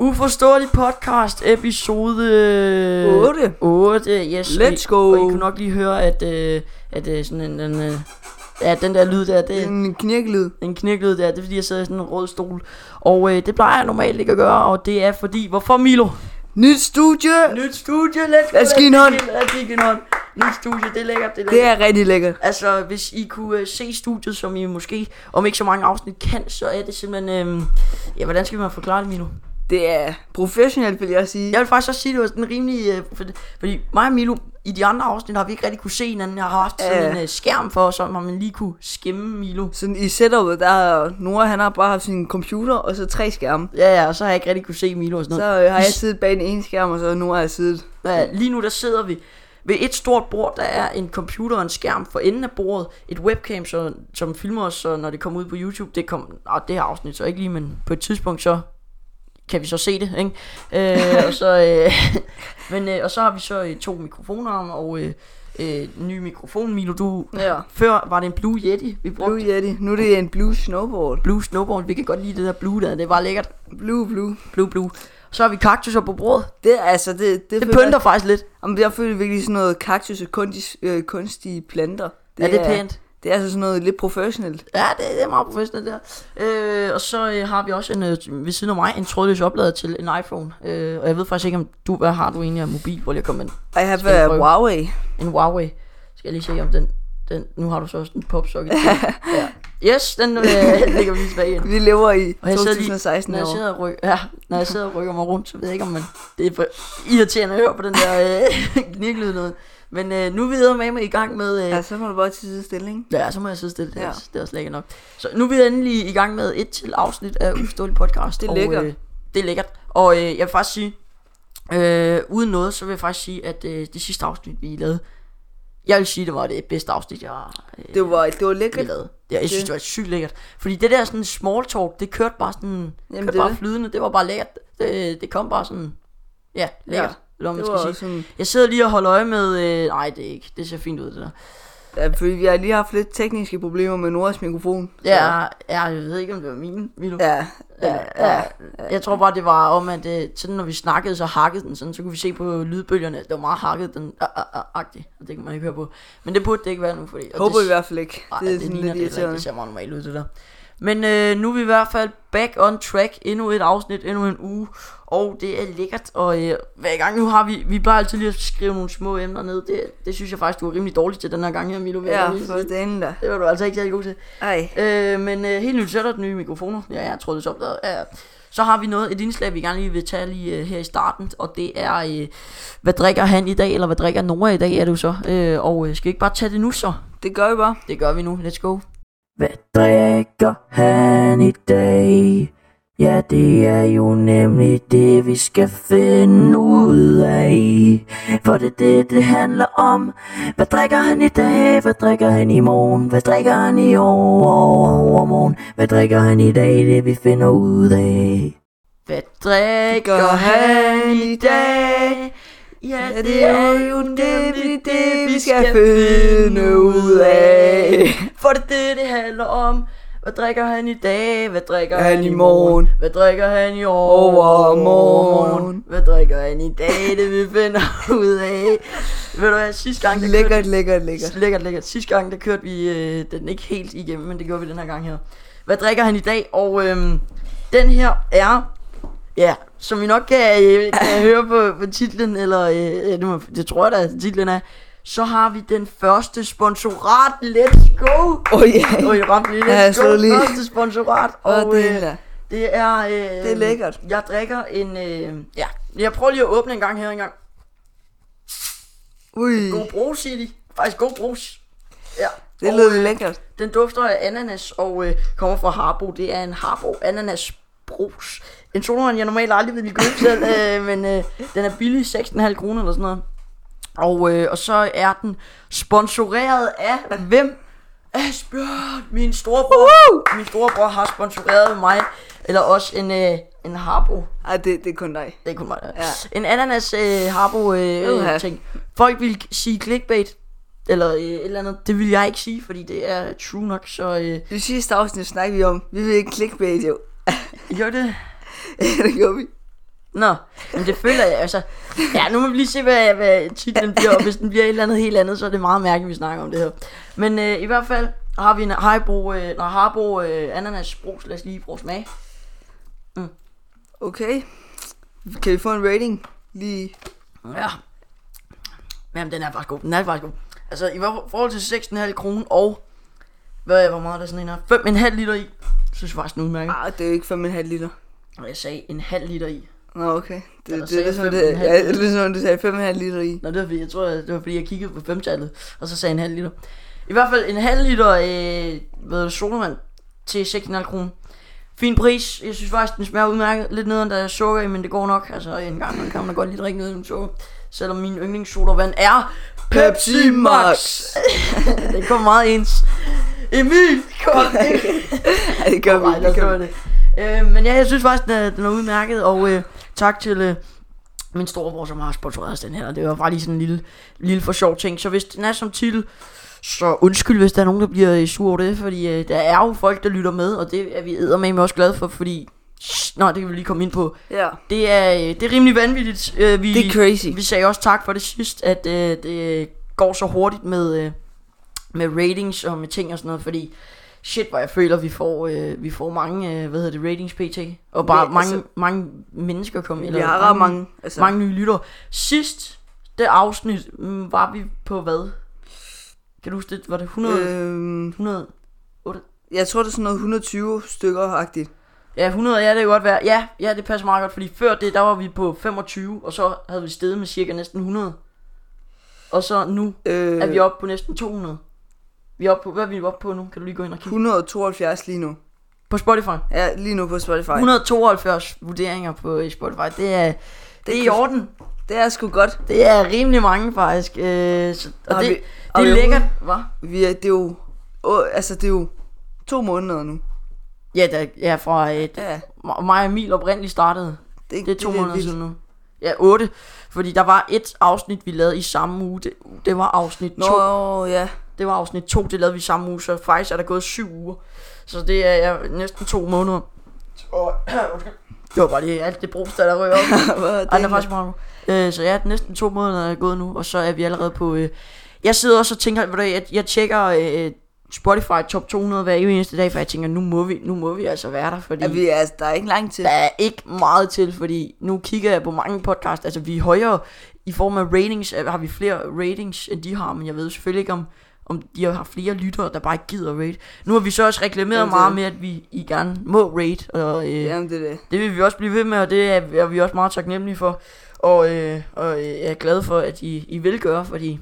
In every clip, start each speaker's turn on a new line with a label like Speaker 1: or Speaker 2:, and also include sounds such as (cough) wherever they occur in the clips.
Speaker 1: Uforståelig podcast episode
Speaker 2: 8.
Speaker 1: 8, yes.
Speaker 2: Let's go.
Speaker 1: Og I, og I kunne nok lige høre, at, øh, at øh, sådan en, den, øh, ja, den der lyd der, det er
Speaker 2: En knirkelyd.
Speaker 1: en knirkelyd der, det er fordi, jeg sidder i sådan en rød stol. Og øh, det plejer jeg normalt ikke at gøre, og det er fordi, hvorfor Milo?
Speaker 2: Nyt studie.
Speaker 1: Nyt studie, let's go.
Speaker 2: Lad os give en hånd.
Speaker 1: Lad os give en hånd. Nyt studie, det er lækkert, det er
Speaker 2: Det
Speaker 1: lækkert.
Speaker 2: er rigtig lækkert.
Speaker 1: Altså, hvis I kunne øh, se studiet, som I måske om ikke så mange afsnit kan, så er det simpelthen... Øh, ja, hvordan skal man forklare det, Milo?
Speaker 2: Det er professionelt, vil jeg sige.
Speaker 1: Jeg vil faktisk også sige, at det var sådan rimelig... Øh, for, fordi mig og Milo, i de andre afsnit, har vi ikke rigtig kunne se hinanden. Jeg har haft sådan
Speaker 2: Ja.
Speaker 1: en øh, skærm for os, så man lige kunne skimme Milo.
Speaker 2: Sådan i setupet, der har Nora, han har bare haft sin computer og så tre skærme.
Speaker 1: Ja, ja, og så har jeg ikke rigtig kunne se Milo og sådan
Speaker 2: Så
Speaker 1: noget.
Speaker 2: øh, har jeg siddet bag en ene skærm, og så Nora har siddet.
Speaker 1: Ja, lige nu der sidder vi ved et stort bord, der er en computer og en skærm for enden af bordet. Et webcam, så, som filmer os, så når det kommer ud på YouTube. Det kom, ah, det her afsnit så ikke lige, men på et tidspunkt så kan vi så se det, ikke? Øh, og, så, øh, (laughs) men, øh, og så har vi så øh, to mikrofoner og øh, øh, ny mikrofon. Milo, du,
Speaker 2: Ja.
Speaker 1: Før var det en Blue Yeti, vi brugte.
Speaker 2: Blue
Speaker 1: Blue,
Speaker 2: Yeti. Nu er det en blue snowboard.
Speaker 1: blue Snowball, vi kan godt lide det der blue der, det var lækkert.
Speaker 2: Blue, blue.
Speaker 1: Blue, blue. Så har vi kaktuser på bordet.
Speaker 2: Det er altså, det...
Speaker 1: Det pynter faktisk lidt.
Speaker 2: Jamen, jeg føler virkelig sådan noget kaktus og kunstige, øh, kunstige planter.
Speaker 1: Ja, det er pænt.
Speaker 2: Det er altså sådan noget lidt professionelt.
Speaker 1: Ja, det, det er meget professionelt der. Øh, og så øh, har vi også en, øh, ved siden af mig en trådløs oplader til en iPhone. Øh, og jeg ved faktisk ikke, om du, hvad har du egentlig af mobil, hvor jeg kommer med
Speaker 2: I have
Speaker 1: vi
Speaker 2: a
Speaker 1: prøve?
Speaker 2: Huawei.
Speaker 1: en Huawei. Skal jeg lige se om den, den nu har du så også en popsocket. (laughs) ja. Yes, den øh, ligger vi lige tilbage i.
Speaker 2: Vi lever i
Speaker 1: Og jeg sidder lige-
Speaker 2: 2016
Speaker 1: Når jeg,
Speaker 2: år.
Speaker 1: sidder og ryk, ja, når jeg sidder og rykker mig rundt, så ved jeg ikke, om man... Det er for irriterende at høre på den der øh, (laughs) knirkelyd noget. Men øh, nu er vi videre med mig i gang med... Øh,
Speaker 2: Ja, så må du bare til sidde stille, ikke?
Speaker 1: ja, så må jeg sidde stille. Det er,
Speaker 2: Altså. Ja.
Speaker 1: også, det er også lækkert nok. Så nu er vi endelig i gang med et til afsnit af Uståelig Podcast.
Speaker 2: Det er
Speaker 1: og,
Speaker 2: lækkert.
Speaker 1: Øh, det er lækkert. Og øh, jeg vil faktisk sige... Øh, uden noget, så vil jeg faktisk sige, at øh, det sidste afsnit, vi lavede... Jeg vil sige, det var det bedste afsnit, jeg har øh,
Speaker 2: Det var, det var lækkert.
Speaker 1: lavet. Ja, jeg synes, det var sygt lækkert. Fordi det der sådan small talk, det kørte bare sådan... Jamen, det
Speaker 2: det
Speaker 1: var
Speaker 2: er
Speaker 1: bare
Speaker 2: det.
Speaker 1: flydende, det var bare lækkert. Det, det kom bare sådan, ja, lækkert. Ja, eller hvad man
Speaker 2: Det
Speaker 1: skal
Speaker 2: var
Speaker 1: sige.
Speaker 2: også sådan,
Speaker 1: Jeg sidder lige og holder øje med, øh, nej, det er ikke, det ser fint ud, det der.
Speaker 2: ja, fordi vi har lige haft lidt tekniske problemer med Noras mikrofon. så-
Speaker 1: Ja, ja, jeg ved ikke, om det var min, Milo.
Speaker 2: Ja,
Speaker 1: Ja, ja, jeg tror bare, det var om, at øh, sådan, når vi snakkede, så hakkede den sådan, så kunne vi se på lydbølgerne, det var meget hakket, den ah, ah, ah, agtig, og det kan man ikke høre på. Men det burde det ikke være nu, fordi... og
Speaker 2: håber
Speaker 1: det,
Speaker 2: i hvert fald ikke.
Speaker 1: Ej,
Speaker 2: det er sådan
Speaker 1: ligner det heller
Speaker 2: lidt
Speaker 1: ikke.
Speaker 2: irriterende.
Speaker 1: Det ser meget normalt ud, det der. Men øh, nu er vi i hvert fald back on track. Endnu et afsnit, endnu en uge. Og det er lækkert. Og øh, hver gang nu har vi... Vi plejer altid lige at skrive nogle små emner ned. Det, det synes jeg faktisk, du er rimelig dårlig til den her gang her, Milo. vil jeg
Speaker 2: Ja,
Speaker 1: gerne lige
Speaker 2: for
Speaker 1: sige.
Speaker 2: det ene da.
Speaker 1: Det var du altså ikke særlig god til.
Speaker 2: Ej.
Speaker 1: Øh, men øh, helt nyt setup, nye mikrofoner. Ja, jeg tror det er så opdaget. Ja. ja. Så har vi noget, et indslag, vi gerne lige vil tage lige øh, her i starten, og det er, øh, hvad drikker han i dag, eller hvad drikker Nora i dag, er det jo så. Øh, og øh, skal vi ikke bare tage det nu så?
Speaker 2: Det gør vi bare.
Speaker 1: Det gør vi nu. Let's go. Hvad drikker han i dag? Ja, det er jo nemlig det, vi skal finde ud af. For det er det, det handler om. Hvad drikker han i dag? Hvad drikker han i morgen? Hvad drikker han i overmorgen? Hvad drikker han i dag? Det vi finder ud af. Hvad drikker han i dag? Ja, det er jo nemlig det, vi skal finde ud af. For det er det, det handler om. Hvad drikker han i dag? Hvad drikker han, i morgen? Hvad drikker han i overmorgen?
Speaker 2: Overmorgen.
Speaker 1: Hvad drikker han i dag? Det vi finder (laughs) ud af. Ved du hvad, sidste gang... der
Speaker 2: Lækkert,
Speaker 1: kørte-
Speaker 2: lækkert, lækkert.
Speaker 1: Lækkert, lækkert. Sidste gang, der kørte vi øh, den ikke helt igennem, men det gjorde vi den her gang her. Hvad drikker han i dag? Og øh, den her er... Ja, som I nok kan, øh,
Speaker 2: (laughs)
Speaker 1: kan høre på, på titlen, eller øh, det, må, det tror jeg da, titlen er, så har vi den første sponsorat. Let's go!
Speaker 2: Åh oh, ja.
Speaker 1: Oj, jeg ramte lige.
Speaker 2: Ja, jeg
Speaker 1: Let's go,
Speaker 2: så lige.
Speaker 1: første sponsorat.
Speaker 2: Åh,
Speaker 1: Og,
Speaker 2: det
Speaker 1: øh,
Speaker 2: er da.
Speaker 1: det er... Øh, det
Speaker 2: er lækkert.
Speaker 1: Jeg drikker en... Øh, ja, jeg prøver lige at åbne en gang her en gang.
Speaker 2: Mm. Ui,
Speaker 1: God brus, siger de. Faktisk god brus. Ja.
Speaker 2: det
Speaker 1: og,
Speaker 2: lød
Speaker 1: øh,
Speaker 2: lækkert.
Speaker 1: Den dufter af ananas og øh, kommer fra Harbo. Det er en Harbo ananas brus. En solvand, jeg normalt aldrig ville købe selv, øh, men øh, den er billig, 6,5 kroner eller sådan noget. Og, øh, og så er den sponsoreret af hvem? Asbjørn, min storebror. Min storebror har sponsoreret mig, eller også en, øh, en Harbo.
Speaker 2: Ej, det, det er kun dig.
Speaker 1: Det er kun mig, der.
Speaker 2: Ja.
Speaker 1: En ananas øh, harbo øh,
Speaker 2: Uha.
Speaker 1: øh, ting. Folk vil sige clickbait, eller øh, et eller andet. Det vil jeg ikke sige, fordi det er true nok, så... Øh,
Speaker 2: Det sidste (laughs) afsnit snakkede vi om, vi vil ikke clickbait jo.
Speaker 1: gør det?
Speaker 2: det gjorde vi.
Speaker 1: Nå, men det føler jeg altså. Ja, nu må vi lige se, hvad, hvad titlen bliver, og hvis den bliver et eller andet helt andet, så er det meget mærkeligt, vi snakker om det her. Men øh, i hvert fald har vi en Haribo, øh, nej, Haribo øh, ananasbrus, lad os lige prøve at smage.
Speaker 2: Okay. Kan vi få en rating? Lige...
Speaker 1: Ja. Jamen, den er faktisk god. Den er faktisk god. Altså, i hvor- forhold til 6,5 kroner og... Hvad, hvor meget er der sådan en her? 5,5 liter i. Synes jeg faktisk, den er udmærket.
Speaker 2: Ah, det er jo ikke 5,5 liter.
Speaker 1: Og jeg sagde en halv liter i.
Speaker 2: Nå, okay. Det,
Speaker 1: Eller
Speaker 2: det, det er
Speaker 1: sagde
Speaker 2: ligesom, det,
Speaker 1: 5,5
Speaker 2: ja, det er ligesom, det sagde 5,5 liter i.
Speaker 1: Nå, det var fordi, jeg tror, det var fordi, jeg kiggede på femtallet, og så sagde en halv liter. I hvert fald en halv liter, øh, hvad hedder det, sodavand til 6,5 kroner. Fin pris. Jeg synes faktisk, den smager udmærket. Lidt nederen, der er sukker i, men det går nok. Altså, en gang imellem kan man da godt lige drikke noget uden sukker. Selvom min yndlingssodavand er Pepsi Max. det går meget ens. Emil, kom ind.
Speaker 2: Ja, (laughs) det gør
Speaker 1: Nej,
Speaker 2: vi.
Speaker 1: der
Speaker 2: Det
Speaker 1: står
Speaker 2: gør vi.
Speaker 1: det. Øh, men ja, jeg synes faktisk, den er, den er udmærket, og øh, tak til øh, min storebror, som har sponsoreret os den her. Det var bare lige sådan en lille, lille for sjov ting. Så hvis den er som titel, så undskyld, hvis der er nogen, der bliver øh, sur over det, fordi øh, der er jo folk, der lytter med, og det er vi eddermame også glade for, fordi... Shh, nå, det kan vi lige komme ind på.
Speaker 2: Ja.
Speaker 1: Det er, øh, det er rimelig vanvittigt. Øh, vi,
Speaker 2: Det er crazy.
Speaker 1: vi sagde også tak for det sidst, at øh, det går så hurtigt med, øh, med ratings og med ting og sådan noget, fordi shit, hvor jeg føler, vi får, øh, vi får mange, øh, hvad hedder det, ratings pt. Og bare
Speaker 2: Ja,
Speaker 1: ja, mange,
Speaker 2: altså-
Speaker 1: altså, mange mennesker kom.
Speaker 2: Vi har ret mange. Altså,
Speaker 1: mange nye lyttere. Sidst, det afsnit, mm, var vi på hvad? Kan du huske det? Var det 100? Øh.
Speaker 2: Øhm,
Speaker 1: 100?
Speaker 2: jeg tror, det er sådan noget 120 stykker-agtigt.
Speaker 1: Ja, 100, ja, det kan godt være. Ja, ja, det passer meget godt, fordi før det, der var vi på 25, og så havde vi steget med cirka næsten 100. Og så nu
Speaker 2: Øh,
Speaker 1: er vi oppe på næsten 200. Vi er oppe på, hvad er vi oppe på nu? Kan du lige gå ind og kigge?
Speaker 2: 172 lige nu.
Speaker 1: På Spotify.
Speaker 2: Ja, lige nu på Spotify.
Speaker 1: 172 vurderinger på øh, Spotify. Det er, det er i
Speaker 2: kan-
Speaker 1: orden.
Speaker 2: Det er sgu godt.
Speaker 1: Det er rimelig mange, faktisk. Øh, så, og
Speaker 2: Har
Speaker 1: det,
Speaker 2: vi-
Speaker 1: det
Speaker 2: har
Speaker 1: er
Speaker 2: vi
Speaker 1: lækkert, hva'?
Speaker 2: Vi er, det er jo... Åh, altså, det er jo to måneder nu.
Speaker 1: Ja, der, ja fra et,
Speaker 2: Ja,
Speaker 1: M- mig og Emil oprindeligt startede. Det er to
Speaker 2: lidt
Speaker 1: måneder
Speaker 2: vildt.
Speaker 1: siden nu. Ja, otte. Fordi der var et afsnit, vi lavede i samme uge. Det, det var afsnit
Speaker 2: Nå,
Speaker 1: to.
Speaker 2: ja. (laughs)
Speaker 1: Det var afsnit to, det lavede vi i samme uge. Så faktisk er der gået syv uger. Så det er ja, næsten to måneder. Og, undskyld. det var bare lige alt det brus, der, der røg op.
Speaker 2: Hvor er
Speaker 1: Ej, der er
Speaker 2: det?
Speaker 1: faktisk meget. Øh, så ja, næsten to måneder er gået nu, og så er vi allerede på... Øh, jeg sidder også og tænker, ved du, hvad, jeg, jeg tjekker øh, Spotify top 200 hver eneste dag, for jeg tænker, nu må vi, nu må vi altså være der, fordi...
Speaker 2: Ja, vi er, altså, der er ikke langt til.
Speaker 1: Der er ikke meget til, fordi nu kigger jeg på mange podcasts, altså vi er højere i form af ratings, øh, har vi flere ratings end de har, men jeg ved selvfølgelig ikke om, om de har flere lyttere, der bare ikke gider rate. Nu har vi så også reklameret
Speaker 2: Jamen, det-
Speaker 1: meget med, at vi I gerne må rate, og øh,
Speaker 2: Jamen, det er det.
Speaker 1: det vil vi også blive ved med, og det er, er vi også meget taknemmelige for, og, øh, og øh, jeg er glad for, at I, I vil gøre, fordi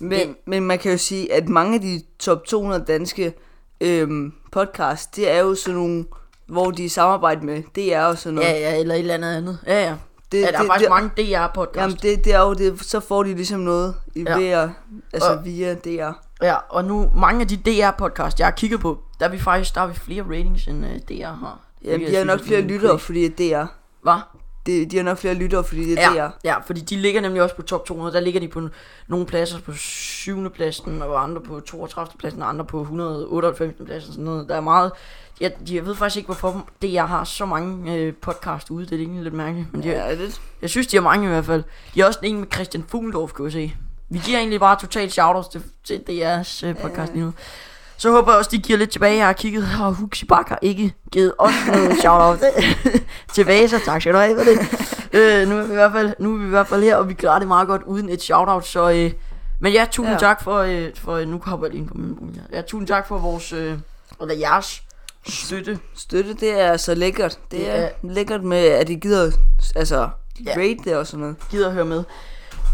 Speaker 2: Men, men man kan jo sige, at mange af de top 200 danske øhm, podcasts, det er jo sådan nogle, hvor de samarbejder med DR og sådan noget.
Speaker 1: ja, ja, eller et eller andet andet. Ja, ja.
Speaker 2: det,
Speaker 1: ja der er faktisk
Speaker 2: det,
Speaker 1: mange DR-podcasts.
Speaker 2: Jamen, det, det er jo det, så får de ligesom noget i ja.
Speaker 1: Ja.
Speaker 2: VR, altså
Speaker 1: Og-
Speaker 2: via DR.
Speaker 1: Ja, og nu mange af de DR-podcasts, jeg har kigget på, der er vi faktisk der er vi flere ratings, end uh, DR har.
Speaker 2: Jamen, de har nok flere lyttere, fordi det er DR.
Speaker 1: Hvad?
Speaker 2: Det, de har nok flere lyttere, fordi det er
Speaker 1: Ja,
Speaker 2: DR.
Speaker 1: ja, fordi de ligger nemlig også på top 200. Der ligger de på n- nogle pladser på 7. pladsen, og andre på 32. pladsen, og andre på 198. pladsen. Sådan noget. Der er meget... Jeg, jeg ved faktisk ikke, hvorfor DR har så mange øh, podcasts ude. Det er egentlig lidt mærkeligt. Men de,
Speaker 2: Ja, er det?
Speaker 1: jeg synes, de har mange i hvert fald. De har også en med Christian Fuglendorf, kan jeg se. Vi giver egentlig bare totalt shoutouts til, til DR's øh, podcast lige nu. Så håber jeg også, de giver lidt tilbage. Jeg har kigget, og Huxi Bak har ikke givet os noget shoutout (laughs) tilbage, så tak skal du have for det. Øh, nu, er vi i hvert fald, nu er vi i hvert fald her, og vi klarer det meget godt uden et shoutout, så... Øh, men ja, tusind
Speaker 2: Ja.
Speaker 1: ja. tak for, øh, for... Nu hopper jeg lige ind på min bund, ja. ja, tusind tak for vores... Øh, eller jeres støtte.
Speaker 2: Støtte, det er så lækkert. Det,
Speaker 1: Det
Speaker 2: er,
Speaker 1: er-
Speaker 2: lækkert med, at de gider altså,
Speaker 1: Ja.
Speaker 2: rate det og sådan noget.
Speaker 1: gider at høre med.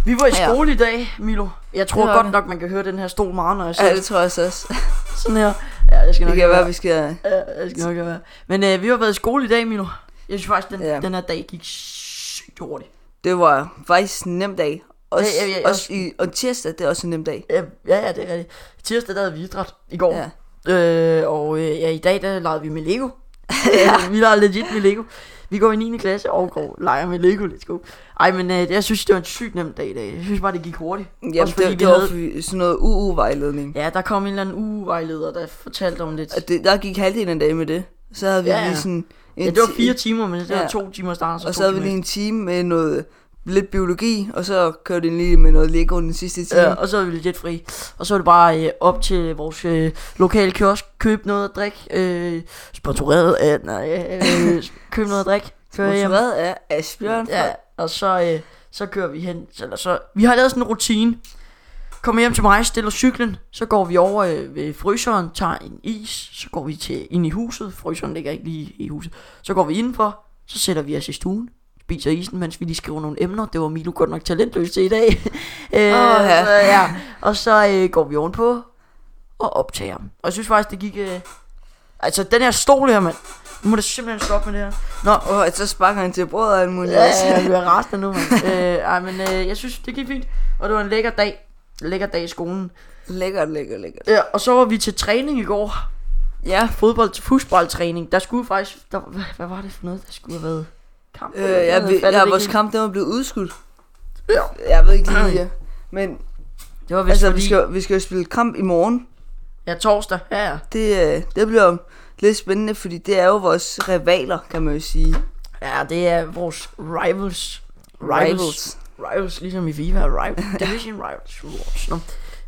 Speaker 1: Vi var i
Speaker 2: Ja.
Speaker 1: skole i dag, Milo. Jeg tror
Speaker 2: Det var
Speaker 1: godt
Speaker 2: vi.
Speaker 1: nok, man kan høre den her stol meget, når jeg
Speaker 2: Ja,
Speaker 1: sidder
Speaker 2: det tror jeg så også.
Speaker 1: sådan her. Ja, jeg skal nok
Speaker 2: Det kan
Speaker 1: lade
Speaker 2: være, at vi skal...
Speaker 1: Ja, jeg skal nok lade være. Men øh, vi har været i skole i dag, Milo. Jeg synes faktisk, den,
Speaker 2: Ja.
Speaker 1: ja. den her dag gik sygt hurtigt.
Speaker 2: Det var faktisk en nem dag. Også,
Speaker 1: Ja, ja, ja,
Speaker 2: også i, og tirsdag, det er også en nem dag.
Speaker 1: Ja, ja, ja, det er rigtigt. Tirsdag, der havde vi idræt i går.
Speaker 2: Ja.
Speaker 1: Øh, og øh, ja, i dag, der legede vi med
Speaker 2: (laughs)
Speaker 1: Lego. ja. vi leger legit med Lego. Vi går i 9. klasse og går leger med Lego. Let's go. Ej, men øh, jeg synes, det var en sygt nem dag i dag. Jeg synes bare, det gik hurtigt.
Speaker 2: Jamen, det, det var havde... sådan noget UU-vejledning.
Speaker 1: Ja, der kom en eller anden ugevejleder, der fortalte om lidt.
Speaker 2: Og det, der gik halvdelen af dagen med det. Så havde vi
Speaker 1: Ja,
Speaker 2: ja,
Speaker 1: ja.
Speaker 2: lige sådan en
Speaker 1: Ja, det var
Speaker 2: ti-
Speaker 1: fire timer, men det der
Speaker 2: Ja.
Speaker 1: er to timer starter,
Speaker 2: Og
Speaker 1: så
Speaker 2: så havde
Speaker 1: to
Speaker 2: vi lige
Speaker 1: timer.
Speaker 2: en time med noget lidt biologi, og så kørte den lige med noget Lego den sidste time.
Speaker 1: Ja, og så er vi legit fri. Og så er det bare øh, op til vores øh, lokale kiosk, købe noget at drikke, øh, sponsoreret af, nej, øh, købe noget at drikke, køre hjem.
Speaker 2: Sponsoreret af Asbjørn. fra-
Speaker 1: Ja, og så, øh, så kører vi hen. Så, eller så, vi har lavet sådan en rutine. Kommer hjem til mig, stiller cyklen, så går vi over øh, ved fryseren, tager en is, så går vi til, ind i huset, fryseren ligger ikke lige i huset, så går vi indenfor, så sætter vi os i stuen, spiser isen, mens vi lige skriver nogle emner, det var Milo godt nok talentløs til i dag, (laughs) øh,
Speaker 2: Åh, ja.
Speaker 1: så, ja. og så øh, går vi ovenpå og optager, og jeg synes faktisk, det gik, øh, altså den her stol her, mand, nu må det simpelthen stoppe med det her, nå,
Speaker 2: Og oh, så sparker han til brød og alt muligt. (laughs) Altså,
Speaker 1: Ja,
Speaker 2: også.
Speaker 1: ja, ja, du er rasende nu, mand. øh, ej, men øh, jeg synes, det gik fint. Og det var en lækker dag. Lækker dag i skolen.
Speaker 2: lækkert, lækkert, lækkert.
Speaker 1: Ja, og så var vi til træning i går.
Speaker 2: Ja,
Speaker 1: Fodbold til fodboldtræning. Der skulle faktisk... Der, hvad, hvad var det for noget, der skulle have været? Kamp?
Speaker 2: øh,
Speaker 1: eller noget?
Speaker 2: jeg, ved,
Speaker 1: fatter
Speaker 2: ja,
Speaker 1: det
Speaker 2: vores
Speaker 1: ikke
Speaker 2: kamp, den var blevet udskudt.
Speaker 1: Ja.
Speaker 2: Jeg ved ikke
Speaker 1: (clears throat)
Speaker 2: lige, ja. Men
Speaker 1: helt. Det var vist
Speaker 2: altså,
Speaker 1: fordi...
Speaker 2: vi skal, vi skal jo spille kamp i morgen.
Speaker 1: Ja, torsdag. Ja, ja.
Speaker 2: Det, øh, det bliver lidt spændende, fordi det er jo vores rivaler, kan man jo sige.
Speaker 1: Ja, det er vores rivals. Rivals. Rivals, ligesom i FIFA.
Speaker 2: (laughs)
Speaker 1: Rivals. Division rivals. ligesom Rivals. Nå.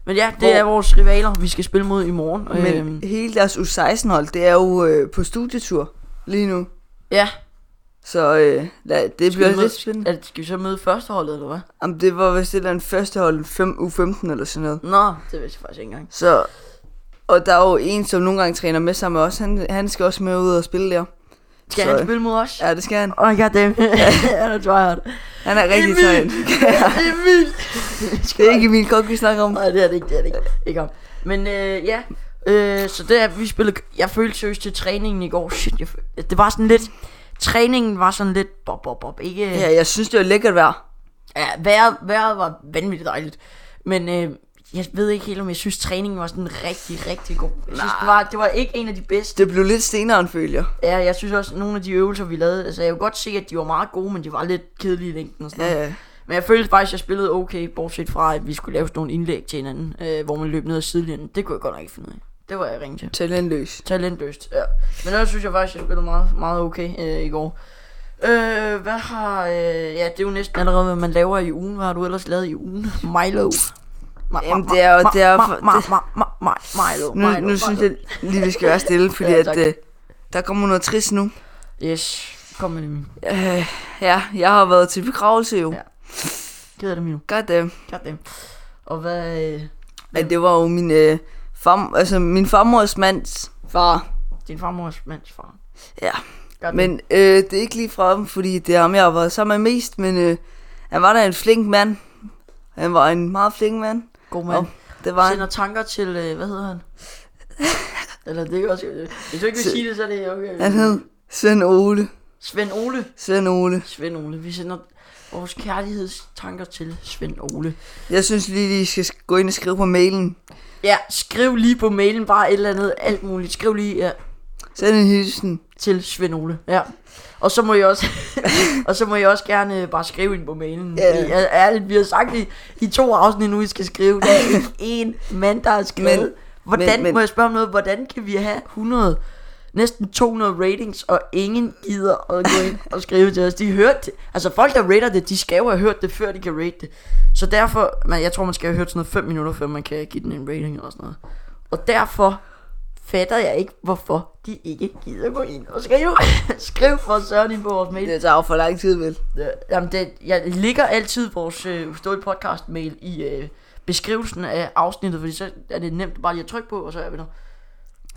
Speaker 1: Men ja, det
Speaker 2: Hvor-
Speaker 1: er vores rivaler, vi skal spille mod i morgen.
Speaker 2: Men
Speaker 1: Øhm,
Speaker 2: hele deres U16-hold, det er jo øh, på studietur lige nu.
Speaker 1: ja,
Speaker 2: Så øh, lad, det
Speaker 1: skal vi,
Speaker 2: bliver lidt spændende.
Speaker 1: møde, er, skal vi så møde førsteholdet, eller hvad?
Speaker 2: Jamen, det var vist et eller andet førstehold fem, U15 eller sådan noget.
Speaker 1: Nå, det vidste jeg faktisk ikke engang.
Speaker 2: Så, og der er jo en, som nogle gange træner med sammen med os. Han, han skal også med ud og spille der.
Speaker 1: Skal
Speaker 2: Så-
Speaker 1: han spille mod os?
Speaker 2: Ja, det skal han.
Speaker 1: Oh my god (laughs) damn. han er tryhard.
Speaker 2: Han er rigtig
Speaker 1: Emil!
Speaker 2: (laughs) sejt.
Speaker 1: Emil!
Speaker 2: Det er ikke min kok, vi snakker om.
Speaker 1: Nej, det er det ikke, det er det ikke. ikke om. Men øh, ja, øh, så det er, vi spillede, jeg følte seriøst til træningen i går. Shit, jeg følte, det var sådan lidt, træningen var sådan lidt bob, bob, bob. Ikke, ja.
Speaker 2: Ja, jeg synes, det var lækkert vejr.
Speaker 1: ja vejret, vejret var vanvittigt dejligt. Men øh, jeg ved ikke helt, om jeg synes, træningen var sådan rigtig, rigtig god. Jeg synes, det var, det var ikke en af de bedste.
Speaker 2: Det blev lidt senere, end følger.
Speaker 1: Ja, jeg synes også, at nogle af de øvelser, vi lavede, altså jeg kunne godt se, at de var meget gode, men de var lidt kedelige i længden og sådan noget.
Speaker 2: Ja, ja.
Speaker 1: Men jeg følte faktisk, at jeg spillede okay, bortset fra, at vi skulle lave sådan nogle indlæg til hinanden, øh, hvor man løb ned ad sidelinjen. Det kunne jeg godt nok ikke finde ud af. Det var jeg ringe til.
Speaker 2: Talentløs.
Speaker 1: Talentløst, ja. Men ellers synes jeg faktisk, at jeg spillede meget, meget okay øh, i går. Øh, hvad har... Øh, ja, det er jo næsten allerede, hvad man laver i ugen. Hvad har du ellers lavet i ugen? Milo. Ma-
Speaker 2: Jamen, det er jo- det er jo-
Speaker 1: ma- ma- ma- ma- ma- Milo,
Speaker 2: Nu,
Speaker 1: Milo,
Speaker 2: nu synes
Speaker 1: Milo.
Speaker 2: jeg lige, vi skal være stille, fordi
Speaker 1: Ja,
Speaker 2: (laughs) ja,
Speaker 1: tak.
Speaker 2: at, øh, der kommer noget trist nu.
Speaker 1: Yes, kom med det, Milo.
Speaker 2: Øh, ja, jeg har været til begravelse jo.
Speaker 1: Ja. Ked af det, Milo.
Speaker 2: Goddamn.
Speaker 1: Goddamn. Og hvad... Øh,
Speaker 2: Men det var jo min, øh, fam, altså, min farmors mands far.
Speaker 1: din farmors mands far.
Speaker 2: Ja.
Speaker 1: Goddamn.
Speaker 2: Men øh, det er ikke lige fra ham, fordi det er ham, jeg har været sammen med mest, men øh, han var da en flink mand. Han var en meget flink mand.
Speaker 1: God mand.
Speaker 2: Og det var
Speaker 1: Bare
Speaker 2: han.
Speaker 1: sender tanker til, øh, hvad (laughs) hedder han? Eller det er også... Hvis du ikke vil
Speaker 2: Til-
Speaker 1: sige det, så er det okay.
Speaker 2: Han hed Svend Ole.
Speaker 1: Svend Ole.
Speaker 2: Svend Ole.
Speaker 1: Svend Ole. Vi sender vores kærlighedstanker til Svend Ole.
Speaker 2: Jeg synes lige, I skal sk- gå ind og skrive på mailen.
Speaker 1: Ja, skriv lige på mailen bare et eller andet, alt muligt. Skriv lige ja,
Speaker 2: Send en hilsen.
Speaker 1: til Svend Ole. Ja. Og så må jeg også, (laughs) og så må jeg også gerne øh, bare skrive ind på mailen.
Speaker 2: Ja.
Speaker 1: Yeah. Jeg, ærligt, vi har sagt i, i to afsnit nu, I skal skrive. Der er
Speaker 2: (laughs)
Speaker 1: ikke én mand, der har skrevet.
Speaker 2: Men-
Speaker 1: Men, hvordan,
Speaker 2: men-
Speaker 1: men,
Speaker 2: men-
Speaker 1: må jeg spørge om noget, hvordan kan vi have 100, næsten 200 ratings, og ingen gider at gå ind og skrive til os? De hørte det. Altså folk, der rater det, de skal jo have hørt det, før de kan rate det. Så derfor, man, jeg tror, man skal have hørt sådan noget 5 minutter, før man kan give den en rating og sådan noget. Og derfor fatter jeg ikke, hvorfor de ikke gider gå ind og skrive. (laughs) skriv for Søren ind på vores mail.
Speaker 2: Det tager jo for lang tid, vel?
Speaker 1: Øh, Jamen, det, jeg ligger altid vores øh, Uforståelig podcast mail i øh, beskrivelsen af afsnittet, fordi så er det nemt bare lige at trykke på, og så er jeg ved der.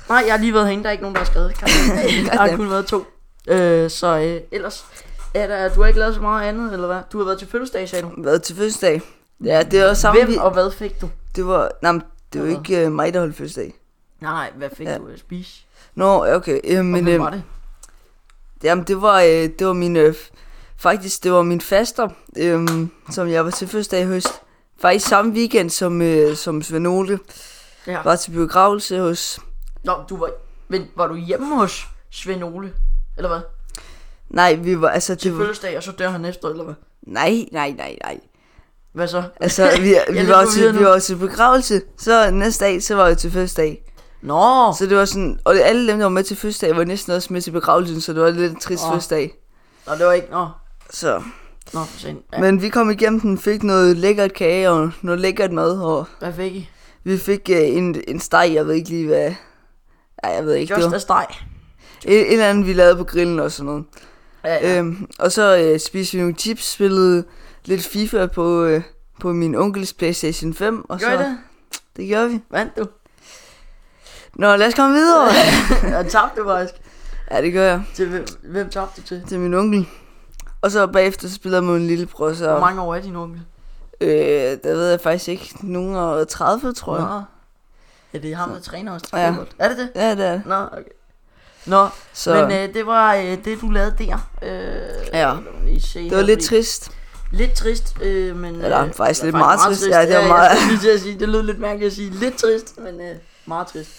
Speaker 1: Nej, jeg har lige været herinde, der er ikke nogen, der har skrevet. (laughs) Kan jeg- Der har kun været to. Øh, så øh, ellers, er der, du har ikke lavet så meget andet, eller hvad? Du har været til fødselsdag, sagde du.
Speaker 2: Været til fødselsdag. Ja, det var samme.
Speaker 1: Hvem og hvad fik du?
Speaker 2: Det var, nej, men det var ikke øh, mig, der holdt fødselsdag.
Speaker 1: Nej, hvad fik
Speaker 2: Ja.
Speaker 1: ja. du at spise?
Speaker 2: Nå, okay.
Speaker 1: Men,
Speaker 2: Øh,
Speaker 1: øhm, og
Speaker 2: men,
Speaker 1: hvem
Speaker 2: øh,
Speaker 1: var det?
Speaker 2: jamen, det var, øh, det var min, øh, faktisk, det var min faster, øh, som jeg var til fødselsdag i høst. Faktisk samme weekend, som, øh, som Svend Ole
Speaker 1: Ja.
Speaker 2: var til begravelse hos...
Speaker 1: Nå, du var, men, var du hjemme hos Svend Ole? Eller hvad?
Speaker 2: Nej, vi var, altså, det var,
Speaker 1: Fødselsdag, og så dør han efter, eller hvad?
Speaker 2: nej, nej, nej, nej.
Speaker 1: Hvad så? (laughs)
Speaker 2: Altså, vi,
Speaker 1: er
Speaker 2: vi,
Speaker 1: lidt
Speaker 2: var
Speaker 1: forvirret
Speaker 2: til, vi
Speaker 1: nu.
Speaker 2: var til begravelse, så næste dag, så var jeg til fødselsdag.
Speaker 1: Nå,
Speaker 2: Så det var sådan, og alle dem, der var med til fødselsdag, var næsten også med til begravelsen, så det var lidt en trist
Speaker 1: Åh.
Speaker 2: oh. fødselsdag.
Speaker 1: Nå det var ikke... Nå,
Speaker 2: Så.
Speaker 1: Nå for sent. Ja,
Speaker 2: Men vi kom igennem den, fik noget lækkert kage og noget lækkert mad, og
Speaker 1: hvad fik I?
Speaker 2: vi fik øh, en, en steg, jeg ved ikke lige hvad... Ej, jeg ved ikke, det
Speaker 1: Just
Speaker 2: var
Speaker 1: a steg.
Speaker 2: en, en eller anden, vi lavede på grillen og sådan noget.
Speaker 1: Ja, ja.
Speaker 2: Øhm, og så øh, spiste vi nogle chips, spillede lidt FIFA på, øh, på min onkels Playstation 5. Og
Speaker 1: Gør I
Speaker 2: så,
Speaker 1: det?
Speaker 2: Det gjorde vi.
Speaker 1: Vandt du?
Speaker 2: Nå, lad os komme videre.
Speaker 1: Jeg tabte faktisk.
Speaker 2: ja, det gør jeg.
Speaker 1: Til hvem, hvem tabte du til?
Speaker 2: Til min onkel. Og så bagefter så spillede jeg mod en lillebror, så...
Speaker 1: Hvor mange år er din onkel?
Speaker 2: Øh, der ved jeg faktisk ikke. Nogen er 30, tror jeg.
Speaker 1: Nå. Ja, det er ham, der træner os til
Speaker 2: Ja.
Speaker 1: fodbold. Er det det?
Speaker 2: Ja, det er det.
Speaker 1: Nå, okay. Nå,
Speaker 2: Så
Speaker 1: Men øh, det var øh, det, du lavede der. Øh, lad
Speaker 2: Ja.
Speaker 1: mig lige se
Speaker 2: det
Speaker 1: her,
Speaker 2: var lidt
Speaker 1: fordi-
Speaker 2: trist.
Speaker 1: Lidt trist, øh, men...
Speaker 2: Eller
Speaker 1: øh,
Speaker 2: faktisk
Speaker 1: det
Speaker 2: lidt
Speaker 1: var
Speaker 2: meget trist. Ja, det var
Speaker 1: jeg
Speaker 2: meget-
Speaker 1: skulle lige til at sige, det lød lidt mærkeligt at sige lidt trist, men øh, meget trist.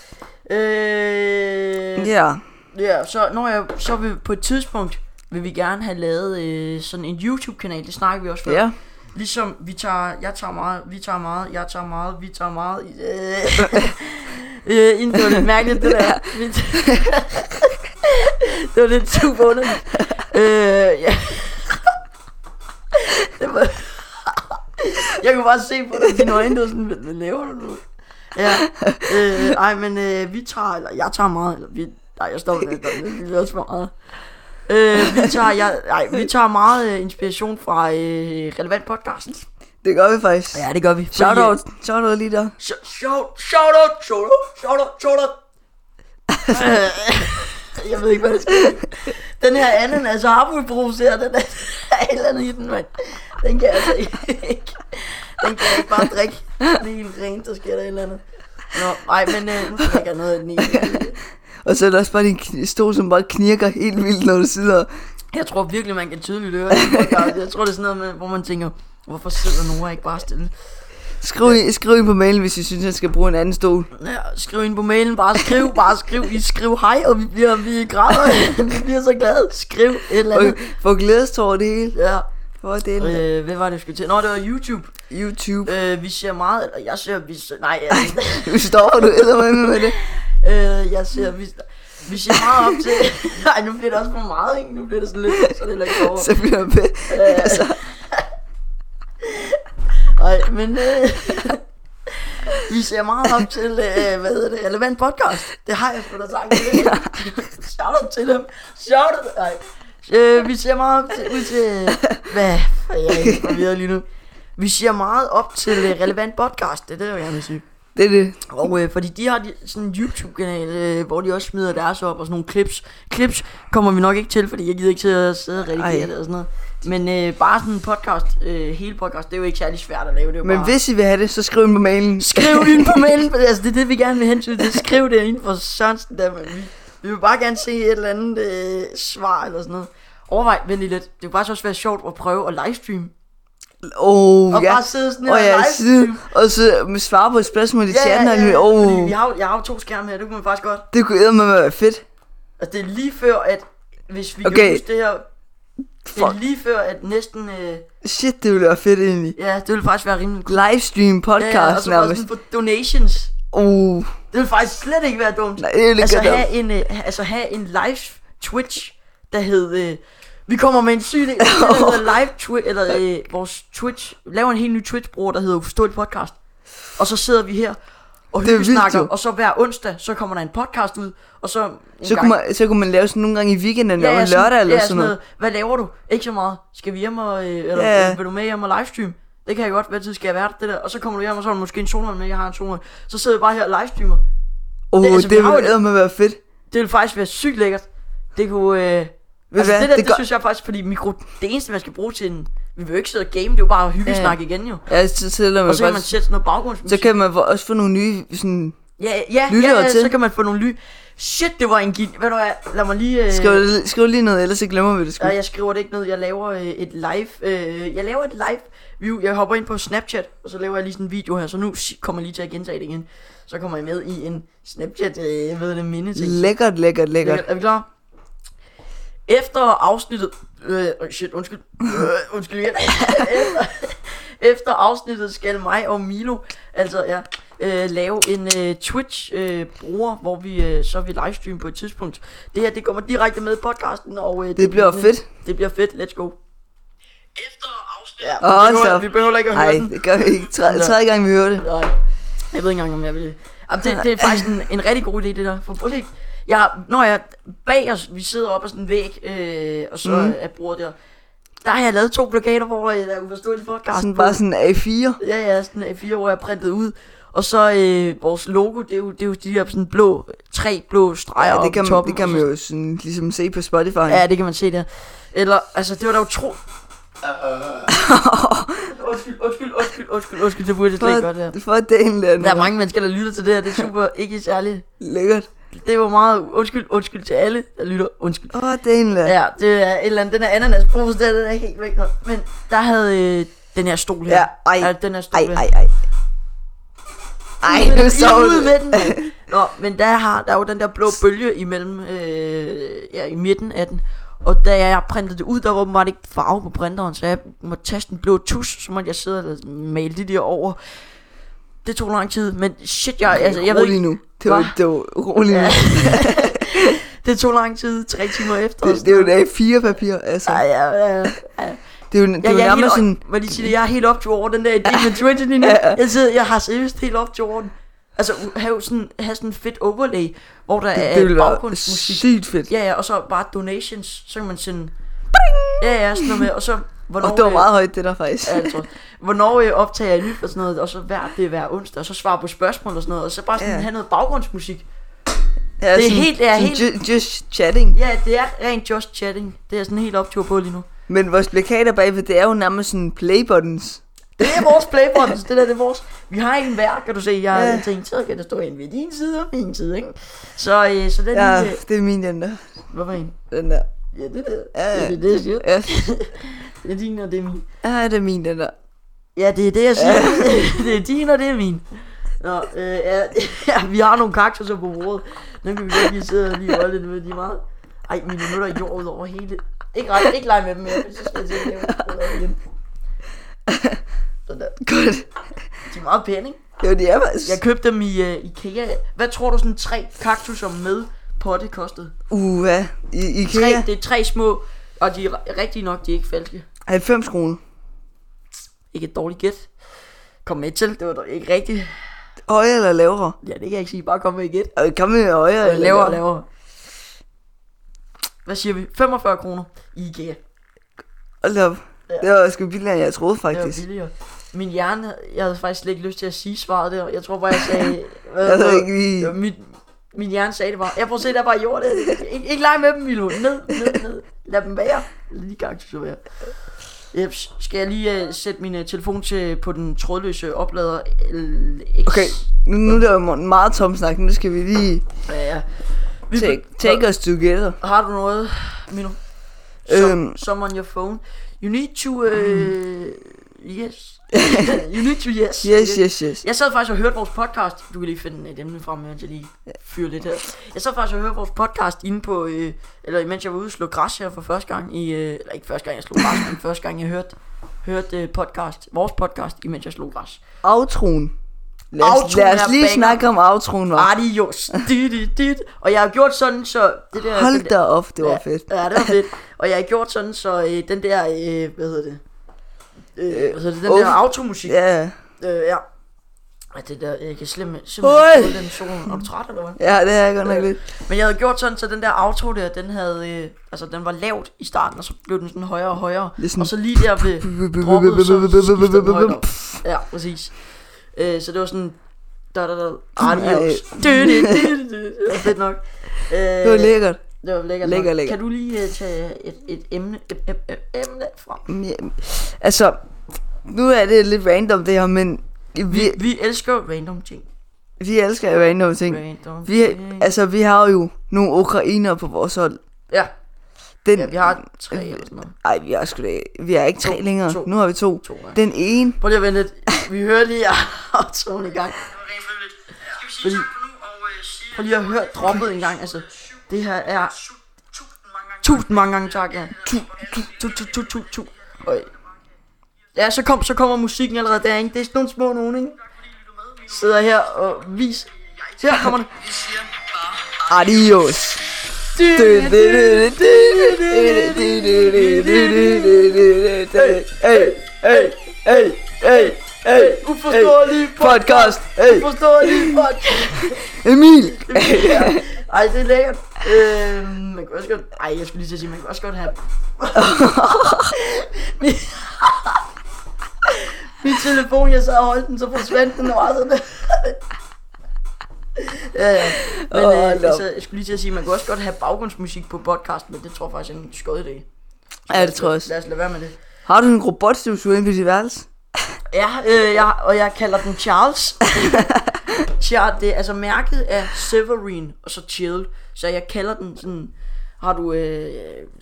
Speaker 1: Øh, yeah.
Speaker 2: Ja.
Speaker 1: Ja, så når jeg så vil, på et tidspunkt vil vi gerne have lavet øh, sådan en YouTube-kanal, det snakker vi også før.
Speaker 2: Ja.
Speaker 1: Ligesom vi tager, jeg tager meget, vi tager meget, jeg tager meget, vi tager meget. Øh, (laughs) øh, inden det var lidt mærkeligt, det der. Vi t- (laughs) det var lidt super underligt. Øh, ja. (laughs) det var, (laughs) jeg kunne bare se på dig, dine øjne, der var sådan, hvad, hvad laver du nu? Ja, øh, ej, men øh, vi tager, eller jeg tager meget, eller vi, nej, jeg stopper med det, vi er også for meget. Øh, vi, tager, jeg, nej, vi tager meget øh, inspiration fra øh, relevant podcasten.
Speaker 2: Det gør vi faktisk. Ja.
Speaker 1: det gør vi.
Speaker 2: Shout out. Shout out lige der.
Speaker 1: Shout, shout, shout out, shout out, shout out, shout (laughs) out. Øh, jeg ved ikke, hvad det skal være. Den her anden, altså harmonibrus her, den er, der er et eller andet i den, mand. Den kan jeg altså ikke. Den kan jeg ikke bare drikke. Det er helt rent, der sker der et eller andet. Nå, nej, men øh, nu drikker jeg noget af den i.
Speaker 2: Og så er der også bare din kn- stol, som bare knirker helt vildt, når du sidder.
Speaker 1: Jeg tror virkelig, man kan tydeligt høre det. i podcast. Jeg tror, det er sådan noget med, hvor man tænker, hvorfor sidder Nora ikke bare stille?
Speaker 2: Skriv, i- skriv ind på mailen, hvis I synes, jeg skal bruge en anden stol.
Speaker 1: Ja, skriv ind på mailen, bare skriv, bare skriv, I skriv hej, og vi bliver, vi græder, vi bliver så glade, skriv et eller
Speaker 2: Og
Speaker 1: andet.
Speaker 2: får glædestår det hele.
Speaker 1: Ja.
Speaker 2: For det er
Speaker 1: Øh, hvad var det, jeg skulle til? Nå, det var YouTube.
Speaker 2: YouTube. (laughs)
Speaker 1: Øh, vi ser meget, eller jeg ser, vi ser, nej, altså,
Speaker 2: Nu stopper du eddermame med det.
Speaker 1: øh, jeg ser, vi, vi ser meget op til, (laughs) nej, nu bliver det også for meget, ikke? Nu bliver det sådan lidt, så er det heller ikke over.
Speaker 2: Så bliver jeg med.
Speaker 1: altså. Nej, men øh, (laughs) vi ser meget op til, øh, hvad hedder det, relevant podcast. Det har jeg sgu da sagt. Shout out til dem. Shout out. Nej. Øh, vi ser meget op til, ud til, hvad, jeg er helt forvirret lige nu. Vi ser meget op til øh, relevant podcast, det er det, jeg gerne vil sige.
Speaker 2: Det er det.
Speaker 1: Og øh, fordi de har de, sådan en YouTube-kanal, øh, hvor de også smider deres op og sådan nogle clips. Clips kommer vi nok ikke til, fordi jeg gider ikke til at sidde og redigere
Speaker 2: Ej.
Speaker 1: det og sådan noget. Men øh, bare sådan en podcast, øh, hele podcast, det er jo ikke særlig svært at lave. Det er jo
Speaker 2: Men
Speaker 1: bare...
Speaker 2: hvis I vil have det, så skriv ind på
Speaker 1: (laughs)
Speaker 2: mailen.
Speaker 1: Skriv det ind på mailen, for altså, det er det, vi gerne vil hen til. Det skriv det ind for Sørensen der, men vi, vi vil bare gerne se et eller andet øh, svar eller sådan noget. Overvej, vent lige lidt. Det kunne faktisk også være sjovt at prøve at livestream.
Speaker 2: Åh, oh,
Speaker 1: Og
Speaker 2: ja.
Speaker 1: bare sidde sådan her
Speaker 2: Og ja,
Speaker 1: livestream.
Speaker 2: sidde, og så med svare på et spørgsmål i chatten. Ja, ja, ja.
Speaker 1: Fordi
Speaker 2: Oh,
Speaker 1: vi har, jo- jeg har jo to skærme her, det kunne man faktisk godt.
Speaker 2: det kunne eddermame være fedt.
Speaker 1: Altså, det er lige før, at hvis vi okay.
Speaker 2: Okay.
Speaker 1: kan huske det her... Det er
Speaker 2: Fuck.
Speaker 1: lige før, at næsten... Øh,
Speaker 2: Shit, det ville være fedt egentlig.
Speaker 1: ja, det ville faktisk være rimelig
Speaker 2: Livestream
Speaker 1: Ja,
Speaker 2: podcast
Speaker 1: ja, og så bare
Speaker 2: nærmest.
Speaker 1: sådan på donations.
Speaker 2: Uh,
Speaker 1: Det ville faktisk slet ikke være dumt.
Speaker 2: nej, det ville
Speaker 1: altså,
Speaker 2: ikke gøre
Speaker 1: have en, øh, altså have en live Twitch, der hed... Øh, vi kommer med en syg idé,
Speaker 2: (laughs)
Speaker 1: der hedder live Twitch, eller øh, vores Twitch, laver en helt ny Twitch-bruger, der hedder Uforståeligt Podcast. Og så sidder vi her og
Speaker 2: Det er vildt,
Speaker 1: hyggesnakker,
Speaker 2: jo.
Speaker 1: og så hver onsdag, så kommer der en podcast ud, og så... En
Speaker 2: Så kunne, man, så kunne man lave sådan nogle gange i weekenden ja, eller
Speaker 1: sådan-
Speaker 2: lørdag eller
Speaker 1: ja,
Speaker 2: sådan noget.
Speaker 1: Hvad laver du? Ikke så meget. Skal vi hjem og, øh, eller
Speaker 2: Ja.
Speaker 1: ja. vil du med hjem og livestream? Det kan jeg godt. Hvad tid skal jeg være der? det der? Og så kommer du hjem, og så har du måske en solvand med, jeg har en solvand. Så sidder vi bare her og livestreamer.
Speaker 2: Åh,
Speaker 1: Det-
Speaker 2: oh,
Speaker 1: altså,
Speaker 2: det,
Speaker 1: vi har jo det.
Speaker 2: ville med være fedt.
Speaker 1: Det ville faktisk være sygt lækkert. Det kunne... Øh,
Speaker 2: du
Speaker 1: altså,
Speaker 2: hvad?
Speaker 1: det der, det,
Speaker 2: Det
Speaker 1: det
Speaker 2: gør-
Speaker 1: synes jeg faktisk, fordi mikro, det eneste, man skal bruge til en... Vi vil jo ikke sidde og game, det er jo bare at hygge snakke igen jo.
Speaker 2: Ja, så, så, man
Speaker 1: Og så kan man
Speaker 2: faktisk,
Speaker 1: sætte sådan noget baggrundsmusik.
Speaker 2: så kan man få- også få nogle nye sådan,
Speaker 1: ja, ja, ja,
Speaker 2: lyttere
Speaker 1: ja,
Speaker 2: til.
Speaker 1: så kan man få nogle ly. Shit, det var en gin. Ved du hvad, lad mig lige... Øh,
Speaker 2: Skriv, skriv lige noget, ellers så glemmer vi det sgu.
Speaker 1: Ja, jeg skriver det ikke ned. Jeg laver øh, et live. Øh, jeg laver et live view. Jeg hopper ind på Snapchat, og så laver jeg lige sådan en video her. Så nu si- kommer jeg lige til at gentage det igen. Så kommer jeg med i en Snapchat, øh, jeg ved det, minde ting.
Speaker 2: Lækkert, lækkert, lækkert.
Speaker 1: Er vi klar? Efter afsnittet... Øh, oh shit, undskyld. Øh, undskyld igen. efter, efter afsnittet skal mig og Milo... Altså, ja. øh, lave en øh, Twitch-bruger, øh, bruger, hvor vi øh, så vil livestream på et tidspunkt. Det her, det kommer direkte med i podcasten, og øh,
Speaker 2: Det bliver fedt.
Speaker 1: Det bliver fedt, let's go.
Speaker 3: Efter afsnit
Speaker 1: Ja,
Speaker 2: Åh,
Speaker 1: vi, behøver,
Speaker 2: så-
Speaker 1: vi behøver ikke at høre
Speaker 2: Nej,
Speaker 1: den.
Speaker 2: det gør vi ikke. Tre, tredje gang, vi hører det.
Speaker 1: Nej. Jeg ved ikke engang, om jeg vil det. Jamen, det, det er faktisk en, en rigtig god idé, det der. For prøv lige. Jeg, når jeg bag os, vi sidder op ad sådan en væg, øh, og så mm. er bordet der. Der har jeg lavet to plakater, hvor øh, jeg der er uforståelig podcast.
Speaker 2: Sådan
Speaker 1: på.
Speaker 2: bare sådan A4.
Speaker 1: Ja, ja, sådan øh, en A4, hvor jeg printet ud. Og så øh, vores logo, det er, jo, det er jo de her sådan blå, tre blå streger
Speaker 2: Ja, det
Speaker 1: oppe
Speaker 2: kan,
Speaker 1: i
Speaker 2: man,
Speaker 1: toppen.
Speaker 2: det kan
Speaker 1: og så
Speaker 2: man jo sådan, ligesom se på Spotify.
Speaker 1: Ja, det kan man se der. Eller, altså, det var da utro...
Speaker 2: (laughs)
Speaker 1: undskyld, undskyld, undskyld, undskyld, undskyld, det burde jeg slet ikke gøre det her.
Speaker 2: for, for dagen der,
Speaker 1: Der er mange mennesker, der lytter til det her, det er
Speaker 2: (laughs)
Speaker 1: super ikke særligt.
Speaker 2: Lækkert.
Speaker 1: Det var meget undskyld, undskyld til alle, der lytter, undskyld.
Speaker 2: Åh, dagen der.
Speaker 1: Ja, det er et eller andet, den her ananasbrus, der, den er helt væk nu. Men der havde øh, den her stol her.
Speaker 2: Ja, ej.
Speaker 1: Ja, den her stol
Speaker 2: Ej,
Speaker 1: her.
Speaker 2: ej, ej.
Speaker 1: Ud
Speaker 2: Ej,
Speaker 1: med
Speaker 2: nu
Speaker 1: den,
Speaker 2: (laughs) så
Speaker 1: ud med den.
Speaker 2: (laughs)
Speaker 1: mand. Nå, men der, har, der er jo den der blå bølge imellem, øh, ja, i midten af den. Og da jeg printede det ud, der var åbenbart ikke farve på printeren, så jeg måtte taste en blå tus, så måtte jeg sidde og male det der over. Det tog lang tid, men shit, jeg, altså, jeg ved
Speaker 2: rolig
Speaker 1: ikke,
Speaker 2: nu. Det var,
Speaker 1: Hva?
Speaker 2: det var rolig nu.
Speaker 1: Ja. det tog lang tid, tre timer efter.
Speaker 2: Det, det er jo et A4-papir, altså.
Speaker 1: Ej, ja, ja, ja. ja.
Speaker 2: Det er jo, det
Speaker 1: Jeg,
Speaker 2: er jo
Speaker 1: jeg, er helt,
Speaker 2: nærmest sådan...
Speaker 1: sådan... lige sige det, jeg er helt op til over den der
Speaker 2: (laughs)
Speaker 1: idé med Twitch lige nu. Jeg, sidder, jeg har seriøst helt op til over den. Altså, have sådan, have sådan en fedt overlay, hvor der
Speaker 2: Det,
Speaker 1: er
Speaker 2: det ville være
Speaker 1: baggrundsmusik.
Speaker 2: sygt fedt.
Speaker 1: Ja, ja, og så bare donations, så kan man sende... Ja, ja, sådan noget med, og så... Hvornår,
Speaker 2: Og det var
Speaker 1: øh,
Speaker 2: meget højt, det der faktisk.
Speaker 1: ja, jeg tror, hvornår øh, optager jeg nyt og sådan noget, og så hver, det er hver onsdag, og så svare på spørgsmål og sådan noget, og så bare sådan
Speaker 2: Ja.
Speaker 1: have noget baggrundsmusik.
Speaker 2: Ja,
Speaker 1: det er helt- det er helt-
Speaker 2: ju- just chatting.
Speaker 1: Ja, det er rent just chatting. Det er jeg sådan helt optur på lige nu.
Speaker 2: Men vores plakater bagved, det er jo nærmest sådan playbuttons.
Speaker 1: Det er vores playbuttons, det der det er vores. Vi har en hver, kan du se. Jeg har
Speaker 2: Ja.
Speaker 1: ja. tænkt, så kan der stå en ved din side og min side, ikke? Så, øh, så den
Speaker 2: Ja,
Speaker 1: ja. lille...
Speaker 2: det er min den der.
Speaker 1: Hvorfor en?
Speaker 2: Den der.
Speaker 1: Ja, det er det.
Speaker 2: Ja,
Speaker 1: Ja, det er det, jeg siger.
Speaker 2: Ja,
Speaker 1: Det er din, og det er min.
Speaker 2: ja det er min den der.
Speaker 1: Ja, det er det, jeg siger. (laughs) det er din, og det er min. Nå, øh, ja, (laughs) ja, vi har nogle kaktuser på bordet. Nu kan vi godt lige sidde og lige holde lidt med de er meget. Ej, mine minutter er jord ud over hele. Ikke, ret, ikke lege med dem mere, for så skal jeg til at lave dem igen. (laughs) Sådan der.
Speaker 2: Godt.
Speaker 1: De er meget pæne, ikke?
Speaker 2: Jo, det er faktisk.
Speaker 1: Jeg købte dem i uh, Ikea. Hvad tror du sådan tre kaktuser med potte kostede?
Speaker 2: Uha. I, Ikea.
Speaker 1: Tre, det er tre små, og de er re- rigtige nok, de er ikke falske.
Speaker 2: 90 kroner.
Speaker 1: Ikke et dårligt gæt. Kom med til, det var dog ikke rigtigt.
Speaker 2: Højere eller lavere?
Speaker 1: Ja, det kan jeg ikke sige, bare kom med et gæt.
Speaker 2: Og kom med højere eller
Speaker 1: Lavere,
Speaker 2: lavere.
Speaker 1: lavere. Hvad siger vi? 45 kroner i IKEA.
Speaker 2: Hold da op. Det var sgu billigere, end jeg troede,
Speaker 1: Det var
Speaker 2: faktisk.
Speaker 1: billigere. Min hjerne, jeg havde faktisk slet ikke lyst til at sige svaret der. Jeg tror bare, jeg sagde... Hvad,
Speaker 2: (laughs) Jeg havde ikke lige-
Speaker 1: Ja, Mit, min hjerne sagde det bare. Jeg prøver at se, der er bare jord. der. Ikke, ikke lege med dem, Milo. Ned, ned, ned. Lad dem være. Lad de kaktuser være. Jeps. Skal jeg lige uh, sætte min uh, telefon til på den trådløse oplader? LX?
Speaker 2: Okay, nu, nu er det jo en meget tom snak. Nu skal vi lige
Speaker 1: Ja, ja. Vi,
Speaker 2: take, take us together.
Speaker 1: Har du noget, Milo? Som,
Speaker 2: Øhm.
Speaker 1: som on your phone. You need to... Uh, yes. (laughs) you need to yes.
Speaker 2: Mm. Yes, yes, yes.
Speaker 1: Jeg sad faktisk og hørte vores podcast. Du kan lige finde et emne frem, mens jeg lige fyrer lidt her. Jeg sad faktisk og hørte vores podcast inde på... Øh, eller imens jeg var ude og slå græs her for første gang i... Øh, eller ikke første gang, jeg slog græs, men første gang, jeg hørte, hørte øh, podcast, vores podcast, imens jeg slog græs.
Speaker 2: Outroen. Lad os,
Speaker 1: Outroen
Speaker 2: lad os
Speaker 1: er
Speaker 2: lige
Speaker 1: banger.
Speaker 2: snakke om outroen, var.
Speaker 1: Adios. Dit, dit, dit. Og jeg har gjort sådan, så... Det der, den
Speaker 2: Hold
Speaker 1: der-
Speaker 2: da op, det var fedt.
Speaker 1: Ja, ja, det var fedt. Og jeg har gjort sådan, så øh, den der, øh, hvad hedder det? Øh, hvad hedder det? Den
Speaker 2: Øh,
Speaker 1: der automusik. Ja.
Speaker 2: Ja,
Speaker 1: Øh, ja. Ej, det der, jeg kan slemme, simpelthen
Speaker 2: Oj!
Speaker 1: ikke tåle den solen. Er du træt, eller hvad?
Speaker 2: ja, det er jeg godt nok lidt.
Speaker 1: Men jeg havde gjort sådan, så den der auto der, den havde, øh, altså den var lavt i starten, og så blev den sådan højere og højere.
Speaker 2: Det er sådan-
Speaker 1: Og så lige der ved droppet, så skiftede den højt op. Ja, præcis. Øh, så det var sådan, da da da, adios. Dø, dø, dø, dø, dø. Det var fedt nok. Øh,
Speaker 2: Det var lækkert.
Speaker 1: Det var lækkert
Speaker 2: Lækker,
Speaker 1: nok.
Speaker 2: lækker.
Speaker 1: Kan du lige uh, tage et, et emne, em, em, em, emne frem?
Speaker 2: Mm, ja. Altså, nu er det lidt random det her, men vi,
Speaker 1: Vi, vi elsker jo random ting.
Speaker 2: vi elsker jo random ting.
Speaker 1: Random
Speaker 2: Vi,
Speaker 1: ting.
Speaker 2: altså, vi har jo nogle ukrainer på vores hold.
Speaker 1: ja,
Speaker 2: Den,
Speaker 1: ja, vi har tre eller sådan noget.
Speaker 2: Ej, vi har sgu da, vi har ikke tre
Speaker 1: To.
Speaker 2: længere.
Speaker 1: To.
Speaker 2: Nu har vi to.
Speaker 1: To, ja.
Speaker 2: Den ene,
Speaker 1: Prøv lige at vente lidt. Vi hører lige (laughs) autoen i gang.
Speaker 3: Det var rent frivilligt. Skal vi sige
Speaker 1: Fordi-
Speaker 3: tak for nu og øh, sige...
Speaker 1: Prøv lige at høre droppet en gang. Altså, det her er
Speaker 3: Tusind mange gange.
Speaker 1: tusind mange gange tak. Ja. Tu, tu, tu, tu, tu, tu, tu. Øj. Ja, så, kom, så kommer musikken allerede der, ikke? Det er sådan nogle små nogen, ikke?
Speaker 3: Tak fordi I lyttede med. Vi
Speaker 1: sidder her og vis. Her kommer det.
Speaker 3: Vi siger bare...
Speaker 2: Adios.
Speaker 1: Uforståelig
Speaker 2: Podcast. Hey,
Speaker 1: Uforståelig podcast.
Speaker 2: Emil.
Speaker 1: (laughs) Ej, det er lækkert. Øhm, man kan også godt... Ej, jeg skulle lige til at sige, man kan også godt
Speaker 2: (laughs)
Speaker 1: have... Min... Min telefon, jeg sad og holdt den, så forsvandt den og sådan. ja, ja. Men
Speaker 2: Åh,
Speaker 1: oh, øh,
Speaker 2: hold
Speaker 1: jeg,
Speaker 2: op.
Speaker 1: sad, jeg skulle lige til at sige, man kan også godt have baggrundsmusik på podcast, men det tror jeg faktisk er en skød idé.
Speaker 2: Ja, det tror jeg også.
Speaker 1: Lad os lade være med det.
Speaker 2: Har du en robotstøvsuger inde på dit værelse?
Speaker 1: Ja, øh, jeg, og jeg kalder den Charles. Charles, det er altså mærket af Severin og så Chill. Så jeg kalder den sådan... Har du... Øh,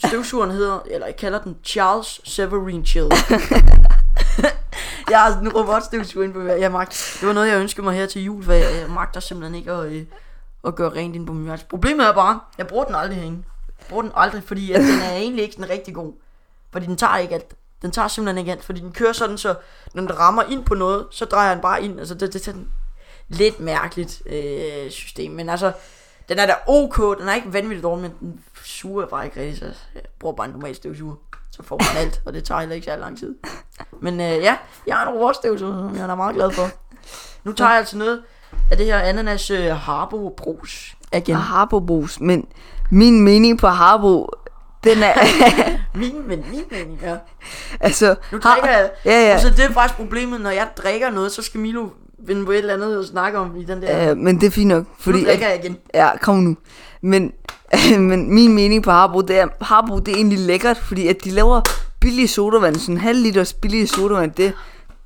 Speaker 1: støvsugeren hedder... Eller jeg kalder den Charles Severin Chill. jeg har sådan en robotstøvsuger inde på hver- jeg magt, Det var noget, jeg ønskede mig her til jul, for jeg, jeg magter simpelthen ikke at, øh, at gøre rent inde på min værelse. Problemet er bare, jeg bruger den aldrig herinde. Jeg bruger den aldrig, fordi at den er egentlig ikke den rigtig god. Fordi den tager ikke alt. Den tager simpelthen ikke alt, fordi den kører sådan, så når den rammer ind på noget, så drejer den bare ind. Altså, det, det er sådan lidt mærkeligt øh, system, men altså, den er da ok, den er ikke vanvittigt dårlig, men den suger bare ikke rigtig, så jeg bruger bare en normal støvsuger. Så får man alt, og det tager heller ikke så lang tid. Men øh, ja, jeg har en robotstøvsuger, som jeg er meget glad for. Nu tager jeg altså noget af det her ananas øh, Harbo Brus igen.
Speaker 2: Harbo Brugs, men min mening på Harbo,
Speaker 1: (laughs)
Speaker 2: den er, (laughs)
Speaker 1: Min, men min mening, ja.
Speaker 2: altså...
Speaker 1: Nu drikker jeg.
Speaker 2: Ja, ja.
Speaker 1: Altså, det er faktisk problemet, når jeg drikker noget, så skal Milo vinde på et eller andet og snakke om i den der.
Speaker 2: Øh, men det er fint nok,
Speaker 1: Fordi
Speaker 2: fordi...
Speaker 1: nu drikker jeg igen.
Speaker 2: Ja, kom nu. Men, (laughs) men min mening på Harbo, det er, Harbo, det er egentlig lækkert, fordi at de laver billige sodavand, sådan en halv liters billige sodavand, det er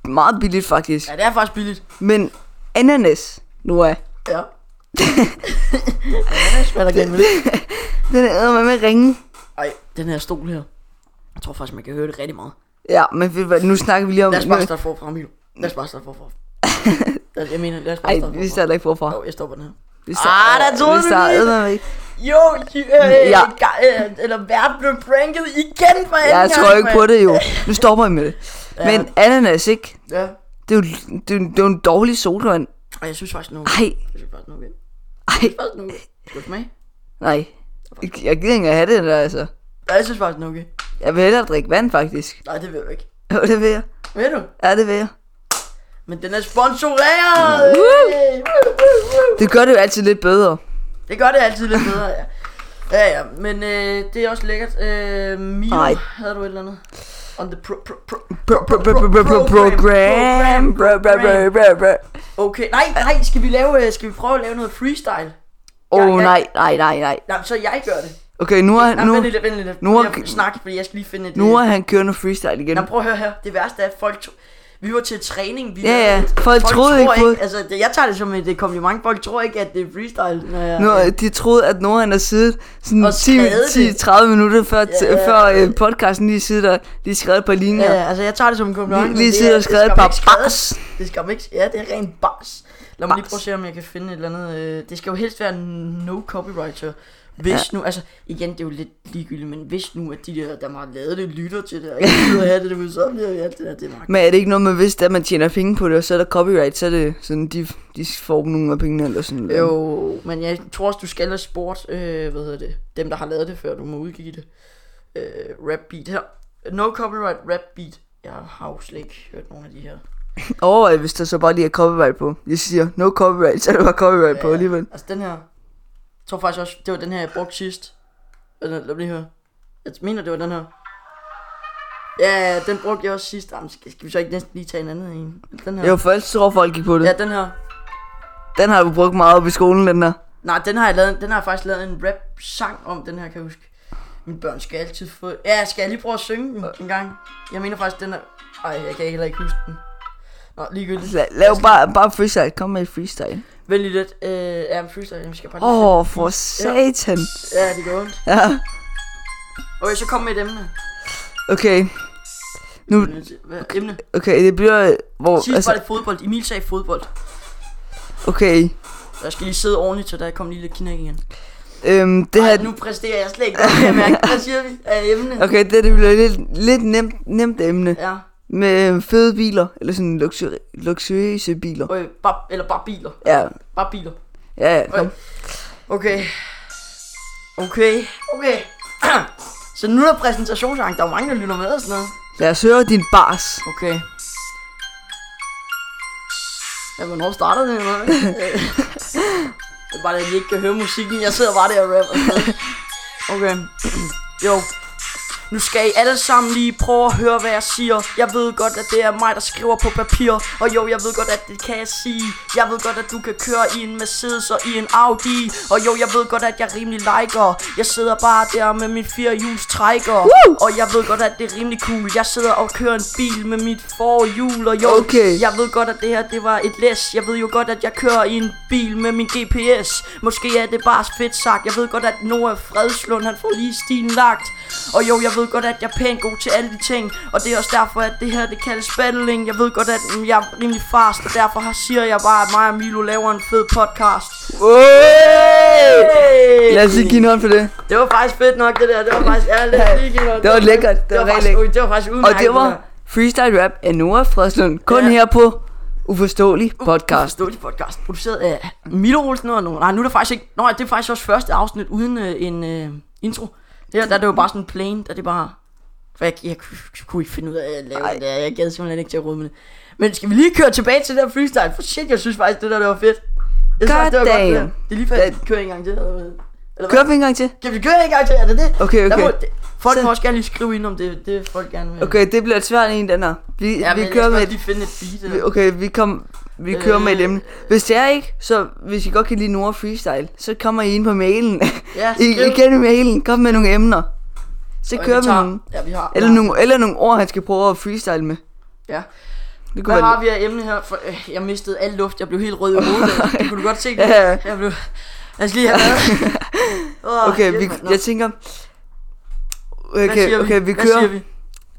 Speaker 2: meget billigt faktisk.
Speaker 1: Ja, det er faktisk billigt.
Speaker 2: Men ananas, nu er, (laughs)
Speaker 1: Ja. Hvad er der gennem det?
Speaker 2: den er med ringe.
Speaker 1: Ej, den her stol her. Jeg tror faktisk, man kan høre det rigtig meget.
Speaker 2: Ja, men ved du hvad, nu snakker vi lige om...
Speaker 1: Lad os bare starte forfra, Milo. Lad os bare starte
Speaker 2: (laughs)
Speaker 1: forfra. Lad os, jeg mener, lad os bare
Speaker 2: Ej,
Speaker 1: starte
Speaker 2: vi
Speaker 1: forfra.
Speaker 2: starter ikke forfra.
Speaker 1: Jo, jeg stopper den her.
Speaker 2: Vi starter,
Speaker 1: Ah, der tog
Speaker 2: vi
Speaker 1: du
Speaker 2: starter,
Speaker 1: lige.
Speaker 2: eddermame ikke.
Speaker 1: Jo, øh,
Speaker 2: Ja.
Speaker 1: ja. eller verden blev pranket igen for anden
Speaker 2: Jeg tror ikke på
Speaker 1: (laughs)
Speaker 2: det jo. Nu stopper jeg med det. Men ananas, ikke?
Speaker 1: Ja.
Speaker 2: Det er jo, det er, jo- det er jo en dårlig sodavand.
Speaker 1: Og jeg synes faktisk nu.
Speaker 2: Ej,
Speaker 1: Jeg synes faktisk nu. Jeg synes
Speaker 2: ej,
Speaker 1: faktisk nu. Skal du smage?
Speaker 2: nej. Jeg gider ikke engang have det der, altså.
Speaker 1: Ja, jeg synes faktisk nu. Okay.
Speaker 2: Jeg vil hellere drikke vand, faktisk. (laughs)
Speaker 1: Nej, det ved jeg ikke.
Speaker 2: Jo, det vil jeg.
Speaker 1: Ved du?
Speaker 2: Ja, det vil jeg.
Speaker 1: Men den er sponsoreret! Hey!
Speaker 2: Det gør det jo altid lidt bedre.
Speaker 1: Det gør det altid lidt bedre, ja. Ja, ja, men øh, det er også lækkert. Øh, Mio,
Speaker 2: Ej.
Speaker 1: havde du et eller andet? On the pro, pro, pro,
Speaker 2: Pro- pro- pro- pro- pro- Program. Pro- pro- pro- pro- pro-
Speaker 1: Okay, nej, nej, skal vi lave, øh, skal vi prøve at lave noget freestyle?
Speaker 2: Åh, oh, nej, nej, nej, nej.
Speaker 1: Nej, så jeg gør det.
Speaker 2: Okay, nu er,
Speaker 1: Nej,
Speaker 2: nu,
Speaker 1: vent lidt, vent lidt.
Speaker 2: nu
Speaker 1: Nu
Speaker 2: er-
Speaker 1: jeg snakke, fordi jeg skal lige finde et...
Speaker 2: nu er
Speaker 1: øh,
Speaker 2: han kørende freestyle igen.
Speaker 1: Nå, prøv at høre her. Det værste er, at folk... To... Vi var til træning. Vi
Speaker 2: Ja, ja.
Speaker 1: lavede-
Speaker 2: Folk troede
Speaker 1: tror
Speaker 2: ikke på-
Speaker 1: Altså, det, jeg tager det som et øh, kompliment. Folk tror ikke, at det er freestyle, når jeg...
Speaker 2: Nu, de troede, at Nora han har siddet sådan
Speaker 1: Og skrevet
Speaker 2: 10,
Speaker 1: det.
Speaker 2: 10-30 minutter før, t-
Speaker 1: Ja.
Speaker 2: før øh, podcasten lige sidder og lige skrevet et par linjer.
Speaker 1: Ja, ja, altså jeg tager det som en kompliment.
Speaker 2: Lige-
Speaker 1: men
Speaker 2: lige
Speaker 1: det er-
Speaker 2: sidder og
Speaker 1: det
Speaker 2: skrevet et
Speaker 1: skal
Speaker 2: par
Speaker 1: man ikke skade.
Speaker 2: bars.
Speaker 1: Det skal man ikke, ja, det er rent bars. Lad mig lige
Speaker 2: Bars.
Speaker 1: prøve at se, om jeg kan finde et eller andet. øh, Det skal jo helst være no copyright, så hvis ja. nu, altså igen, det er jo lidt ligegyldigt, men hvis nu, at de der, der har lavet det, lytter til det, og ikke gider have det, det vil så bliver jo alt det der, det er magt.
Speaker 2: Men er det ikke noget med, hvis det er, at man tjener penge på det, og så er der copyright, så er det sådan, de, de får nogle af pengene eller sådan noget.
Speaker 1: Jo, men jeg tror også, du skal have sport, øh, hvad hedder det, dem der har lavet det før, du må udgive det. Øh, rap beat her. No copyright rap beat. Jeg har jo slet ikke hørt nogen af de her.
Speaker 2: Overvej, hvis der så bare lige er copyright på. Jeg siger, no copyright, (laughs) så er der bare copyright ja, på alligevel.
Speaker 1: Altså den her, jeg tror faktisk også, det var den her, jeg brugte sidst. Eller, Lad mig lige høre. Jeg mener, det var den her. Ja, den brugte jeg også sidst. Jamen, skal skal vi så ikke næsten lige tage en anden en? Den her.
Speaker 2: Jo, først tror folk gik på det.
Speaker 1: Ja,
Speaker 2: Ja.
Speaker 1: den her.
Speaker 2: Den har du brugt meget op i skolen, den der.
Speaker 1: Nej, den har jeg, lavet, den har jeg faktisk lavet en rap-sang om, den her, kan jeg huske. Mine børn skal altid få... Ja, skal jeg lige prøve at synge den en gang? Jeg mener faktisk, den er... Ej, jeg kan heller ikke huske den. Nå, ligegyldigt.
Speaker 2: La- lav bare, bare freestyle. Kom med et freestyle.
Speaker 1: Vent lige lidt. Øh, ja, men freestyle, vi skal bare lige finde-
Speaker 2: Åh, oh, for satan.
Speaker 1: Ja, det går ondt.
Speaker 2: Ja.
Speaker 1: Okay, så kom med et emne.
Speaker 2: Okay. Nu,
Speaker 1: Hvad- Emne.
Speaker 2: okay, det bliver... Hvor,
Speaker 1: Sidst altså... var
Speaker 2: altså,
Speaker 1: det fodbold. Emil sagde fodbold.
Speaker 2: okay.
Speaker 1: Jeg skal lige sidde ordentligt, så der kom lige lidt knæk igen.
Speaker 2: Øhm, det
Speaker 1: Ej,
Speaker 2: her...
Speaker 1: nu præsterer jeg slet ikke. godt, kan Jeg mærker, hvad siger vi af emne?
Speaker 2: Okay, det, det bliver lidt, lidt nemt, nemt emne.
Speaker 1: Ja.
Speaker 2: med øh, fede biler, eller sådan luksuri- luksuriøse biler.
Speaker 1: Øh, bare, eller bare biler.
Speaker 2: Ja,
Speaker 1: Bare biler.
Speaker 2: ja, ja, kom.
Speaker 1: Okay. Okay. Okay. (clears throat) Så nu er der præsentationsang. Der er jo mange, der lytter med og sådan noget.
Speaker 2: Lad os høre din bars.
Speaker 1: Okay. Ja, hvornår starter det? (laughs) Eller? hvad? Øh, det er bare, at I ikke kan høre musikken. Jeg sidder bare der og rapper. Okay. (clears throat) Jo. Nu skal I alle sammen lige prøve at høre, hvad jeg siger. Jeg ved godt, at det er mig, der skriver på papir. Og jo, jeg ved godt, at det kan jeg sige. Jeg ved godt, at du kan køre i en Mercedes og i en Audi. Og jo, jeg ved godt, at jeg rimelig liker. Jeg sidder bare der med min firehjulstrækker.
Speaker 2: Woo!
Speaker 1: Og jeg ved godt, at det er rimelig cool. Jeg sidder og kører en bil med mit forhjul. Og jo,
Speaker 2: Okay.
Speaker 1: jeg ved godt, at det her, det var et læs. Jeg ved jo godt, at jeg kører i en bil med min GPS. Måske er det bare fedt sagt. Jeg ved godt, at Noah Fredslund, han får lige stilen lagt. Og jo, jeg ved godt, at jeg er pænt god til alle de ting. Og det er også derfor, at det her, det kaldes battling. Jeg ved godt, at mm, jeg er rimelig fast. Og derfor har- siger jeg bare, at mig og Milo laver en fed podcast.
Speaker 2: Hey! Lad os lige give en hånd for det.
Speaker 1: Det var faktisk fedt nok, det der. Det var faktisk ærligt.
Speaker 2: Ja,
Speaker 1: Lige give noget-
Speaker 2: det var lækkert. Det
Speaker 1: Det
Speaker 2: var
Speaker 1: var,
Speaker 2: rigtig
Speaker 1: faktisk,
Speaker 2: lækkert.
Speaker 1: u- det var faktisk
Speaker 2: Og
Speaker 1: udmærket.
Speaker 2: det var freestyle rap af Nora Frøslund, kun
Speaker 1: Ja.
Speaker 2: her på Uforståelig Podcast.
Speaker 1: Stålig Uh, podcast, produceret af Milo Olsen og nogen. Nej, nu er der faktisk ikke... Nå, ja, det er faktisk også første afsnit uden øh, en øh, intro. Her der er det jo bare sådan plain, der er det bare... For jeg, jeg, jeg kunne ikke finde ud af at lave
Speaker 2: Ej.
Speaker 1: det der. Jeg gad simpelthen ikke til at rode med det. Men skal vi lige køre tilbage til det der freestyle? For shit, jeg synes faktisk, det der det var fedt. Jeg synes, faktisk, det, var godt, det, der.
Speaker 2: Goddamn.
Speaker 1: det er lige før, jeg kører en gang til. Eller, hvad? eller hvad?
Speaker 2: Kør vi en gang til.
Speaker 1: Kan vi køre en gang til? Er det det?
Speaker 2: Okay,
Speaker 1: Der
Speaker 2: okay.
Speaker 1: må, det folk
Speaker 2: Så-
Speaker 1: må også gerne lige skrive ind om det. Det folk gerne vil.
Speaker 2: Okay, det bliver et svært en, den her. Vi,
Speaker 1: Ja,
Speaker 2: vi
Speaker 1: men jeg
Speaker 2: kører
Speaker 1: skal
Speaker 2: med
Speaker 1: også lige finde et beat. Eller.
Speaker 2: Vi- Okay, vi, kom, vi kører med et
Speaker 1: Øh.
Speaker 2: emne. Hvis det er ikke, så hvis I godt kan lide Nora Freestyle, så kommer I ind på mailen.
Speaker 1: Ja,
Speaker 2: I,
Speaker 1: skriv.
Speaker 2: igen i mailen, kom med nogle emner. Så
Speaker 1: Og
Speaker 2: kører vi
Speaker 1: tager-
Speaker 2: nogle.
Speaker 1: Ja, vi har.
Speaker 2: Eller,
Speaker 1: ja.
Speaker 2: nogle, eller nogle ord, han skal prøve at freestyle med.
Speaker 1: Ja.
Speaker 2: Det kunne
Speaker 1: Hvad
Speaker 2: være...
Speaker 1: har vi af emne her? For, øh, jeg mistede al luft. Jeg blev helt rød i hovedet.
Speaker 2: (laughs)
Speaker 1: Det kunne du godt se. det.
Speaker 2: Ja.
Speaker 1: Jeg blev... Lad os lige have
Speaker 2: (laughs)
Speaker 1: været. Åh,
Speaker 2: Okay,
Speaker 1: Ah, hjælp
Speaker 2: vi,
Speaker 1: mig. Nå,
Speaker 2: jeg tænker...
Speaker 1: hvad siger
Speaker 2: Okay, okay, vi
Speaker 1: Hvad siger
Speaker 2: kører,
Speaker 1: vi?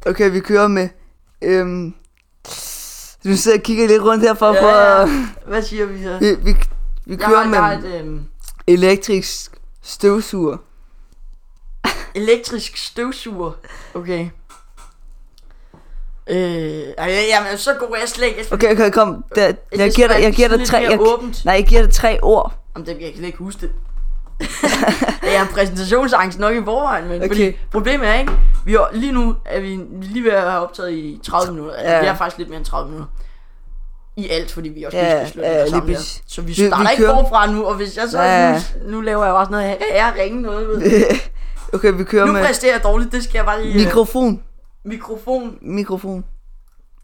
Speaker 2: okay, vi kører med... Øhm, du sidder og kigger lidt rundt her for,
Speaker 1: Ja,
Speaker 2: for
Speaker 1: ja.
Speaker 2: at...
Speaker 1: Hvad siger vi her?
Speaker 2: Vi, vi, vi
Speaker 1: Jeg
Speaker 2: kører
Speaker 1: har, jeg har
Speaker 2: med
Speaker 1: et øhm,
Speaker 2: elektrisk støvsuger.
Speaker 1: elektrisk støvsuger. Okay. Øh, ej, jamen, så god er jeg slet ikke.
Speaker 2: Okay, okay, kom. Der,
Speaker 1: det
Speaker 2: jeg,
Speaker 1: skal
Speaker 2: giver dig,
Speaker 1: være
Speaker 2: jeg giver
Speaker 1: sådan
Speaker 2: dig
Speaker 1: lidt
Speaker 2: tre...
Speaker 1: mere
Speaker 2: Jeg,
Speaker 1: åbent.
Speaker 2: nej, jeg giver dig tre ord. (laughs)
Speaker 1: Jamen, det, jeg kan slet ikke huske det. (laughs) jeg har præsentationsangst nok i forvejen, men okay. fordi
Speaker 2: Okay.
Speaker 1: problemet er, ikke? Vi er, lige nu er vi vi er lige ved at have optaget i 30 minutter. Altså,
Speaker 2: Ja.
Speaker 1: ja. Vi er faktisk lidt mere end 30 minutter. I alt, fordi vi også
Speaker 2: Ja,
Speaker 1: ja, lige skal slå
Speaker 2: ja,
Speaker 1: ja,
Speaker 2: lige
Speaker 1: sammen der.
Speaker 2: præcis.
Speaker 1: Så vi
Speaker 2: Vi- vi
Speaker 1: starter ikke
Speaker 2: kører.
Speaker 1: forfra nu, og hvis jeg så...
Speaker 2: Ja.
Speaker 1: Ja. Nu, nu, laver jeg bare sådan noget her. Jeg ringer noget, ved du.
Speaker 2: okay, vi kører
Speaker 1: Nu
Speaker 2: med
Speaker 1: præsterer jeg dårligt, det skal jeg bare lige... øh,
Speaker 2: mikrofon.
Speaker 1: mikrofon.
Speaker 2: Mikrofon.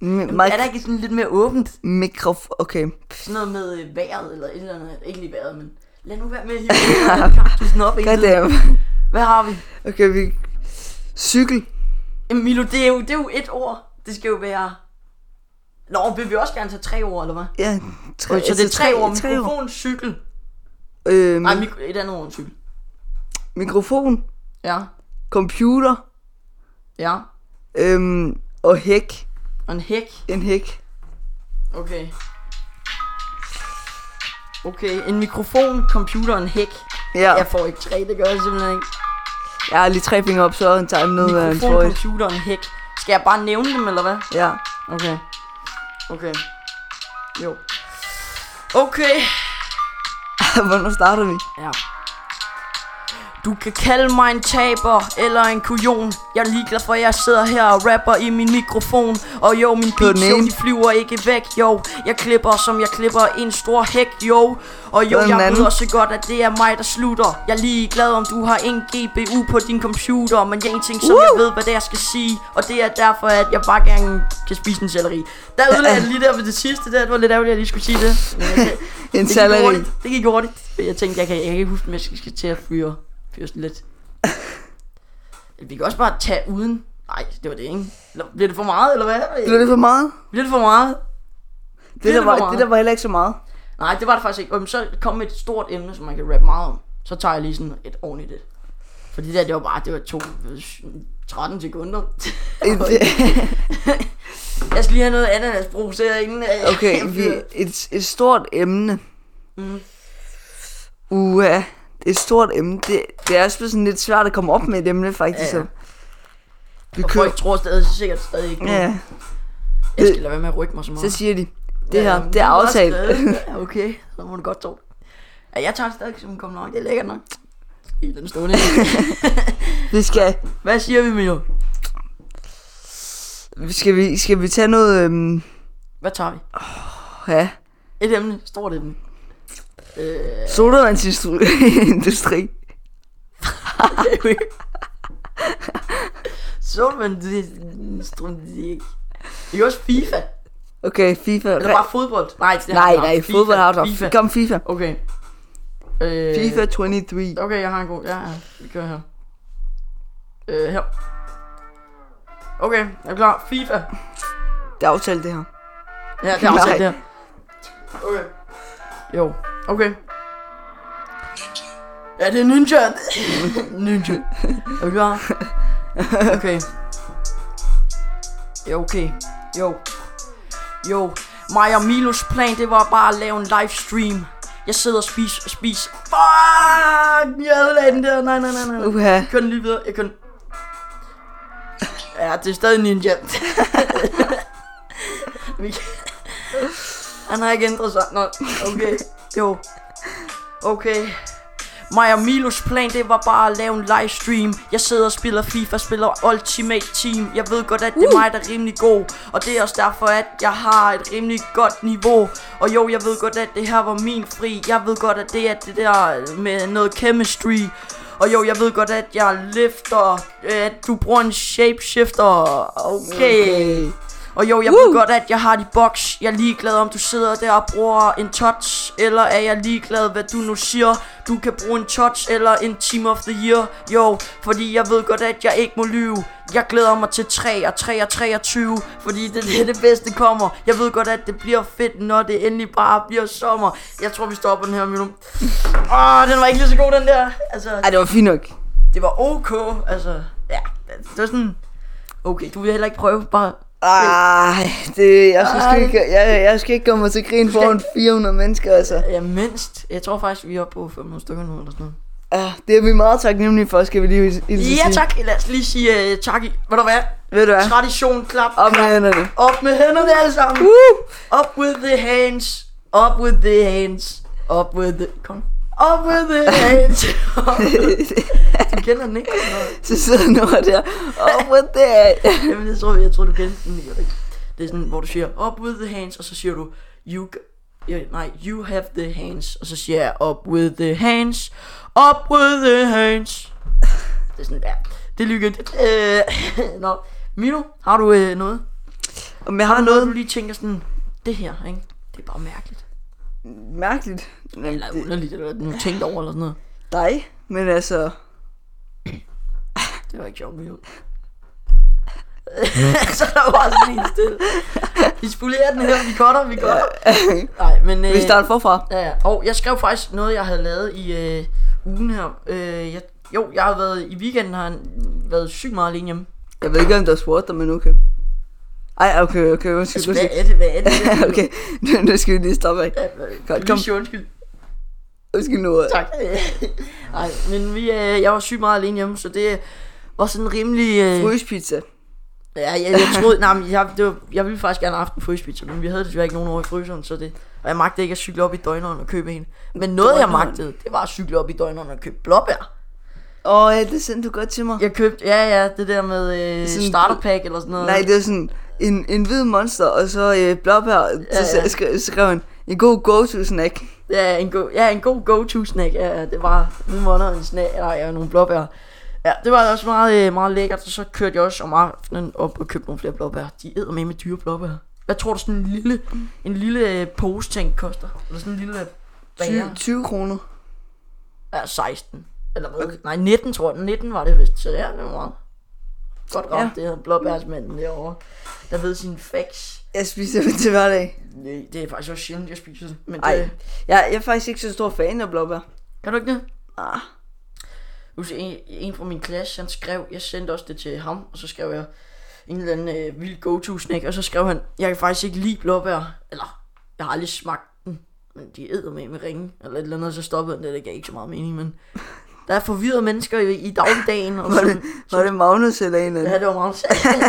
Speaker 2: Mi-
Speaker 1: Er der
Speaker 2: mic-
Speaker 1: ikke sådan lidt mere åbent?
Speaker 2: mikrofon. Okay.
Speaker 1: Sådan noget med øh, vejret, eller et eller andet. Ikke lige vejret, men... Lad nu være med at hive
Speaker 2: (laughs)
Speaker 1: kaktusen op. hele tiden.
Speaker 2: Goddamn.
Speaker 1: Hvad har vi?
Speaker 2: Okay, vi... Cykel.
Speaker 1: Jamen Milo, det er, jo, det er jo et ord. Det skal jo være... Nå, vil vi også gerne tage tre ord, eller hvad?
Speaker 2: Ja, tre, altså,
Speaker 1: Så det er tre, ord.
Speaker 2: tre
Speaker 1: Mikrofon, cykel.
Speaker 2: Øh,
Speaker 1: Nej,
Speaker 2: mi-
Speaker 1: mik- et andet ord end cykel.
Speaker 2: mikrofon,
Speaker 1: Ja,
Speaker 2: computer
Speaker 1: ja.
Speaker 2: øhm, og hæk.
Speaker 1: Og en hæk.
Speaker 2: En hæk.
Speaker 1: Okay. Okay, en mikrofon, computer og en hæk.
Speaker 2: Ja,
Speaker 1: Jeg får ikke tre, det gør jeg simpelthen ikke.
Speaker 2: jeg har lige tre fingre op, så han tager noget af en
Speaker 1: Mikrofon,
Speaker 2: trøje.
Speaker 1: computer og en hæk. Skal jeg bare nævne dem, eller hvad?
Speaker 2: Ja.
Speaker 1: Okay. Okay. Jo. Okay.
Speaker 2: (laughs) Hvornår starter vi?
Speaker 1: Ja. Du kan kalde mig en taber eller en kujon Jeg er ligeglad for jeg sidder her og rapper i min mikrofon Og jo min beats
Speaker 2: den
Speaker 1: jo,
Speaker 2: ene.
Speaker 1: de flyver ikke væk jo Jeg klipper som jeg klipper en stor hæk jo Og jo
Speaker 2: Hvad er den
Speaker 1: jeg ved
Speaker 2: anden?
Speaker 1: også godt at det er mig der slutter Jeg er ligeglad om du har en GPU på din computer Men jeg er en ting som jeg ved hvad det er jeg skal sige Og det er derfor at jeg bare gerne kan spise en selleri Der ødelagde jeg det lige der ved det sidste der Det var lidt ærgerligt at jeg lige skulle sige det Men jeg kan-
Speaker 2: (laughs) En
Speaker 1: det gik
Speaker 2: salary.
Speaker 1: hurtigt. Det gik hurtigt. Jeg tænkte, jeg kan, jeg kan ikke huske, om jeg skal, skal til at fyre, fyre sådan
Speaker 2: (laughs)
Speaker 1: lidt. Vi kan også bare tage uden. Nej, det var det ikke. Eller Bliver det for meget, eller hvad?
Speaker 2: Blev det for meget?
Speaker 1: Bliver det for meget?
Speaker 2: Det, der
Speaker 1: for
Speaker 2: var,
Speaker 1: meget.
Speaker 2: det der var heller ikke så
Speaker 1: (laughs)
Speaker 2: meget.
Speaker 1: Nej, det var det faktisk ikke. Jamen, så kom med et stort emne, som man kan rappe meget om. Så tager jeg lige sådan et ordentligt et. For det der, det var bare, det var to, 13
Speaker 2: (laughs)
Speaker 1: sekunder.
Speaker 2: Et,
Speaker 1: jeg skal lige have noget ananasbrus her inden. øh, (laughs)
Speaker 2: okay,
Speaker 1: jeg
Speaker 2: vi,
Speaker 1: fyrer.
Speaker 2: et, et stort emne.
Speaker 1: Mm.
Speaker 2: Uha, et stort emne. Det, det er også blevet sådan lidt svært at komme op med et emne, faktisk.
Speaker 1: Ja, ja.
Speaker 2: Ja. Vi
Speaker 1: Og
Speaker 2: kører...
Speaker 1: folk tror stadig, sikkert stadig ikke.
Speaker 2: Ja,
Speaker 1: Jeg skal lade være med at rykke mig så meget.
Speaker 2: Så siger de, det her,
Speaker 1: Mm. Ja, men
Speaker 2: det er
Speaker 1: du Øhm, har
Speaker 2: aftalt.
Speaker 1: skrevet. Ja, okay, så må du godt tro. det. Ja, jeg tager det stadig som en kompliment. Det er lækkert nok. I den
Speaker 2: (laughs)
Speaker 1: stående.
Speaker 2: (laughs) Vi skal,
Speaker 1: Hvad siger vi, Milo?
Speaker 2: skal, vi, skal vi tage noget, øhm,
Speaker 1: Hvad tager vi?
Speaker 2: ja,
Speaker 1: Et emne. Stort emne. Øh, (laughs)
Speaker 2: (laughs) sodavandindustri.
Speaker 1: så men det er ikke. Det er også FIFA.
Speaker 2: Okay, FIFA.
Speaker 1: Eller bare fodbold. Nej, det er
Speaker 2: nej,
Speaker 1: har-
Speaker 2: nej,
Speaker 1: FIFA,
Speaker 2: fodbold har du.
Speaker 1: FIFA.
Speaker 2: Kom FIFA.
Speaker 1: Okay. Øh,
Speaker 2: FIFA 23.
Speaker 1: Okay, jeg har en god. Ja, ja. Vi kører her. Øh, her. Okay, jeg er klar. FIFA.
Speaker 2: Det er aftalt det her.
Speaker 1: Ja, det er aftalt
Speaker 2: Nej.
Speaker 1: der. Okay. Jo, okay. Ja, det er ninja. (laughs) ninja. Er du klar? Okay. Ja, okay. Jo. Jo. Mig og Milos plan, det var bare at lave en livestream. Jeg sidder og spiser og spiser. Fuck! Jeg ødelagde den der. Nej, nej, nej, nej.
Speaker 2: Uha.
Speaker 1: Jeg kører den lige videre. Jeg kører den. Ja, det er stadig ninja. Vi kan- Han har ikke ændret sig. Nå, okay. Jo. Okay. Mig og Milos plan, det var bare at lave en livestream Jeg sidder og spiller FIFA, spiller Ultimate Team Jeg ved godt, at det er mig, der er rimelig god Og det er også derfor, at jeg har et rimelig godt niveau Og jo, jeg ved godt, at det her var min fri Jeg ved godt, at det er det der med noget chemistry Og jo, jeg ved godt, at jeg lifter At du bruger en shapeshifter Okay, okay. Og jo, jeg ved godt, at jeg har de box. Jeg er ligeglad, om du sidder der og bruger en touch, eller er jeg ligeglad, hvad du nu siger. Du kan bruge en touch eller en team of the year. Jo, fordi jeg ved godt, at jeg ikke må lyve. Jeg glæder mig til 3 og 3 og 23, fordi det, det er det bedste kommer. Jeg ved godt, at det bliver fedt, når det endelig bare bliver sommer. Jeg tror, vi stopper den her, Milo. Åh, oh, den var ikke lige så god, den der. Altså,
Speaker 2: Ej, det var fint nok.
Speaker 1: det var okay. Altså, ja, det var sådan... Okay, du vil heller ikke prøve, bare
Speaker 2: Ej, det, jeg, skal,
Speaker 1: Ej.
Speaker 2: skal ikke, jeg, jeg skal ikke komme mig til grin foran 400 mennesker, altså.
Speaker 1: Ja, mindst. Jeg tror faktisk, vi er oppe på 500 stykker nu, eller sådan noget.
Speaker 2: Ja, det er vi meget taknemmelige for, skal vi lige hilse
Speaker 1: Ja, tak. Lad os lige sige uh, tak i. Ved du hvad?
Speaker 2: Ved du hvad?
Speaker 1: Tradition, klap.
Speaker 2: Op med hænderne. (laughs)
Speaker 1: Op med hænderne alle sammen.
Speaker 2: Woo!
Speaker 1: Up with the hands. Up with the hands. Up with the... Kom. Up with the
Speaker 2: (laughs)
Speaker 1: hands. du kender den ikke? Nå.
Speaker 2: Så sidder Nora der. Op med det.
Speaker 1: Jamen, jeg tror, jeg tror du kender den. Jeg ved det ikke. Det er sådan, hvor du siger, up with the hands, og så siger du, you... g- Ja, nej, you have the hands. Og så siger jeg, up with the hands. Up with the hands. Det er sådan der. Det er lykket. Øh, nå. Milo, har du øh, noget?
Speaker 2: Om jeg har
Speaker 1: Noget, du
Speaker 2: noget
Speaker 1: lige tænker sådan, det her, ikke? Det er bare mærkeligt.
Speaker 2: mærkeligt. Jamen,
Speaker 1: Eller
Speaker 2: det,
Speaker 1: underligt, eller du tænkte over, eller sådan noget.
Speaker 2: dig. Men altså, (laughs)
Speaker 1: Det var ikke sjovt, Milo. (laughs) så er der bare sådan en stille. Vi spolerer den her, vi cutter, vi cutter. Nej, men... Øh,
Speaker 2: vi starter forfra.
Speaker 1: Ja, ja. Og jeg skrev faktisk noget, jeg havde lavet i øh, ugen her. Øh, jeg, jo, jeg har været i weekenden, har jeg været sygt meget alene hjemme.
Speaker 2: Jeg ved ikke, om der er spurgt dig, men okay. Ej, okay, okay, undskyld.
Speaker 1: Hvad
Speaker 2: undskyld.
Speaker 1: er det? Hvad er
Speaker 2: (laughs)
Speaker 1: det?
Speaker 2: okay, nu, nu skal vi lige stoppe af.
Speaker 1: Kom.
Speaker 2: Godt, kom.
Speaker 1: Lige undskyld.
Speaker 2: Undskyld nu.
Speaker 1: Tak. (laughs) Nej, men vi, øh, jeg var sygt meget alene hjemme, så det var sådan rimelig... Øh,
Speaker 2: Fryspizza.
Speaker 1: ja, jeg, jeg troede... nej, men jeg, det var, jeg ville faktisk gerne have haft en fryspizza, men vi havde desværre ikke nogen over i fryseren, så det... Og jeg magtede ikke at cykle op i døgneren og købe en. Men noget, jeg
Speaker 2: Døgneren?
Speaker 1: magtede, det var at cykle op i døgneren og købe blåbær.
Speaker 2: Åh, oh, ja, det sendte du godt til mig.
Speaker 1: Jeg købte, ja ja, det der med øh,
Speaker 2: Sådan-
Speaker 1: starter pack eller sådan noget.
Speaker 2: Nej, det er sådan en, en hvid monster, og så øh, blåbær, ja,
Speaker 1: Ja, ja.
Speaker 2: ja. skrev, skrev han, en god go-to-snack.
Speaker 1: Ja, en god, ja, en god go-to snack. Ja, det var nu måneder en snack, eller ja, nogle blåbær. Ja, det var også meget, øh, meget lækkert, og så kørte jeg også om aftenen op og købte nogle flere blåbær. De æder med med dyre blåbær. Hvad tror du sådan en lille, en lille øh, pose ting koster? Eller sådan en lille bager?
Speaker 2: 20, 20 kroner.
Speaker 1: Ja, 16. Eller hvad? Nej, 19 tror jeg. 19 var det vist. Så ja, det var meget. Godt ramt, ja. det her blåbærsmanden derovre, der ved sin facts.
Speaker 2: Jeg spiser dem til hverdag.
Speaker 1: Nej, det er faktisk også sjældent, jeg spiser det. Men
Speaker 2: Ej,
Speaker 1: det,
Speaker 2: jeg, jeg er faktisk ikke så stor fan af blåbær.
Speaker 1: kan du ikke det?
Speaker 2: Ah,
Speaker 1: Husk, en, en fra min klasse, han skrev, jeg sendte også det til ham, og så skrev jeg en eller anden øh, vild go-to snack, og så skrev han, jeg kan faktisk ikke lide blåbær, eller jeg har
Speaker 2: (laughs)
Speaker 1: aldrig smagt den, men de æder med med ringe, eller et eller andet, og så stoppede han det, det gav ikke så meget mening, men der er forvirrede mennesker i, i dagligdagen. Og
Speaker 2: Var
Speaker 1: sådan,
Speaker 2: det, var det Magnus eller en eller
Speaker 1: Ja,
Speaker 2: anden?
Speaker 1: det var Magnus.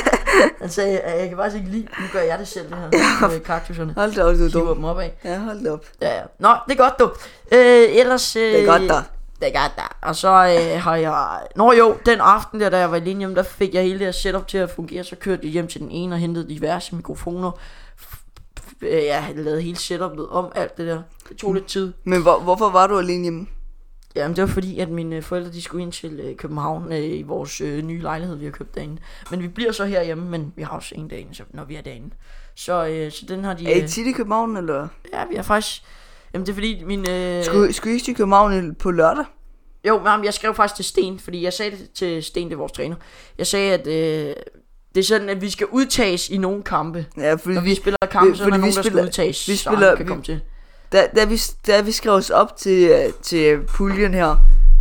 Speaker 2: (laughs)
Speaker 1: Han sagde, at jeg kan faktisk ikke lide, nu gør jeg det selv, det her med kaktuserne.
Speaker 2: Hold da op, du er
Speaker 1: Hiver
Speaker 2: dum.
Speaker 1: dem op af.
Speaker 2: Ja, hold da op.
Speaker 1: Ja, ja. Nå, det er godt, du. Øh, ellers... Øh,
Speaker 2: Det er godt, der.
Speaker 1: Det er godt, der. Og så øh, har jeg... Nå jo, den aften der, da jeg var alene hjemme, der fik jeg hele det her setup til at fungere. Så kørte jeg hjem til den ene og hentede diverse mikrofoner. F- f- øh, Jeg havde lavet hele setupet om alt det der. Det tog lidt tid.
Speaker 2: Men hvor, hvorfor var du alene hjemme?
Speaker 1: Jamen, det var fordi, at mine øh, forældre de skulle ind til øh, København øh, i vores øh, nye lejlighed, vi har købt derinde. Men vi bliver så herhjemme, men vi har også en derinde, så, når vi er derinde. Så, øh, så den har de...
Speaker 2: Er I
Speaker 1: Øh,
Speaker 2: tit i København, eller?
Speaker 1: ja, vi har faktisk... Jamen, det er fordi, min... Øh,
Speaker 2: Skulle, skulle I ikke til København i- på lørdag?
Speaker 1: Jo, men jeg skrev faktisk til Sten, fordi jeg sagde det til Sten, det er vores træner. Jeg sagde, at øh, det er sådan, at vi skal udtages i nogle kampe.
Speaker 2: Ja, fordi
Speaker 1: Når vi spiller
Speaker 2: vi-
Speaker 1: kampe, så er der
Speaker 2: fordi vi
Speaker 1: nogen, der skal
Speaker 2: spiller-
Speaker 1: udtages,
Speaker 2: vi
Speaker 1: så
Speaker 2: spiller-
Speaker 1: han kan
Speaker 2: vi-
Speaker 1: komme til.
Speaker 2: da, da, vi, da vi skrev os op til, øh, til puljen her, ja.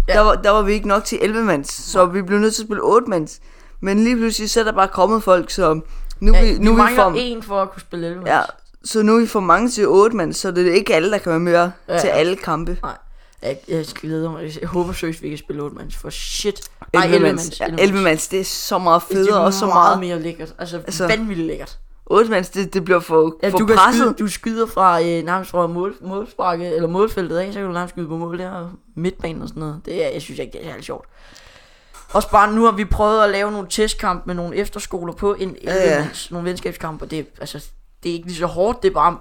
Speaker 1: Ja.
Speaker 2: der, var, der var vi ikke nok til 11 mands, så vi blev nødt til at spille 8 mands. Men lige pludselig så er der bare kommet folk, så nu, ja,
Speaker 1: Ja,
Speaker 2: vi, nu,
Speaker 1: vi
Speaker 2: vi, vi
Speaker 1: mangler
Speaker 2: får,
Speaker 1: en for at kunne spille 11
Speaker 2: ja, så nu er vi for mange til 8 mands, så det er ikke alle, der kan være med ja.
Speaker 1: Ja.
Speaker 2: til alle kampe.
Speaker 1: Nej. Jeg, jeg glæder mig. Jeg håber seriøst, vi kan spille 8 mands. For shit. Nej,
Speaker 2: 11
Speaker 1: 11
Speaker 2: mands.
Speaker 1: mands.
Speaker 2: Ja, 11 mands, det er så meget
Speaker 1: Det
Speaker 2: federe
Speaker 1: er
Speaker 2: og så meget.
Speaker 1: mere lækkert. Altså,
Speaker 2: Altså,
Speaker 1: altså vanvittigt lækkert.
Speaker 2: 8 mands, det, det bliver for,
Speaker 1: Ja,
Speaker 2: for
Speaker 1: du, kan
Speaker 2: presset.
Speaker 1: skyde, du skyder fra øh, nærmest fra mål, målsparket, eller målfeltet af, så kan du nærmest skyde på mål der, og midtbanen og sådan noget. Det er, jeg synes ikke, det er særlig sjovt. Også bare nu har vi prøvet at lave nogle testkamp med nogle efterskoler på en
Speaker 2: Ja, ja.
Speaker 1: ja, nogle venskabskampe, og det, er- altså, det er ikke lige så hårdt, det er bare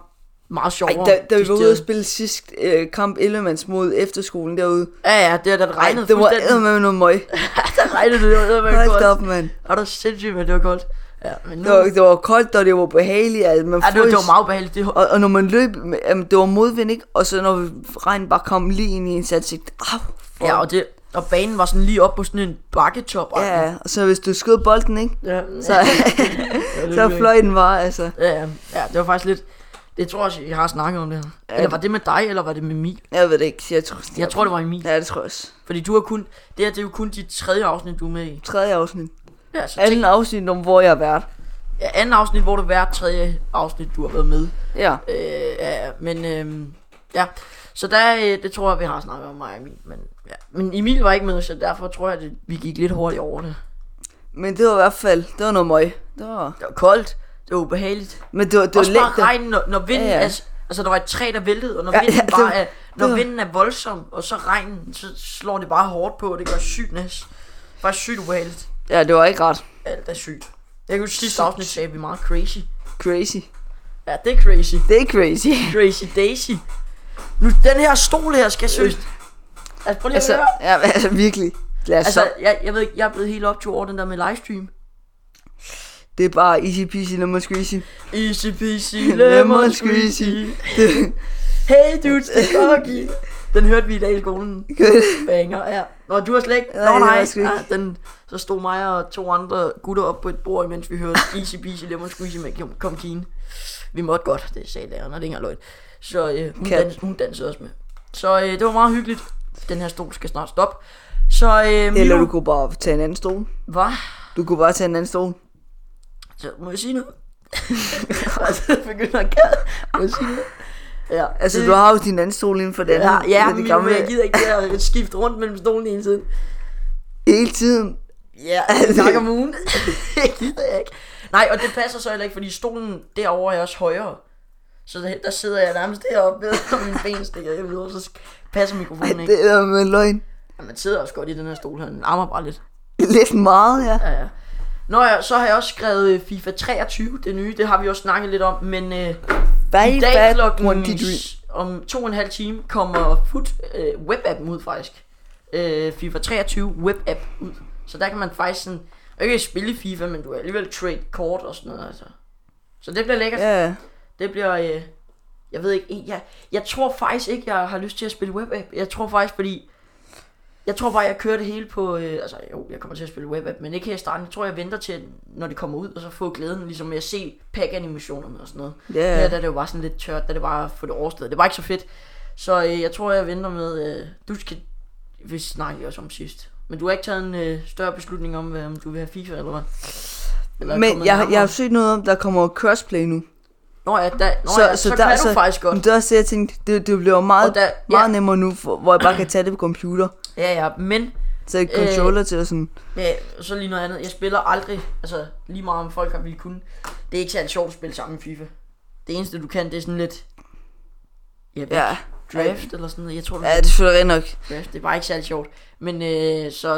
Speaker 1: meget
Speaker 2: Ej,
Speaker 1: sjovere.
Speaker 2: da, da vi var ude og
Speaker 1: decideret.
Speaker 2: spille sidst øh, kamp 11 mands mod efterskolen derude,
Speaker 1: Ja, ja, det er da det
Speaker 2: Ej,
Speaker 1: regnede
Speaker 2: det var (laughs)
Speaker 1: fuldstændig.
Speaker 2: med noget møg.
Speaker 1: Der regnede det, det var
Speaker 2: Hold
Speaker 1: godt.
Speaker 2: da op, mand.
Speaker 1: Er du sindssygt, men det var koldt. Ja, men nu...
Speaker 2: Det var, det var koldt, og det var behageligt. At man
Speaker 1: ja, det, var, det
Speaker 2: frøs.
Speaker 1: var meget ubehageligt. Det,
Speaker 2: Og, og når man løb, jamen, det var modvind, ikke? Og så når regnen bare kom lige ind i ens ansigt. Au, for.
Speaker 1: ja, og, det, og banen var sådan lige op på sådan en bakketop.
Speaker 2: ja, og så hvis du skød bolden, ikke?
Speaker 1: ja.
Speaker 2: Så, (laughs) så fløj den bare, altså.
Speaker 1: Ja, ja, ja, det var faktisk lidt... Det tror jeg også, jeg har snakket om det her. Ja. Eller var det med dig, eller var det med Emil?
Speaker 2: Jeg ved det ikke. Jeg tror,
Speaker 1: Jeg tror, det var Emil. Ja.
Speaker 2: Ja, det tror jeg også.
Speaker 1: Fordi du har kun... Det her, det er jo kun dit tredje afsnit, du er med i.
Speaker 2: Tredje afsnit.
Speaker 1: Ja, så tænk,
Speaker 2: Anden afsnit om, hvor jeg har været.
Speaker 1: ja, anden afsnit, hvor det er hvert tredje afsnit, du har været med.
Speaker 2: Ja.
Speaker 1: Øh, ja, men øhm, ja, så der, øh, det tror jeg, vi har snakket om mig og Emil. Men, ja. men Emil var ikke med, så derfor tror jeg, at vi gik lidt hurtigt over det.
Speaker 2: Men det var i hvert fald, det var noget møg. Det var...
Speaker 1: Det var koldt, det var ubehageligt.
Speaker 2: Men det var, det
Speaker 1: Det
Speaker 2: var
Speaker 1: Også bare
Speaker 2: lækkert.
Speaker 1: regnen, når, når vinden ja,
Speaker 2: Ja, ja.
Speaker 1: ja. Altså, altså, der var et træ, der væltede, og når,
Speaker 2: Ja,
Speaker 1: ja,
Speaker 2: ja,
Speaker 1: vinden,
Speaker 2: det
Speaker 1: ja, bare
Speaker 2: var-
Speaker 1: er, når
Speaker 2: var-
Speaker 1: vinden er voldsom, og så regnen, så slår det bare hårdt på, og det gør sygt næs. Faktisk sygt ubehageligt.
Speaker 2: Ja, det var ikke ret
Speaker 1: Alt er sygt. Jeg kan huske, sidste afsnit sagde vi meget crazy.
Speaker 2: crazy.
Speaker 1: Ja, det er crazy.
Speaker 2: Det er
Speaker 1: (laughs)
Speaker 2: crazy.
Speaker 1: Crazy Daisy. Nu, den her stol her skal søst. Altså, prøv lige
Speaker 2: altså,
Speaker 1: at høre.
Speaker 2: ja, men altså virkelig. Lad os altså,
Speaker 1: Altså, jeg, jeg ved ikke, jeg er blevet helt optur over den der med livestream.
Speaker 2: Det er bare easy peasy, lemon squeezy.
Speaker 1: Easy peasy, lemon squeezy.
Speaker 2: Det-
Speaker 1: Hey dudes, det er (laughs) Doggy. Den hørte vi i dag i skolen. Banger, ja. Nå, du har slet ikke... Nå,
Speaker 2: Nej,
Speaker 1: nej,
Speaker 2: det har
Speaker 1: nej.
Speaker 2: jeg sgu ikke.
Speaker 1: Ja, den, så stod mig og to andre gutter op på et bord, imens vi hørte Easy Peasy Lemon Squeezy med Kim- Kom Kine. Vi måtte godt, det sagde læreren, og det er ikke engang løgn. Så øh, hun,
Speaker 2: Kat.
Speaker 1: dans, hun dansede også med. Så øh, det var meget hyggeligt. Den her stol skal snart stoppe. Så øh,
Speaker 2: Eller
Speaker 1: Mio,
Speaker 2: du kunne bare tage en anden stol.
Speaker 1: Hvad?
Speaker 2: Du kunne bare tage en anden stol.
Speaker 1: Så må jeg sige noget? (laughs) og så begynder jeg at Må jeg sige noget? Ja,
Speaker 2: Altså,
Speaker 1: det-
Speaker 2: du har jo din anden stol inden for den
Speaker 1: Ja,
Speaker 2: anden.
Speaker 1: ja
Speaker 2: det
Speaker 1: men
Speaker 2: gamle.
Speaker 1: jeg gider ikke det at skifte rundt mellem stolen hele tiden.
Speaker 2: Hele tiden.
Speaker 1: (laughs) Ja, en gang Altså, om ugen. det gider jeg ikke. Nej, og det passer så heller ikke, fordi stolen derovre er også højere. Så der, der sidder jeg nærmest deroppe ved, og mine ben stikker jeg ud, og så passer
Speaker 2: Ej,
Speaker 1: mikrofonen
Speaker 2: det
Speaker 1: ikke.
Speaker 2: er med løgn.
Speaker 1: Ja, man sidder også godt i den her stol her, den armer bare lidt.
Speaker 2: Lidt meget, ja.
Speaker 1: Ja, ja. Nå ja, så har jeg også skrevet øh, FIFA 23, det nye, det har vi også snakket lidt om, men øh,
Speaker 2: Bye,
Speaker 1: i dag
Speaker 2: one,
Speaker 1: klokken
Speaker 2: two, three.
Speaker 1: s- om to og en halv time kommer Foot øh, webappen ud faktisk. Øh, FIFA 23 webapp ud. Så der kan man faktisk sådan, ikke spille FIFA, men du kan alligevel trade kort og sådan noget. Altså. Så det bliver lækkert.
Speaker 2: Ja, ja.
Speaker 1: Det bliver, øh, jeg ved ikke, jeg, jeg tror faktisk ikke, jeg har lyst til at spille webapp. Jeg tror faktisk, fordi, jeg tror bare, jeg kører det hele på, øh, altså jo, jeg kommer til at spille webapp, men ikke her i starten. Jeg tror, jeg venter til, når det kommer ud, og så får glæden ligesom med at se pack-animationerne og sådan noget.
Speaker 2: Ja.
Speaker 1: Her der er det jo bare sådan lidt tørt, da det bare for det overstået. Det var ikke så fedt. Så øh, jeg tror, jeg venter med, øh, du skal, vi snakker også om sidst. Men du har ikke taget en øh, større beslutning om, hvad, om du vil have FIFA eller hvad? Eller er
Speaker 2: Men
Speaker 1: kommet
Speaker 2: jeg, jeg
Speaker 1: nærmere?
Speaker 2: har set noget om, der kommer crossplay nu.
Speaker 1: Nå ja, da, nå så, ja, så, så, kan du faktisk godt.
Speaker 2: Men det er også det, jeg tænkte, det, det bliver meget,
Speaker 1: Og der-
Speaker 2: der,
Speaker 1: ja.
Speaker 2: meget nemmere nu, for, hvor jeg bare kan tage det på computer.
Speaker 1: Ja, ja, men
Speaker 2: Så
Speaker 1: Øh.
Speaker 2: jeg controller til og sådan.
Speaker 1: ja, så lige noget andet. Jeg spiller aldrig, altså lige meget om folk har ville kunne. Det er ikke særlig sjovt at spille sammen i FIFA. Det eneste du kan, det er sådan lidt... Ja,
Speaker 2: Ja,
Speaker 1: ja. draft eller sådan noget. Jeg tror, du
Speaker 2: ja det er selvfølgelig rigtig nok.
Speaker 1: draft. Det er bare ikke særlig sjovt. Men øh, så...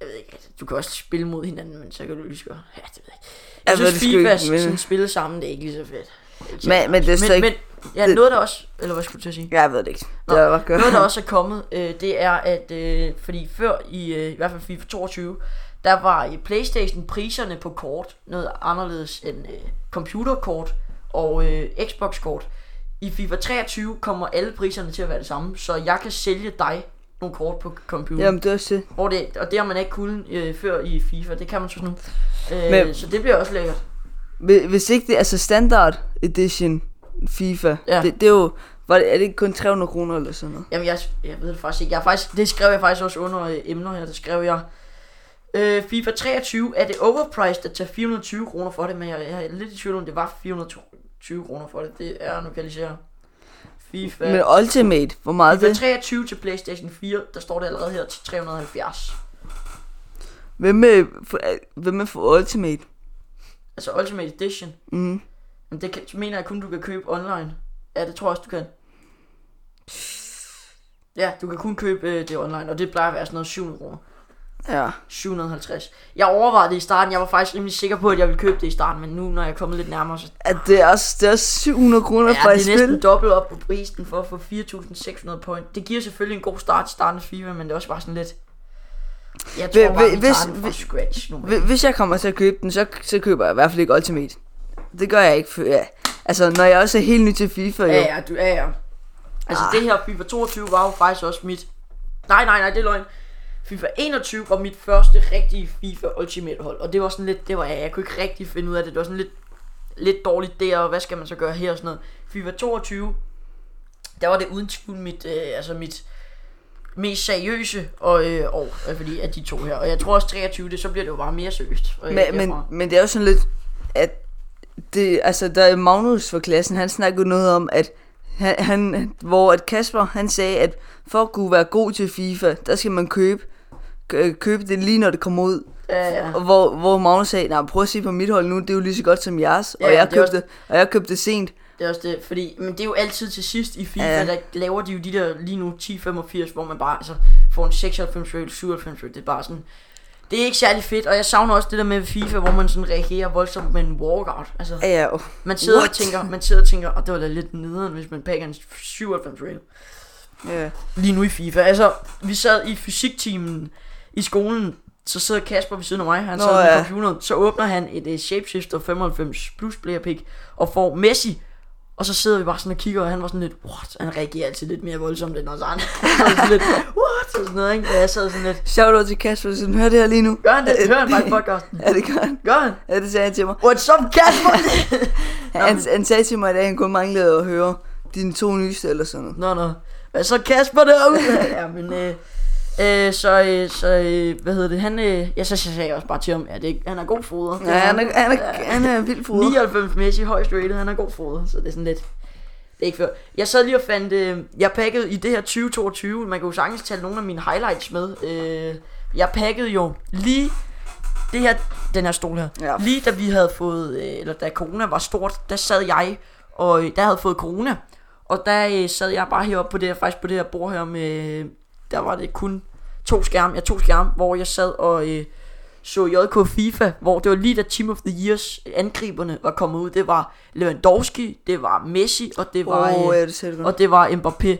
Speaker 1: Jeg ved ikke, altså, du kan også spille mod hinanden, men så kan du lige så godt... Ja, det ved jeg ikke. Jeg
Speaker 2: Jeg ved
Speaker 1: synes,
Speaker 2: Altså, det sgu ikke,
Speaker 1: FIFA sådan
Speaker 2: men-
Speaker 1: spille sammen, det er ikke lige så fedt.
Speaker 2: Men, men det er så
Speaker 1: Men,
Speaker 2: ikke...
Speaker 1: men ja,
Speaker 2: det-
Speaker 1: noget der også... Eller hvad skulle du til at sige?
Speaker 2: Ja, jeg ved det ikke.
Speaker 1: Nå,
Speaker 2: Det er bare gør.
Speaker 1: Noget, der også er kommet, øh, det er, at øh, fordi før i, øh, i hvert fald FIFA 22, der var i Playstation priserne på kort noget anderledes end øh, computerkort og øh, Xbox-kort. I FIFA 23 kommer alle priserne til at være det samme, så jeg kan sælge dig nogle kort på computer.
Speaker 2: Jamen, det er også det.
Speaker 1: Hvor det, og det har man ikke kunnet øh, før i FIFA, det kan man så nu. Øh,
Speaker 2: Men-
Speaker 1: så det bliver også lækkert.
Speaker 2: Hvi- Hvis ikke det altså standard edition FIFA,
Speaker 1: Ja.
Speaker 2: ja. det, det, er jo... Var det, er det ikke kun 300 kroner eller sådan noget?
Speaker 1: Jamen, jeg, jeg ved det faktisk ikke. Jeg har faktisk, det skrev jeg faktisk også under øh, emner her. Der skrev jeg, øh, FIFA 23, er det overpriced at tage 420 kroner for det? Men jeg, jeg er lidt i tvivl om, det var 420 kroner for det. Det er, nu kan jeg lige se her. FIFA,
Speaker 2: Men Ultimate, hvor meget
Speaker 1: FIFA
Speaker 2: det?
Speaker 1: 23 til Playstation 4, der står det allerede her til 370.
Speaker 2: Hvem er, for, øh, hvem er for Ultimate?
Speaker 1: Altså Ultimate Edition.
Speaker 2: Mm.
Speaker 1: Men det kan, mener jeg kun, du kan købe online. Ja, det tror jeg også, du kan. Ja, du kan kun købe øh, det online, og det plejer at være sådan noget 700 kroner.
Speaker 2: Ja.
Speaker 1: 750. Jeg overvejede det i starten. Jeg var faktisk rimelig sikker på, at jeg ville købe det i starten, men nu, når jeg er kommet lidt nærmere, så
Speaker 2: At det, er også, det er også 700 kroner
Speaker 1: ja,
Speaker 2: ja, for et
Speaker 1: det er næsten
Speaker 2: spil.
Speaker 1: dobbelt op på prisen for at få 4.600 point. Det giver selvfølgelig en god start i starten af FIFA, men det er også bare sådan lidt... Jeg tror
Speaker 2: Hvi-
Speaker 1: bare,
Speaker 2: hvi-
Speaker 1: vi
Speaker 2: hvis-
Speaker 1: tager den fra
Speaker 2: hvi-
Speaker 1: scratch nu.
Speaker 2: Hvi- Hvis jeg kommer til at købe den, så, så køber jeg i hvert fald ikke Ultimate. Det gør jeg ikke. For, ja. Altså, når jeg også er helt ny til FIFA, jo.
Speaker 1: Ja, ja, du, ja, ja. Altså
Speaker 2: Ah.
Speaker 1: det her FIFA 22 var jo faktisk også mit... Nej, nej, nej, det er løgn. FIFA 21 var mit første rigtige FIFA Ultimate hold, og det var sådan lidt, det var ja, jeg kunne ikke rigtig finde ud af det, det var sådan lidt, lidt dårligt der, og hvad skal man så gøre her og sådan noget. FIFA 22, der var det uden tvivl mit, øh, altså mit mest seriøse og, øh, år, øh, fordi af de to her, og jeg tror også 23, det, så bliver det jo bare mere seriøst. Øh,
Speaker 2: Men, men,
Speaker 1: derfra.
Speaker 2: men det er jo sådan lidt, at det, altså, der er Magnus fra klassen, han snakkede noget om, at han, han, hvor at Kasper, han sagde, at for at kunne være god til FIFA, der skal man købe, kø- købe det lige når det kommer ud.
Speaker 1: Ja, ja.
Speaker 2: Og hvor, hvor Magnus sagde, nej, prøv at se på mit hold nu, det er jo lige så godt som jeres.
Speaker 1: Ja,
Speaker 2: og, jeg
Speaker 1: det er
Speaker 2: købte,
Speaker 1: også-
Speaker 2: og jeg købte det sent.
Speaker 1: Det er også det, fordi, men det er jo altid til sidst i FIFA, ja.
Speaker 2: Ja.
Speaker 1: der laver de jo de der lige nu 10-85, hvor man bare altså, får en 96 eller 97 rate. det er bare sådan, det er ikke særlig fedt, og jeg savner også det der med FIFA, hvor man sådan reagerer voldsomt med en walkout. Altså,
Speaker 2: Ja, ja, oh.
Speaker 1: man sidder og
Speaker 2: what?
Speaker 1: tænker, man sidder og tænker, og det var da lidt nederen, hvis man pakker en 97 rate
Speaker 2: ja.
Speaker 1: lige nu i FIFA. Altså, vi sad i fysiktimen i skolen, så sidder Kasper ved siden af mig, han
Speaker 2: Nå,
Speaker 1: sad ved
Speaker 2: ja.
Speaker 1: computeren, så åbner han et uh, Shapeshifter 95 plus player pick og får Messi. Og så sidder vi bare sådan og kigger, og han var sådan lidt, what? Han reagerer altid lidt mere voldsomt end os andre. (laughs) Han var sådan lidt, what? Og sådan noget, ikke? Og jeg sad sådan lidt,
Speaker 2: Shout out til Kasper, hvis han hører det her lige nu.
Speaker 1: gør han det? Hører han bare podcasten?
Speaker 2: Ja, det gør han.
Speaker 1: Gør han?
Speaker 2: Ja, det sagde han til mig.
Speaker 1: What's up, Kasper?
Speaker 2: Han, han sagde til mig, at han kun manglede at høre dine to nyeste eller sådan noget.
Speaker 1: (laughs) Nå, nå. Hvad så Kasper derude? (laughs) ja, men... Øh, øh, så, øh, så øh, hvad hedder det? Han, øh, ja, så sagde jeg også bare til ham, at det, han er god foder.
Speaker 2: Ja, han er, han er, han er vildt foder.
Speaker 1: 99 Messi, højst rated, han er god foder, så det er sådan lidt... Det er ikke før. Jeg sad lige og fandt, øh, jeg pakkede i det her 2022, man kan jo sagtens tage nogle af mine highlights med. Øh, jeg pakkede jo lige det her, den her stol her.
Speaker 2: Ja.
Speaker 1: Lige da vi havde fået, øh, eller da corona var stort, der sad jeg, og øh, der havde fået corona. Og der øh, sad jeg bare heroppe på det her, faktisk på det her bord her med, der var det kun to skærme, ja to skærme, hvor jeg sad og øh, så JK FIFA, hvor det var lige da Team of the Years angriberne var kommet ud. Det var Lewandowski, det var Messi, og det var... øh,
Speaker 2: Åh, ja, det sagde du godt.
Speaker 1: Og det var Mbappé.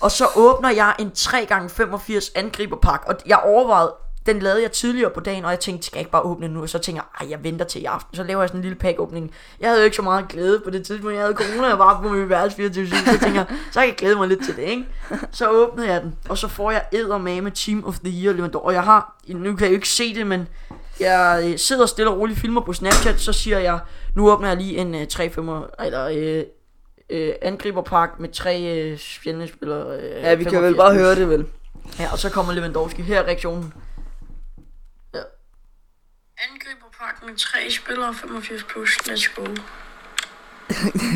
Speaker 1: Og så åbner jeg en 3x85 angriberpak, og jeg overvejede, den lavede jeg tidligere på dagen, og jeg tænkte, skal jeg ikke bare åbne den nu? Og så tænker jeg, "Ej, jeg venter til i aften. Så laver jeg sådan en lille pakåbning. Jeg havde jo ikke så meget glæde på det tidspunkt. Jeg havde corona, jeg var på min værelse 24 så jeg tænker, (laughs) så kan jeg glæde mig lidt til det, ikke? Så åbnede jeg den, og så får jeg eddermame Team of the Year Lewandowski. Og jeg har, nu kan jeg jo ikke se det, men jeg øh, sidder stille og roligt filmer på Snapchat, så siger jeg, nu åbner jeg lige en øh, 3-5, eller øh, øh, angriberpark med tre øh, spillere. Øh,
Speaker 2: Ja, vi kan vel
Speaker 1: 85
Speaker 2: bare
Speaker 1: plus.
Speaker 2: høre (laughs) det, vel?
Speaker 1: Ja, og så kommer Lewandowski. Her er reaktionen.
Speaker 3: Angriberpark med tre spillere, 85 plus, let's go.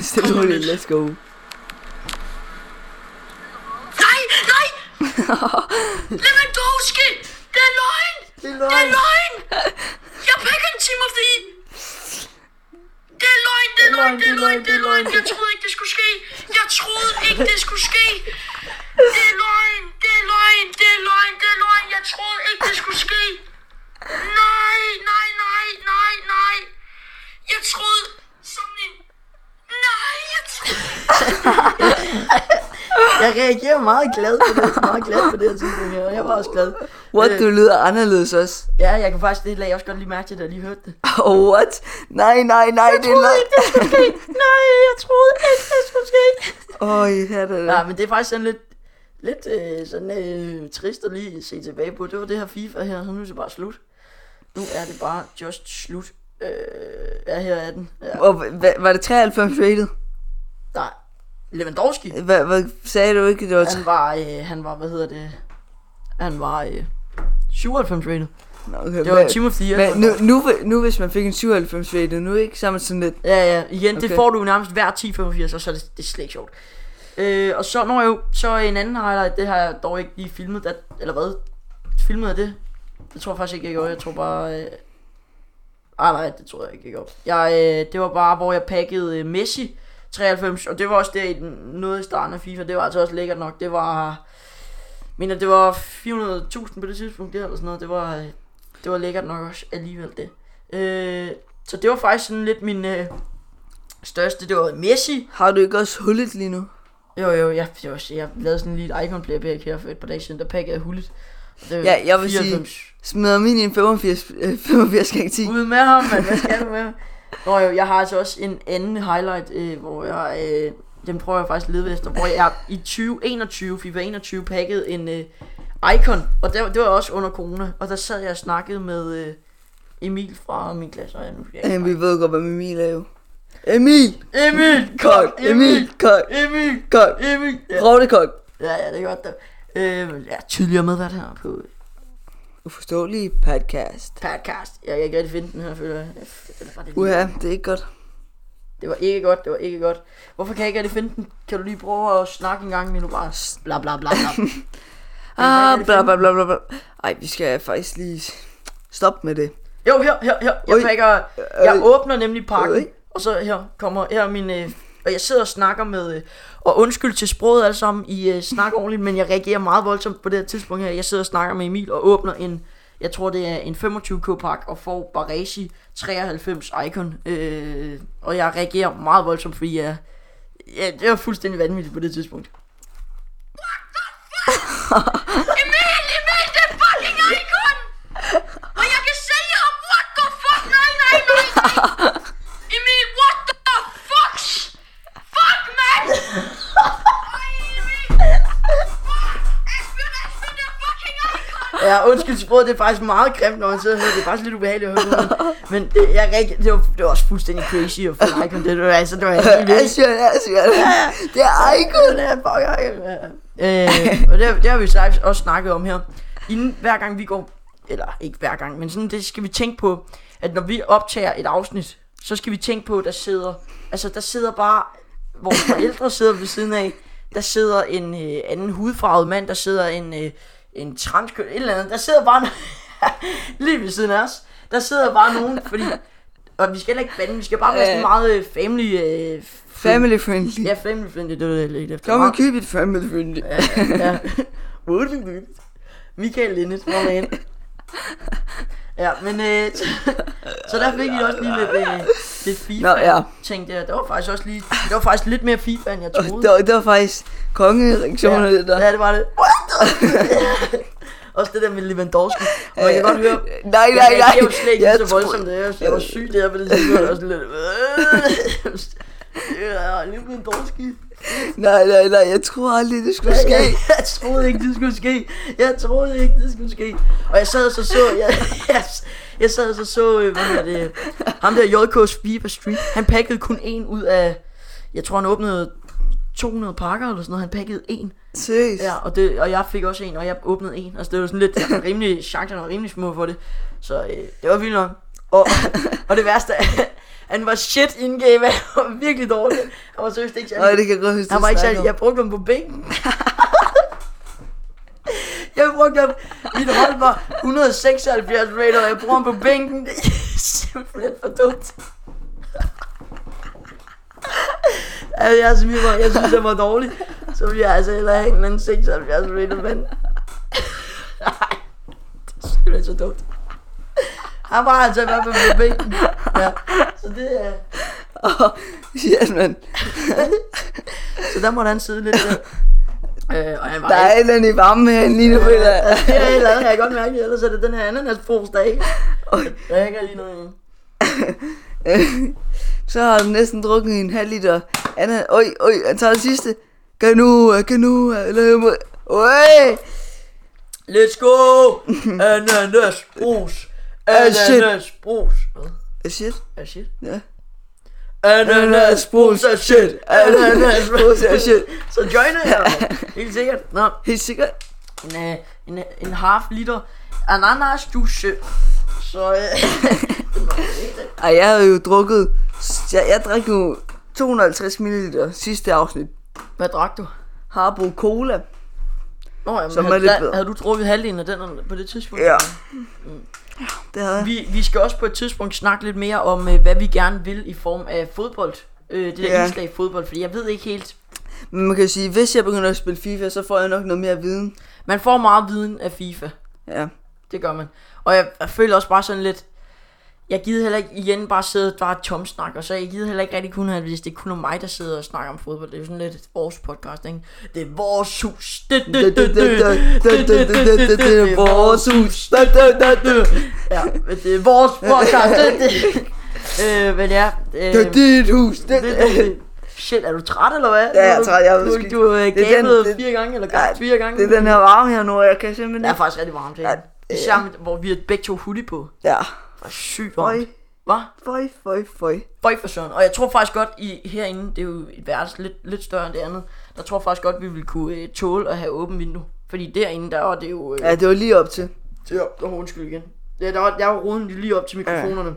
Speaker 2: Stille og roligt, let's go.
Speaker 3: Nej, nej! Lad mig gå, ske! Det er løgn!
Speaker 1: Det er
Speaker 3: Det er
Speaker 1: løgn.
Speaker 3: løgn! Jeg pikker en Timothy! Det er løgn, det er løgn, det er løgn, det er løgn. Jeg troede ikke, det skulle ske. Jeg troede ikke, det skulle ske. Det er løgn, det er løgn, det er løgn, det er løgn. Jeg troede ikke, det skulle ske. Nej, nej, nej, nej, nej. Jeg troede sådan en... Nej, jeg troede...
Speaker 1: Jeg reagerer meget glad på det. Meget glad på det her tidspunkt her. og Jeg var også glad.
Speaker 2: What,
Speaker 1: Øh,
Speaker 2: du lyder anderledes også. (laughs)
Speaker 1: Ja, jeg kunne faktisk det lag også godt lige mærke til, da jeg lige hørte det.
Speaker 2: Oh, what? Nej, nej, nej, det er løgn. (laughs)
Speaker 1: Nej, jeg troede ikke, det skulle ske.
Speaker 2: Øj, her er
Speaker 1: (laughs)
Speaker 2: det.
Speaker 1: Nej, men det er faktisk sådan lidt, lidt øh, sådan, øh, trist at lige se tilbage på. Det var det her FIFA her, så nu er det bare slut. Nu er det bare just slut. Øh, ja, her er den. Ja.
Speaker 2: Og hva, var det 93 rated?
Speaker 1: Nej, Lewandowski.
Speaker 2: Hvad hva, sagde du ikke, det var...
Speaker 1: Han var, øh, han var, hvad hedder det? Han var øh, 97 rated.
Speaker 2: Nå, Okay,
Speaker 1: Det var Timothy.
Speaker 2: men nu, nu, vi- nu, hvis man fik en 97 rated, nu er det ikke sammen sådan lidt...
Speaker 1: Ja, ja. Igen, okay. det
Speaker 2: Okay.
Speaker 1: får du nærmest hver 10-85, og så er det, det er slet ikke sjovt. Øh, og så når jeg jo, så en anden highlight, det har jeg dog ikke lige filmet, der, eller hvad? Filmet af det? Det tror jeg faktisk ikke, jeg gjorde. Jeg tror bare... Øh... Ej, nej, det tror jeg ikke, jeg gjorde. Jeg, øh, det var bare, hvor jeg pakkede øh, Messi 93, og det var også der i den, noget i starten af FIFA. Det var altså også lækkert nok. Det var... jeg mener, det var 400.000 på det tidspunkt, der eller sådan noget. Det var, øh, det var lækkert nok også alligevel det. Øh, så det var faktisk sådan lidt min... Øh, største, det var Messi.
Speaker 2: Har du ikke også hullet lige nu?
Speaker 1: Jo, jo, jeg, jeg, jeg, jeg lavede sådan lige et icon playback her for et par dage siden, der pakkede jeg hullet. Det var
Speaker 2: Ja, jeg vil sige- Smider min i en 85, øh, 85 gange 10.
Speaker 1: Ud med ham, mand. Hvad skal du med ham? Nå jo, jeg har altså også en anden highlight, øh, hvor jeg... Øh, den prøver jeg faktisk at lede efter, hvor jeg i 2021, FIFA 21, pakkede en øh, Icon. Og det, var- det var også under corona. Og der sad jeg og snakkede med øh, Emil fra min klasse. Og jeg nu jeg,
Speaker 2: Jamen, vi ved godt, hvad Emil er jo. Emil!
Speaker 1: Emil!
Speaker 2: Kok! Emil! Kok!
Speaker 1: Emil!
Speaker 2: Kok!
Speaker 1: Emil! Ja,
Speaker 2: Rovdekok!
Speaker 1: ja, ja det er godt da. Øh, jeg er tidligere medvært her på
Speaker 2: Uforståelig podcast.
Speaker 1: podcast. Jeg kan ikke rigtig finde den her, føler jeg. jeg føler bare, det, er lige-
Speaker 2: Uha, det er ikke godt.
Speaker 1: det var ikke godt, det var ikke godt. Hvorfor kan jeg ikke rigtig finde den? Kan du lige prøve at snakke en gang, men du bare bla bla bla bla.
Speaker 2: Ah,
Speaker 1: det
Speaker 2: bla bla bla bla bla. Ej, vi skal faktisk lige stoppe med det.
Speaker 1: jo, her, her, her. Jeg
Speaker 2: Ui.
Speaker 1: pakker, jeg
Speaker 2: Øh.
Speaker 1: åbner nemlig pakken,
Speaker 2: Ui.
Speaker 1: og så her kommer her er min... Øh, og jeg sidder og snakker med, øh, og undskyld til sproget alle sammen, I øh,
Speaker 2: (laughs)
Speaker 1: snakker ordentligt, men jeg reagerer meget voldsomt på det her tidspunkt her. Jeg sidder og snakker med Emil og åbner en, jeg tror det er en 25k-pakke, og får Baresi 93 Icon. Øh, og jeg reagerer meget voldsomt, fordi jeg, ja, det var fuldstændig vanvittigt på det tidspunkt.
Speaker 3: Emil, Emil, det er fucking Icon! Og jeg kan sælge ham, what the fuck, nej, nej, nej, nej. Emil, what the fuck? Fuck, man! Ej, Emil. Fuck, Asbjørn, Asbjørn, det er fucking Icon!
Speaker 1: Ja, undskyld til sproget, det er faktisk meget grimt, når man sidder og hører. Det er faktisk lidt ubehageligt at høre. på, Men, men det, jeg reagerer, det, var, det var også fuldstændig crazy at få Icon. Det, det var, altså, det var helt vildt.
Speaker 2: Asbjørn, Asbjørn. Det er Icon.
Speaker 1: Det er fuck Icon. ja.
Speaker 2: (laughs)
Speaker 1: Øh, og det, har- det har vi så også snakket om her. Inden hver gang vi går, eller ikke hver gang, men sådan det skal vi tænke på, at når vi optager et afsnit, så skal vi tænke på, at der sidder, altså der sidder bare,
Speaker 2: (laughs)
Speaker 1: vores forældre sidder ved siden af, der sidder en øh, anden hudfarvet mand, der sidder en, øh, en transkøn, et eller andet, der sidder bare, (laughs) lige ved siden af os, der sidder bare nogen, fordi, og vi skal heller ikke bande, vi skal bare være sådan
Speaker 2: Øh.
Speaker 1: meget øh, family, øh,
Speaker 2: Family friendly.
Speaker 1: Ja, family friendly, det var det, jeg ledte efter.
Speaker 2: Kom
Speaker 1: Meget-
Speaker 2: og køb et family friendly.
Speaker 1: ja. Woody Lindt. Michael Lindet, hvor man Ja, men øh, så, så der fik I også lige lidt, øh, lidt FIFA.
Speaker 2: Nå, ja.
Speaker 1: Tænk der, det var faktisk også lige, det var faktisk lidt mere FIFA, end jeg
Speaker 2: Og
Speaker 1: troede.
Speaker 2: Det var, det var faktisk kongereaktioner, det der.
Speaker 1: ja, ja, det var det. også det der med Lewandowski. Og man kan godt høre,
Speaker 2: Øh, Nej, nej, nej.
Speaker 1: Jeg er jo slet ikke
Speaker 2: Jeg
Speaker 1: så
Speaker 2: tror-
Speaker 1: voldsomt, det er. Jeg var syg der, men det er også lidt... "Øh, (laughs) Ja, Lewandowski.
Speaker 2: Nej, nej, nej. Jeg tror aldrig, det skulle ske.
Speaker 1: Jeg, jeg troede ikke, det skulle ske. Jeg troede ikke, det skulle ske. Og jeg sad og så så, jeg, jeg, jeg sad og så så, øh, hvad hedder det, ham der JK's Fever Street, han pakkede kun en ud af, jeg tror han åbnede 200 pakker eller sådan noget, han pakkede en.
Speaker 2: Seriøst.
Speaker 1: Ja, og, det, og jeg fik også en, og jeg åbnede en. Altså det var sådan lidt, jeg var rimelig, chancerne var rimelig små for det. Så øh, det var vildt nok. Og, og det værste er, Han var shit in game. Han var virkelig dårlig. Han var seriøst ikke særlig.
Speaker 2: Øj, det kan jeg godt huske,
Speaker 1: Han var
Speaker 2: du
Speaker 1: ikke
Speaker 2: snakker
Speaker 1: særlig. Jeg
Speaker 2: om.
Speaker 1: brugte ham på bænken. (laughs) jeg brugte ham. Mit hold var 176 rated, og jeg brugte ham på (laughs) bænken. Det er Simpelthen for dumt. (laughs) altså, jeg, synes, jeg, var, jeg synes, han var dårlig. Så vil jeg altså hellere have en eller anden 76 rated mand. (laughs) Nej, det er simpelthen så dumt. Han var altså i hvert fald på bænken. Ja, så det er...
Speaker 2: (laughs) Shit, mand.
Speaker 1: Så der måtte han sidde lidt der. (laughs) Øh, og han var
Speaker 2: Der er et eller andet i varmen her lige nu, eller?
Speaker 1: Altså, det er et eller andet, jeg kan godt mærke, ellers er det den her ananasfros, der ikke drikker lige noget.
Speaker 2: (laughs) Så har han næsten drukket en halv liter. Anna, øj, øj, han tager det sidste. Kan nu, øh, kan nu, eller jeg må... Øj!
Speaker 1: Let's go! (laughs) Ananasfros!
Speaker 2: Ah, shit.
Speaker 1: Ananasfros!
Speaker 2: Shit.
Speaker 1: Hvad Ah, shit?
Speaker 2: Ja.
Speaker 1: Ananasfros er
Speaker 2: (laughs)
Speaker 1: shit! (laughs) Ananasfros er
Speaker 2: er
Speaker 1: shit!
Speaker 2: shit.
Speaker 1: Så joiner jeg, mand. helt sikkert. Nå,
Speaker 2: Helt sikkert.
Speaker 1: en, øh, en, en half liter ananasjuice. Så øh,
Speaker 2: Ej, jeg havde jo drukket... Jeg, jeg drak jo 250 ml sidste afsnit.
Speaker 1: hvad drak du?
Speaker 2: Harbo Cola.
Speaker 1: Nå, jamen,
Speaker 2: Som er
Speaker 1: havde,
Speaker 2: lidt
Speaker 1: der-
Speaker 2: bedre.
Speaker 1: havde du drukket halvdelen af den på det tidspunkt?
Speaker 2: Ja. Mm. Det havde jeg.
Speaker 1: Vi, vi skal også på et tidspunkt snakke lidt mere om, øh, hvad vi gerne vil i form af fodbold. Øh, det der
Speaker 2: Ja.
Speaker 1: indslag i fodbold, fordi jeg ved ikke helt.
Speaker 2: Men man kan sige, hvis jeg begynder at spille FIFA, så får jeg nok noget mere viden.
Speaker 1: Man får meget viden af FIFA.
Speaker 2: Ja.
Speaker 1: Det gør man. Og jeg, jeg føler også bare sådan lidt... Jeg gider heller ikke igen bare sidde og bare tomsnak, og så jeg gider heller ikke rigtig kun have, hvis det kun er mig, der sidder og snakker om fodbold. Det er jo sådan lidt et vores podcast, ikke? Det er vores hus. Det det- det- det- det- det- det- det- det- det- det er vores hus. Det- det- det- det. Ja, men det er vores podcast. Det- det- Øh, men ja,
Speaker 2: Det
Speaker 1: øh,
Speaker 2: er dit hus. Det, det,
Speaker 1: Det, det, det. Shit, er du træt eller hvad?
Speaker 2: Ja, jeg er træt, jeg er
Speaker 1: du,
Speaker 2: udskidt.
Speaker 1: du, du
Speaker 2: Det er
Speaker 1: det
Speaker 2: den-
Speaker 1: den,
Speaker 2: det-
Speaker 1: fire gange, eller
Speaker 2: Nej,
Speaker 1: gav fire gange.
Speaker 2: det er øh, den her varme her nu, og jeg kan
Speaker 1: Det
Speaker 2: simpelthen
Speaker 1: er
Speaker 2: ikke...
Speaker 1: faktisk rigtig varmt, det
Speaker 2: Ja,
Speaker 1: er. Især med, hvor vi har begge to hoodie på.
Speaker 2: Ja.
Speaker 1: Det var sygt
Speaker 2: Føj,
Speaker 1: varmt. Hvad?
Speaker 2: føj, føj, føj.
Speaker 1: Bøj for søren. Og jeg tror faktisk godt, i herinde, det er jo et værelse lidt, lidt større end det andet, der tror jeg faktisk godt, vi ville kunne øh, tåle at have åbent vindue. Fordi derinde, der var det jo... Øh,
Speaker 2: Ja,
Speaker 1: ja.
Speaker 2: det var lige op til.
Speaker 1: Der, oh, undskyld igen. Ja, der var, der var roden lige op til mikrofonerne.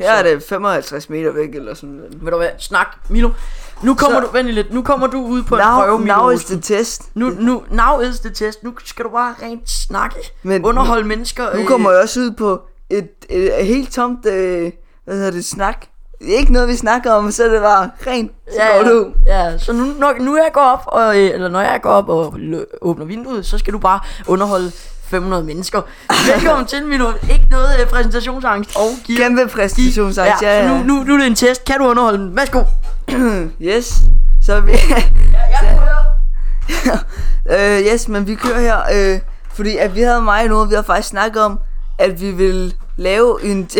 Speaker 1: Ja.
Speaker 2: Her er det 55 meter væk, eller sådan noget.
Speaker 1: Ved du hvad? Snak, Milo. Nu kommer
Speaker 2: Så-
Speaker 1: du, vent lige lidt, nu kommer du ud på en
Speaker 2: Now,
Speaker 1: prøve, Milo.
Speaker 2: now is
Speaker 1: Olsen.
Speaker 2: the test.
Speaker 1: Nu, nu, now is the test. Nu skal du bare rent snakke,
Speaker 2: Men-
Speaker 1: Men, underholde mennesker.
Speaker 2: Nu
Speaker 1: øh,
Speaker 2: kommer jeg også ud på et, et, et helt tomt, øh, hvad hedder det, snak. Det er ikke noget, vi snakker om, så er det bare rent. Så
Speaker 1: ja,
Speaker 2: går du.
Speaker 1: ja, ja, så nu, når, nu jeg går op, og, øh, eller når jeg går op og lø- åbner vinduet, så skal du bare underholde 500 mennesker. Velkommen til, Milo. Ikke noget øh, præsentationsangst og give.
Speaker 2: Kæmpe præstationsangst, ja, ja.
Speaker 1: Så nu, nu, nu er det en test. Kan du underholde dem? Værsgo.
Speaker 2: (clears throat) Yes, så er vi... (laughs)
Speaker 1: Jeg kører.
Speaker 2: Øh, yes, men vi kører her, øh, fordi at vi havde mig nu, og vi har faktisk snakket om, at vi ville lave en...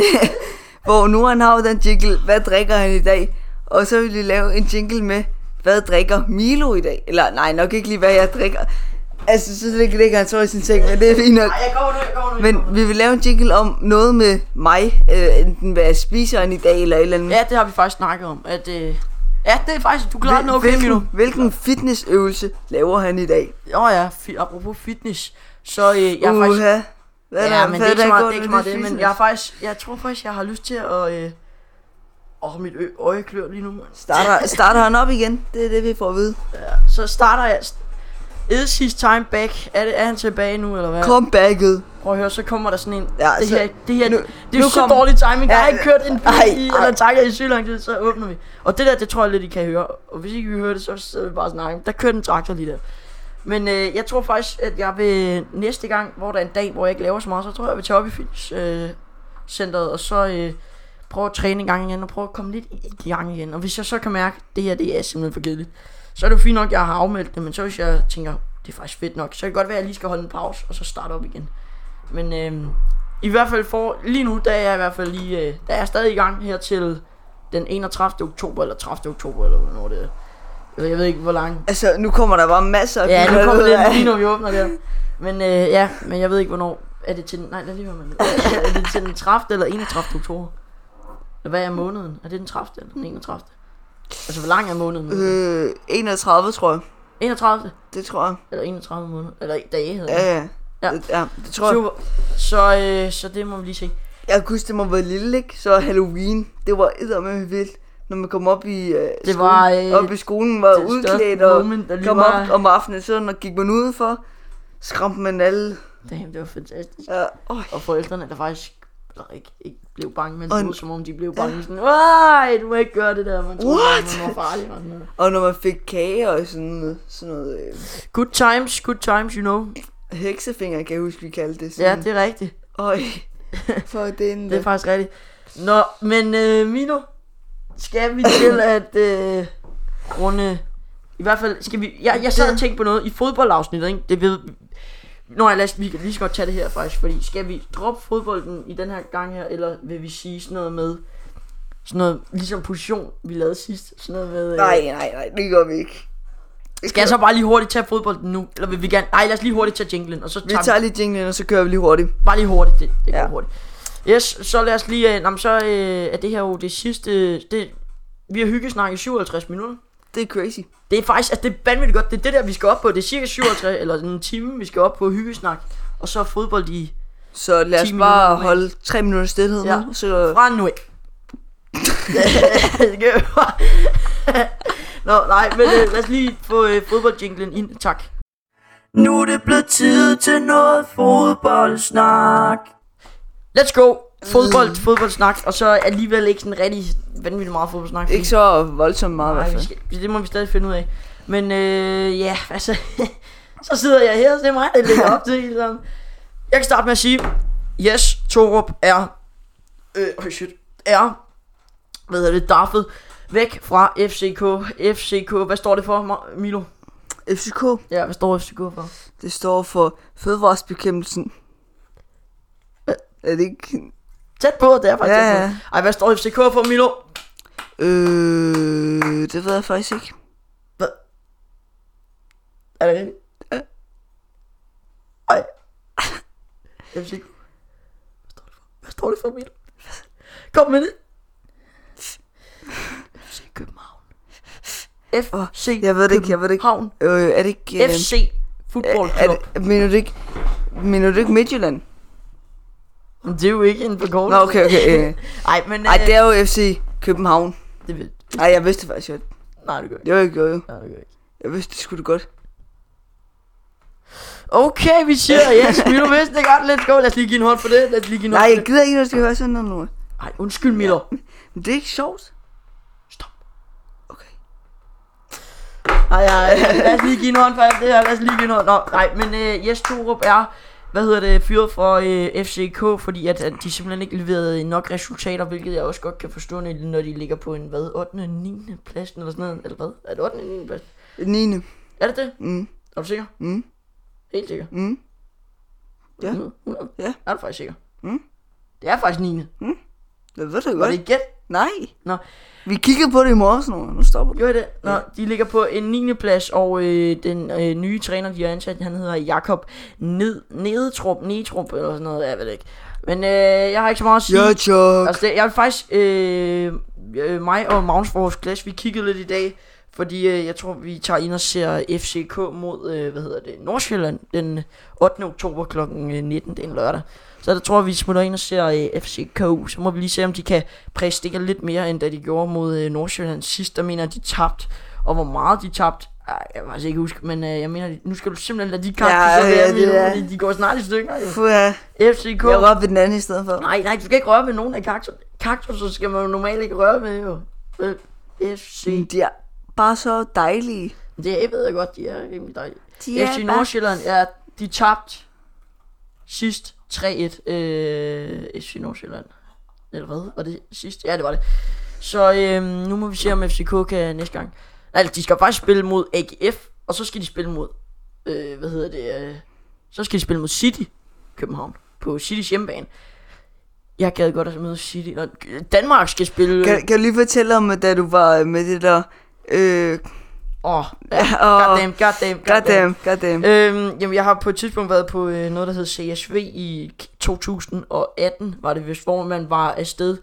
Speaker 2: (laughs) hvor nu han har jo den jingle, hvad drikker han i dag? Og så vil vi lave en jingle med, hvad drikker Milo i dag? Eller nej, nok ikke lige, hvad jeg drikker. Altså, så lig- ligger han så i sin seng, men det er fint nok.
Speaker 1: Ej, jeg kommer nu, jeg kommer nu. jeg kommer
Speaker 2: Men
Speaker 1: nu.
Speaker 2: vi vil lave en jingle om noget med mig, øh, enten hvad jeg spiser han i dag, eller et eller andet.
Speaker 1: Ja, det har vi faktisk snakket om. At, øh, ja, det er faktisk, du klarer den okay, Milo.
Speaker 2: hvilken, hvilken fitnessøvelse laver han i dag?
Speaker 1: Åh oh, ja, fi- apropos fitness, så øh, jeg er faktisk...
Speaker 2: Uha. Hvad er
Speaker 1: ja,
Speaker 2: der-
Speaker 1: men det
Speaker 2: hvad
Speaker 1: er ikke
Speaker 2: der
Speaker 1: så
Speaker 2: gået
Speaker 1: meget det, er ikke så
Speaker 2: med
Speaker 1: meget det men
Speaker 2: fitness?
Speaker 1: jeg, er faktisk, jeg tror faktisk, jeg har lyst til at... Øh, åh, mit ø- øje klør lige nu. mand.
Speaker 2: Starter, starter han op igen? Det er det, vi får at vide.
Speaker 1: Så starter jeg... Is his time back. Er, det, er han tilbage nu, eller hvad?
Speaker 2: Comebacket.
Speaker 1: Prøv at høre, så kommer der sådan en...
Speaker 2: Ja,
Speaker 1: Ja, det,
Speaker 2: så-
Speaker 1: her, det her,
Speaker 2: nu-
Speaker 1: nu, det er
Speaker 2: nu
Speaker 1: jo så
Speaker 2: kommer-
Speaker 1: dårlig timing.
Speaker 2: Ja,
Speaker 1: jeg har ikke kørt en
Speaker 2: ej,
Speaker 1: bil i,
Speaker 2: ej.
Speaker 1: eller takker i syg lang tid, så åbner vi. Og det der, det tror jeg lidt, I kan høre. Og hvis ikke vi hører det, så sidder vi bare og snakker. Der kørte en traktor lige der. Men øh, jeg tror faktisk, at jeg vil næste gang, hvor der er en dag, hvor jeg ikke laver så meget, så tror jeg, jeg vil tage op i fitness, øh, centeret, og så øh, prøve at træne en gang igen, og prøve at komme lidt i gang igen. Og hvis jeg så kan mærke, at det her, det er simpelthen for kedeligt, så er det jo fint nok, at jeg har afmeldt det, men så hvis jeg tænker, det er faktisk fedt nok, så kan det godt være, at jeg lige skal holde en pause, og så starte op igen. Men øh, i hvert fald for, lige nu, der er jeg i hvert fald lige, øh, der er jeg stadig i gang her til den 31. oktober, eller 30. oktober, eller hvornår det er. Jeg ved- Jeg ved ikke, hvor lang.
Speaker 2: Altså, nu kommer der bare masser af
Speaker 1: Ja,
Speaker 2: biler
Speaker 1: nu kommer
Speaker 2: ud af-
Speaker 1: det lige, når vi åbner der. Men øh, ja, men jeg ved ikke, hvornår. Er det til den, nej, lad lige høre mig. Er det til den 30. eller 31. oktober? Eller Hvad er måneden? Er det den 30. eller den 31. Altså, hvor lang er måneden?
Speaker 2: Øh, 31, tror jeg.
Speaker 1: 31.
Speaker 2: Det tror jeg.
Speaker 1: Eller 31 måneder. Eller dage hedder det.
Speaker 2: Ja, ja.
Speaker 1: Ja.
Speaker 2: Det, ja, det tror jeg.
Speaker 1: Super. Så, øh, så det må vi lige se.
Speaker 2: Jeg kunne huske, det må være lille, ikke? Så Halloween, det var eddermame vildt. Når man kom op i, øh, skolen,
Speaker 1: var, øh,
Speaker 2: op i skolen, var
Speaker 1: det største
Speaker 2: udklædt og
Speaker 1: moment, der lige
Speaker 2: kom
Speaker 1: var.
Speaker 2: op om aftenen, så når gik man udenfor, skræmte man alle.
Speaker 1: Damn, det var fantastisk.
Speaker 2: Ja, øj,
Speaker 1: Og forældrene, der faktisk eller ikke, ikke blev bange, men
Speaker 2: Og-
Speaker 1: troede, som om de blev bange. Sådan, Ej, du må ikke gøre det der. Man troede,
Speaker 2: What?
Speaker 1: What? man var farlig. og sådan noget.
Speaker 2: og når man fik kage og sådan noget, sådan noget øh,
Speaker 1: Good times, good times, you know.
Speaker 2: heksefinger, kan jeg huske, vi kaldte det.
Speaker 1: Ja,
Speaker 2: Sådan,
Speaker 1: det er rigtigt.
Speaker 2: Øj, for
Speaker 1: (laughs)
Speaker 2: den øh,
Speaker 1: Det er faktisk rigtigt. Nå, men øh, Mino, skal vi
Speaker 2: (coughs)
Speaker 1: til at øh, runde... I hvert fald skal vi... Jeg, jeg sad og tænkte på noget i fodboldafsnittet, ikke? Det ved... Nå, lad os, vi kan lige så godt tage det her faktisk, fordi skal vi droppe fodbolden i den her gang her, eller vil vi sige sådan noget med... Sådan noget, ligesom position, vi lavede sidst. Sådan noget med... Øh,
Speaker 2: Nej, nej, nej, det gør vi ikke. Det
Speaker 1: Skal jeg
Speaker 2: gør-
Speaker 1: så bare lige hurtigt tage fodbolden nu? Eller vil vi gerne... Nej, lad os lige hurtigt tage jinglen, og så
Speaker 2: Vi
Speaker 1: tager
Speaker 2: tager lige jinglen, og så kører vi lige hurtigt.
Speaker 1: Bare lige hurtigt, det, det går
Speaker 2: Ja.
Speaker 1: hurtigt. Yes, så lad os lige... Øh, nå, men så øh, er det her jo det sidste... øh, Det, vi har hyggesnak i 57 minutter.
Speaker 2: Det er crazy.
Speaker 1: Det er faktisk... Altså, det er vanvittigt godt. Det er det der, vi skal op på. Det er cirka 57... eller en time, vi skal op på hyggesnak. Og så fodbold i...
Speaker 2: Så lad
Speaker 1: 10
Speaker 2: os
Speaker 1: minutter
Speaker 2: bare
Speaker 1: normalt.
Speaker 2: holde 3 minutter stillhed
Speaker 1: Ja.
Speaker 2: nu. Så
Speaker 1: Fra nu af. Det kan jeg bare- (laughs) Nå, nej, men øh, lad os lige få øh, fodboldjinglen ind. Tak.
Speaker 4: Nu er det blevet tid til noget fodboldsnak.
Speaker 1: Let's go. Fodbold, fodboldsnak. Og så alligevel ikke sådan rigtig vanvittigt meget fodboldsnak. fordi-
Speaker 2: ikke så voldsomt meget i
Speaker 1: Nej,
Speaker 2: hvert
Speaker 1: vi
Speaker 2: fald.
Speaker 1: skal, det må vi stadig finde ud af. Men øh, ja, (laughs) altså, så sidder jeg her, så det er mig, der lægger op til ligesom. Jeg kan starte med at sige, yes, Torup er, øh, oh shit, er, hvad hedder det, daffet væk fra FCK. FCK, hvad står det for, Ma- Milo?
Speaker 2: FCK,
Speaker 1: Ja, hvad står FCK for?
Speaker 2: det står for Fødevaresbekæmpelsen. Er det ikke...
Speaker 1: Tæt på, det er faktisk
Speaker 2: Ja,
Speaker 1: tæt på.
Speaker 2: ja.
Speaker 1: Ej, hvad står FCK for, Milo?
Speaker 2: Øh, det ved jeg faktisk ikke.
Speaker 1: Er det rigtigt? Ej. FCK. Hvad står det for? Hvad står det for, Milo? Kom med det. FC København. FC
Speaker 2: Jeg ved det ikke, jeg ved det ikke.
Speaker 1: København.
Speaker 2: Øh, er det ikke... øh,
Speaker 1: FC Football
Speaker 2: er
Speaker 1: Club.
Speaker 2: det, mener du ikke... Mener du ikke Midtjylland?
Speaker 1: Men Det er jo ikke en
Speaker 2: Nå,
Speaker 1: forkortelse.
Speaker 2: okay, okay. Øh.
Speaker 1: (laughs) Ej, men...
Speaker 2: Ej,
Speaker 1: øh,
Speaker 2: det er jo FC København.
Speaker 1: det ved
Speaker 2: Nej, jeg vidste det faktisk godt.
Speaker 1: Nej, det gør jeg ikke.
Speaker 2: Det var jeg gjorde jo.
Speaker 1: Nej, det gør jeg ikke.
Speaker 2: Jeg vidste det skulle godt.
Speaker 1: Okay, vi (laughs) siger yes, Milo vidste det godt. Let's go. Lad os lige give en hånd for det. Lad os lige give en
Speaker 2: Nej,
Speaker 1: hånd
Speaker 2: jeg
Speaker 1: for det.
Speaker 2: gider ikke, at du skal høre sådan noget nu.
Speaker 1: Ej, undskyld, Milo.
Speaker 2: Men det er ikke sjovt.
Speaker 1: Stop.
Speaker 2: Okay.
Speaker 1: Ej, ej, ej, lad os lige give en hånd for alt det her, lad os lige give en hånd. Nå, nej, men øh, Jes Torup er, hvad hedder det, fyret fra øh, FCK, fordi at, at de simpelthen ikke leverede nok resultater, hvilket jeg også godt kan forstå, når de- når de ligger på en, hvad, 8. 9. plads eller sådan noget, eller hvad? Er det 8. 9. plads?
Speaker 2: 9.
Speaker 1: Er det det?
Speaker 2: Mm.
Speaker 1: Er du sikker?
Speaker 2: Mm.
Speaker 1: Helt sikker?
Speaker 2: Mm. Ja.
Speaker 1: 100? 100?
Speaker 2: Ja.
Speaker 1: Er du faktisk sikker?
Speaker 2: Mm.
Speaker 1: Det er faktisk 9.
Speaker 2: Jeg ved det
Speaker 1: Var
Speaker 2: godt.
Speaker 1: det et gæt?
Speaker 2: Nej.
Speaker 1: Nå.
Speaker 2: Vi kiggede på det i morges nu, og nu stopper det.
Speaker 1: Gjorde I det? Nå, de ligger på en 9. plads, og øh, den øh, nye træner, de har ansat, han hedder Jakob Ned, Nedtrup, Nedtrup, eller sådan noget, jeg ved det ikke. Men øh, jeg har ikke så meget at sige.
Speaker 2: Ja, Chuck.
Speaker 1: Altså, det, jeg vil faktisk, øh, øh, mig og Magnus fra vores klasse, vi kiggede lidt i dag, fordi øh, jeg tror, vi tager ind og ser FCK mod, øh, hvad hedder det, Nordsjælland den 8. oktober kl. 19, det er en lørdag. Så der tror jeg, vi smutter ind og ser øh, FCK, så må vi lige se, om de kan præstere lidt mere, end da de gjorde mod øh, Nordsjælland sidst. Der mener jeg, de tabte, og hvor meget de tabte, ej, jeg kan faktisk ikke huske, men øh, jeg mener, nu skal du simpelthen lade de kampe,
Speaker 2: Ja,
Speaker 1: ja,
Speaker 2: ja,
Speaker 1: ja,
Speaker 2: det er-
Speaker 1: de, de går snart i stykker. jo.
Speaker 2: Få ja.
Speaker 1: FCK.
Speaker 2: Jeg rører ved den anden i stedet for.
Speaker 1: Nej, nej, du skal ikke røre ved nogen af kaktus. Kaktuser skal man jo normalt ikke røre ved, jo. Øh, FC.
Speaker 2: Men De er bare så dejlige.
Speaker 1: Det er, ved jeg godt, de er rimelig dejlige.
Speaker 2: De er
Speaker 1: FC
Speaker 2: bare-
Speaker 1: Nordsjælland, ja, de tabte sidst 3-1. Øh, FC Nordsjælland. Eller hvad? Var det sidst? Ja, det var det. Så øh, nu må vi se, om FCK kan næste gang. Altså, de skal faktisk spille mod AGF, og så skal de spille mod, øh, hvad hedder det, øh, så skal de spille mod City København på Citys hjemmebane. Jeg gad godt at møde City. Nå, Danmark skal spille...
Speaker 2: Kan, kan du lige fortælle om, da du var med det der... Øh,
Speaker 1: Åh, ja,
Speaker 2: og-
Speaker 1: goddamn, goddamn, goddamn.
Speaker 2: goddamn, goddamn.
Speaker 1: Øhm, jamen, jeg har på et tidspunkt været på øh, noget, der hed CSV i 2018, var det vist, hvor man var afsted,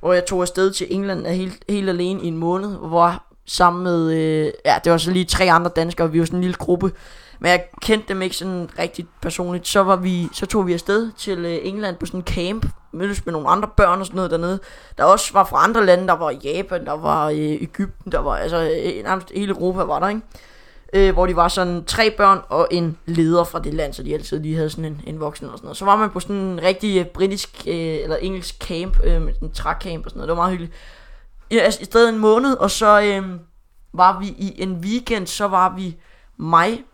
Speaker 1: hvor jeg tog afsted til England af helt, helt alene i en måned, hvor sammen med, øh, ja, det var så lige tre andre danskere, vi var sådan en lille gruppe, men jeg kendte dem ikke sådan rigtigt personligt, så, var vi, så tog vi afsted til øh, England på sådan en camp mødtes med nogle andre børn og sådan noget dernede, der også var fra andre lande, der var i Japan, der var i Ægypten, der var altså øh, nærmest hele Europa var der, ikke? Øh, hvor de var sådan tre børn og en leder fra det land, så de altid lige havde sådan en, en voksen og sådan noget. Så var man på sådan en rigtig øh, britisk øh, eller engelsk camp, øh, med sådan en træcamp og sådan noget, det var meget hyggeligt. Ja, altså, i stedet en måned, og så øh, var vi i en weekend, så var vi mig,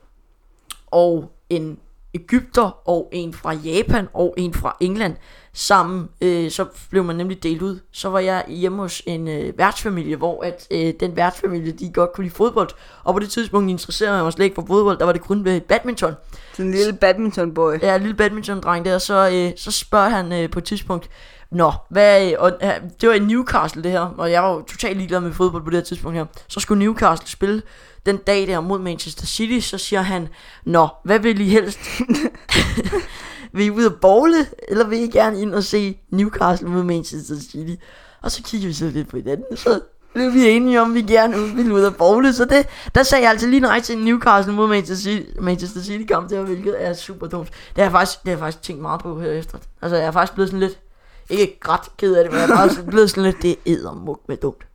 Speaker 1: og en Ægypter og en fra Japan og en fra England sammen, øh, så blev man nemlig delt ud. Så var jeg hjemme hos en øh, værtsfamilie, hvor at øh, den værtsfamilie, de godt kunne lide fodbold. Og på det tidspunkt interesserede jeg mig slet ikke for fodbold, der var det kun ved badminton.
Speaker 2: Sådan en lille badmintonboy.
Speaker 1: Ja, lille badminton-dreng der, så, øh, så spørger han øh, på et tidspunkt, Nå, hvad, øh, og, øh, det var i Newcastle det her, og jeg var jo totalt ligeglad med fodbold på det her tidspunkt her. Så skulle Newcastle spille den dag der mod Manchester City, så siger han, Nå, hvad vil I helst? vil I ud og bowle, eller vil I gerne ind og se Newcastle mod Manchester City? Og så kigger vi så lidt på hinanden, så blev vi enige om, at vi gerne ville ud og bowle. Så det, der sagde jeg altså lige nej til Newcastle mod Manchester City, Manchester City kamp der, hvilket er super dumt. Det har jeg faktisk, det har jeg faktisk tænkt meget på herefter. Altså, jeg er faktisk blevet sådan lidt, ikke ret ked af det, men jeg er faktisk blevet sådan lidt, det er muk med dumt.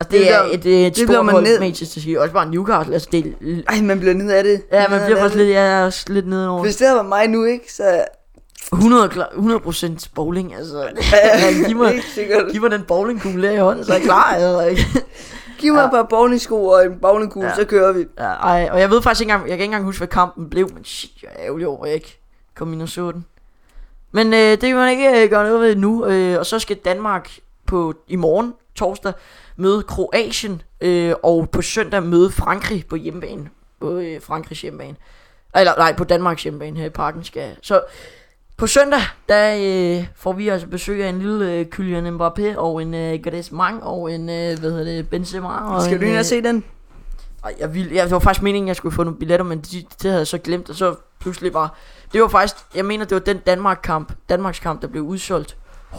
Speaker 1: Altså, det,
Speaker 2: Det
Speaker 1: det er
Speaker 2: bliver-
Speaker 1: et, et, et
Speaker 2: det bliver
Speaker 1: stort
Speaker 2: man
Speaker 1: hold,
Speaker 2: ned-
Speaker 1: Manchester City, også bare Newcastle, altså det er
Speaker 2: Ej, man bliver ned af det.
Speaker 1: Ja, man
Speaker 2: Ned
Speaker 1: bliver
Speaker 2: af
Speaker 1: faktisk
Speaker 2: det.
Speaker 1: lidt, jeg er også lidt nedenover.
Speaker 2: Hvis det havde været mig nu, ikke, så...
Speaker 1: 100, klar, 100% bowling, altså.
Speaker 2: Ja,
Speaker 1: (laughs) giv, mig,
Speaker 2: helt sikkert.
Speaker 1: giv mig den bowlingkugle der i hånden, så er jeg klar, altså. ikke?
Speaker 2: Giv mig et par bowlingsko og en bowlingkugle,
Speaker 1: Ja.
Speaker 2: så kører vi.
Speaker 1: Ja, ej, og jeg ved faktisk ikke engang, jeg kan ikke engang huske, hvad kampen blev, men shit, jeg er ærgerlig over, at jeg ikke kom ind og så den. Men øh, det kan man ikke øh, gøre noget ved nu, øh, og så skal Danmark på i morgen, torsdag, møde Kroatien, øh, og på søndag møde Frankrig på hjemmebane, på øh, Frankrigs hjemmebane. Eller nej, på Danmarks hjemmebane her i parken skal Så på søndag, der øh, får vi altså besøg af en lille øh, Kylian Mbappé, og en øh, Griezmann, og en, øh, hvad hedder det, Benzema. Og
Speaker 2: Skal
Speaker 1: en,
Speaker 2: du ind og
Speaker 1: øh,
Speaker 2: se den?
Speaker 1: ej, jeg ville, jeg, det var faktisk meningen, at jeg skulle få nogle billetter, men det, det havde jeg så glemt, og så pludselig bare... Det var faktisk, jeg mener, det var den Danmark-kamp, Danmarks kamp, der blev udsolgt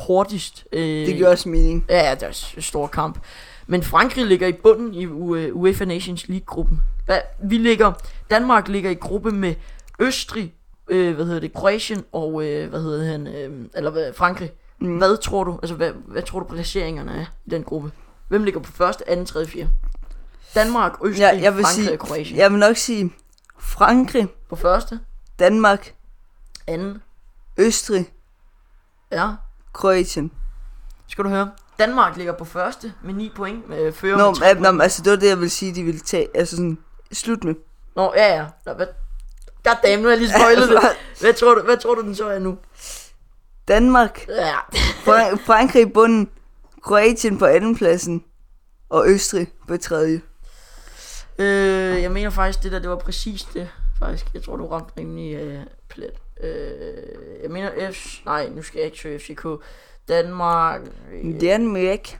Speaker 1: hurtigst. Øh,
Speaker 2: Det giver også mening.
Speaker 1: Ja, ja, det var s- en stor kamp. Men Frankrig ligger i bunden i U- øh, UEFA Nations League-gruppen. Hvad- Vi ligger, Danmark ligger i gruppe med Østrig, øh, hvad hedder det, Kroatien og, øh, hvad hedder han, øh, eller hvad, Frankrig. Mm. Hvad tror du, altså hvad, hvad tror du placeringerne er i den gruppe? Hvem ligger på første, anden, tredje, fjerde? Danmark, Østrig,
Speaker 2: Ja, jeg vil
Speaker 1: Frankrig
Speaker 2: sige,
Speaker 1: og Kroatien.
Speaker 2: jeg vil nok sige Frankrig,
Speaker 1: På første,
Speaker 2: Danmark,
Speaker 1: anden,
Speaker 2: Østrig,
Speaker 1: ja.
Speaker 2: Kroatien.
Speaker 1: Skal du høre? Danmark ligger på første med 9 point, øh, fører
Speaker 2: Nå,
Speaker 1: med tre
Speaker 2: men, nå, men altså det var det, jeg ville sige, de ville tage. Altså sådan, slut med.
Speaker 1: Nå, ja, ja. Nå, hvad? Goddamn, nu har jeg lige
Speaker 2: (laughs)
Speaker 1: spoilet det.
Speaker 2: altså.
Speaker 1: Hvad tror, du, hvad tror du, den så er nu?
Speaker 2: Danmark,
Speaker 1: Ja. (laughs)
Speaker 2: Frank- Frankrig i bunden, Kroatien på andenpladsen, og Østrig på tredje.
Speaker 1: øh, jeg mener faktisk, det der, det var præcis det. Faktisk, jeg tror, du ramte rimelig øh, plet. Øh, jeg mener F... Nej, nu skal jeg ikke søge FCK. Danmark... Øh,
Speaker 2: Det er en mæk.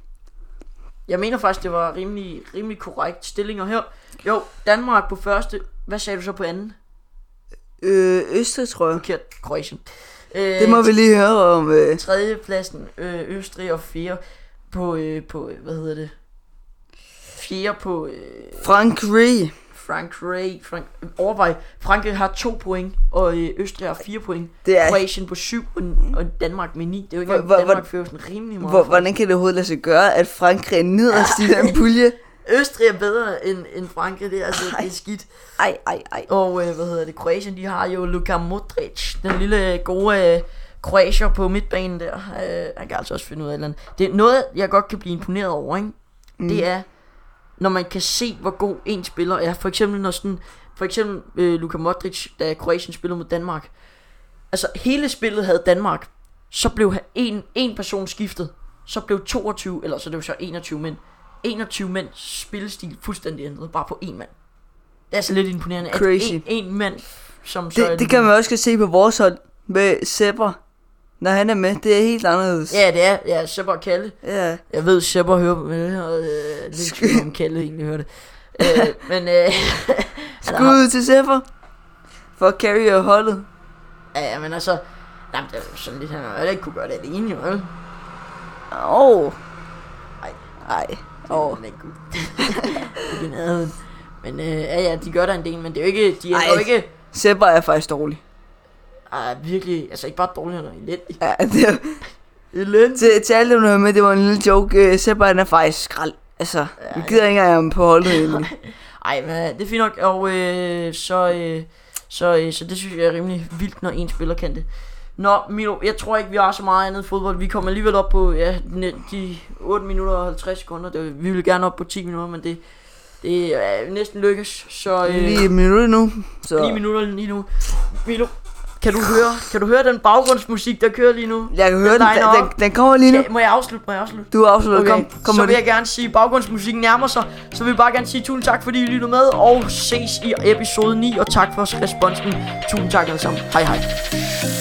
Speaker 1: Jeg mener faktisk, det var rimelig, rimelig korrekt stillinger her. Jo, Danmark på første. Hvad sagde du så på anden?
Speaker 2: Øh, Østrig, tror jeg.
Speaker 1: Forkert. Kroatien. Øh,
Speaker 2: Det må vi lige høre om. Øh.
Speaker 1: tredjepladsen øh, Østrig og fjerde på, øh, på, øh, hvad hedder det? Fjerde på øh,
Speaker 2: Frankrig.
Speaker 1: Frankrig. Frank, øh, overvej, Frankrig har to point, og øh, Østrig har fire point.
Speaker 2: Det er-
Speaker 1: Kroatien på syv, og, og Danmark med ni. Det er jo ikke,
Speaker 2: Hvor-
Speaker 1: engang-
Speaker 2: hvor-
Speaker 1: Danmark
Speaker 2: hvor-
Speaker 1: fører sådan rimelig meget.
Speaker 2: Hvor,
Speaker 1: for.
Speaker 2: hvordan kan det overhovedet lade sig gøre, at Frankrig er nederst i den (laughs) pulje?
Speaker 1: Østrig er bedre end, end Frankrig, det er altså det er skidt.
Speaker 2: Ej, ej, ej.
Speaker 1: Og øh, hvad hedder det, Kroatien, de har jo Luka Modric, den lille øh, gode øh, kroatier på midtbanen der. Øh, han kan altså også finde ud af et eller andet. Det er noget, jeg godt kan blive imponeret over, ikke? Mm. Det er, når man kan se, hvor god en spiller er. For eksempel, når sådan, for eksempel øh, Luka Modric, da Kroatien spillede mod Danmark. Altså, hele spillet havde Danmark. Så blev han- en, en person skiftet. Så blev 22, eller så det var så 21 mænd. 21 mænd spillestil fuldstændig ændret, bare på en mand. Det er altså lidt imponerende. at
Speaker 2: Crazy.
Speaker 1: En, en mand, som så er
Speaker 2: Det, det kan man også godt se på vores hold med Sepper. Når han er med, det er helt anderledes.
Speaker 1: Ja, det er. Ja, Sepper og Kalle.
Speaker 2: Ja.
Speaker 1: Jeg ved, Sepper hører med det her. Øh, lidt
Speaker 2: Skud.
Speaker 1: tvivl om Kalle egentlig hører det. Øh, men øh, (laughs)
Speaker 2: Skud ud til Sepper. For at carry og holdet.
Speaker 1: ja, ja, men altså... Jamen, det er jo sådan lidt, han har heller ikke kunne gøre det alene, jo. vel?
Speaker 2: Åh. Oh. Ej, ej. Åh.
Speaker 1: Men, gud. (laughs) Det er noget. men øh, ja, ja, de gør der en del, men det er jo ikke... De er
Speaker 2: Ej.
Speaker 1: jo ikke...
Speaker 2: Sepper er faktisk dårlig.
Speaker 1: Ah, virkelig, altså ikke bare dårligere, men lidt.
Speaker 2: Ja, det er,
Speaker 1: Ellen.
Speaker 2: Til, til alle dem, der hører med, det var en lille joke. Øh, Sebba, han er faktisk skrald. Altså, vi gider ikke engang have ham på holdet (laughs) egentlig.
Speaker 1: Ej, men det er fint nok. Og øh, så, øh, så, øh, så det synes jeg er rimelig vildt, når en spiller kan det. Nå, Milo, jeg tror ikke, vi har så meget andet fodbold. Vi kommer alligevel op på ja, ne- de 8 minutter og 50 sekunder. Det, vi vil gerne op på 10 minutter, men det, det er næsten lykkes. Så øh,
Speaker 2: Lige et minut nu. Så.
Speaker 1: 9 minutter lige nu. Milo, kan du høre, kan du høre den baggrundsmusik, der kører lige nu?
Speaker 2: Jeg kan høre den.
Speaker 1: liner
Speaker 2: Den,
Speaker 1: op.
Speaker 2: den, den kommer lige nu.
Speaker 1: Skal, må jeg afslutte? Må jeg afslutte?
Speaker 2: Du er afsluttet.
Speaker 1: Okay,
Speaker 2: Kom, kom
Speaker 1: så
Speaker 2: med
Speaker 1: vil
Speaker 2: det.
Speaker 1: jeg gerne sige, at baggrundsmusikken nærmer sig. Så vil jeg bare gerne sige tusind tak, fordi I lyttede med, og ses i episode 9, og tak for responsen. Tusind tak alle sammen. Hej hej.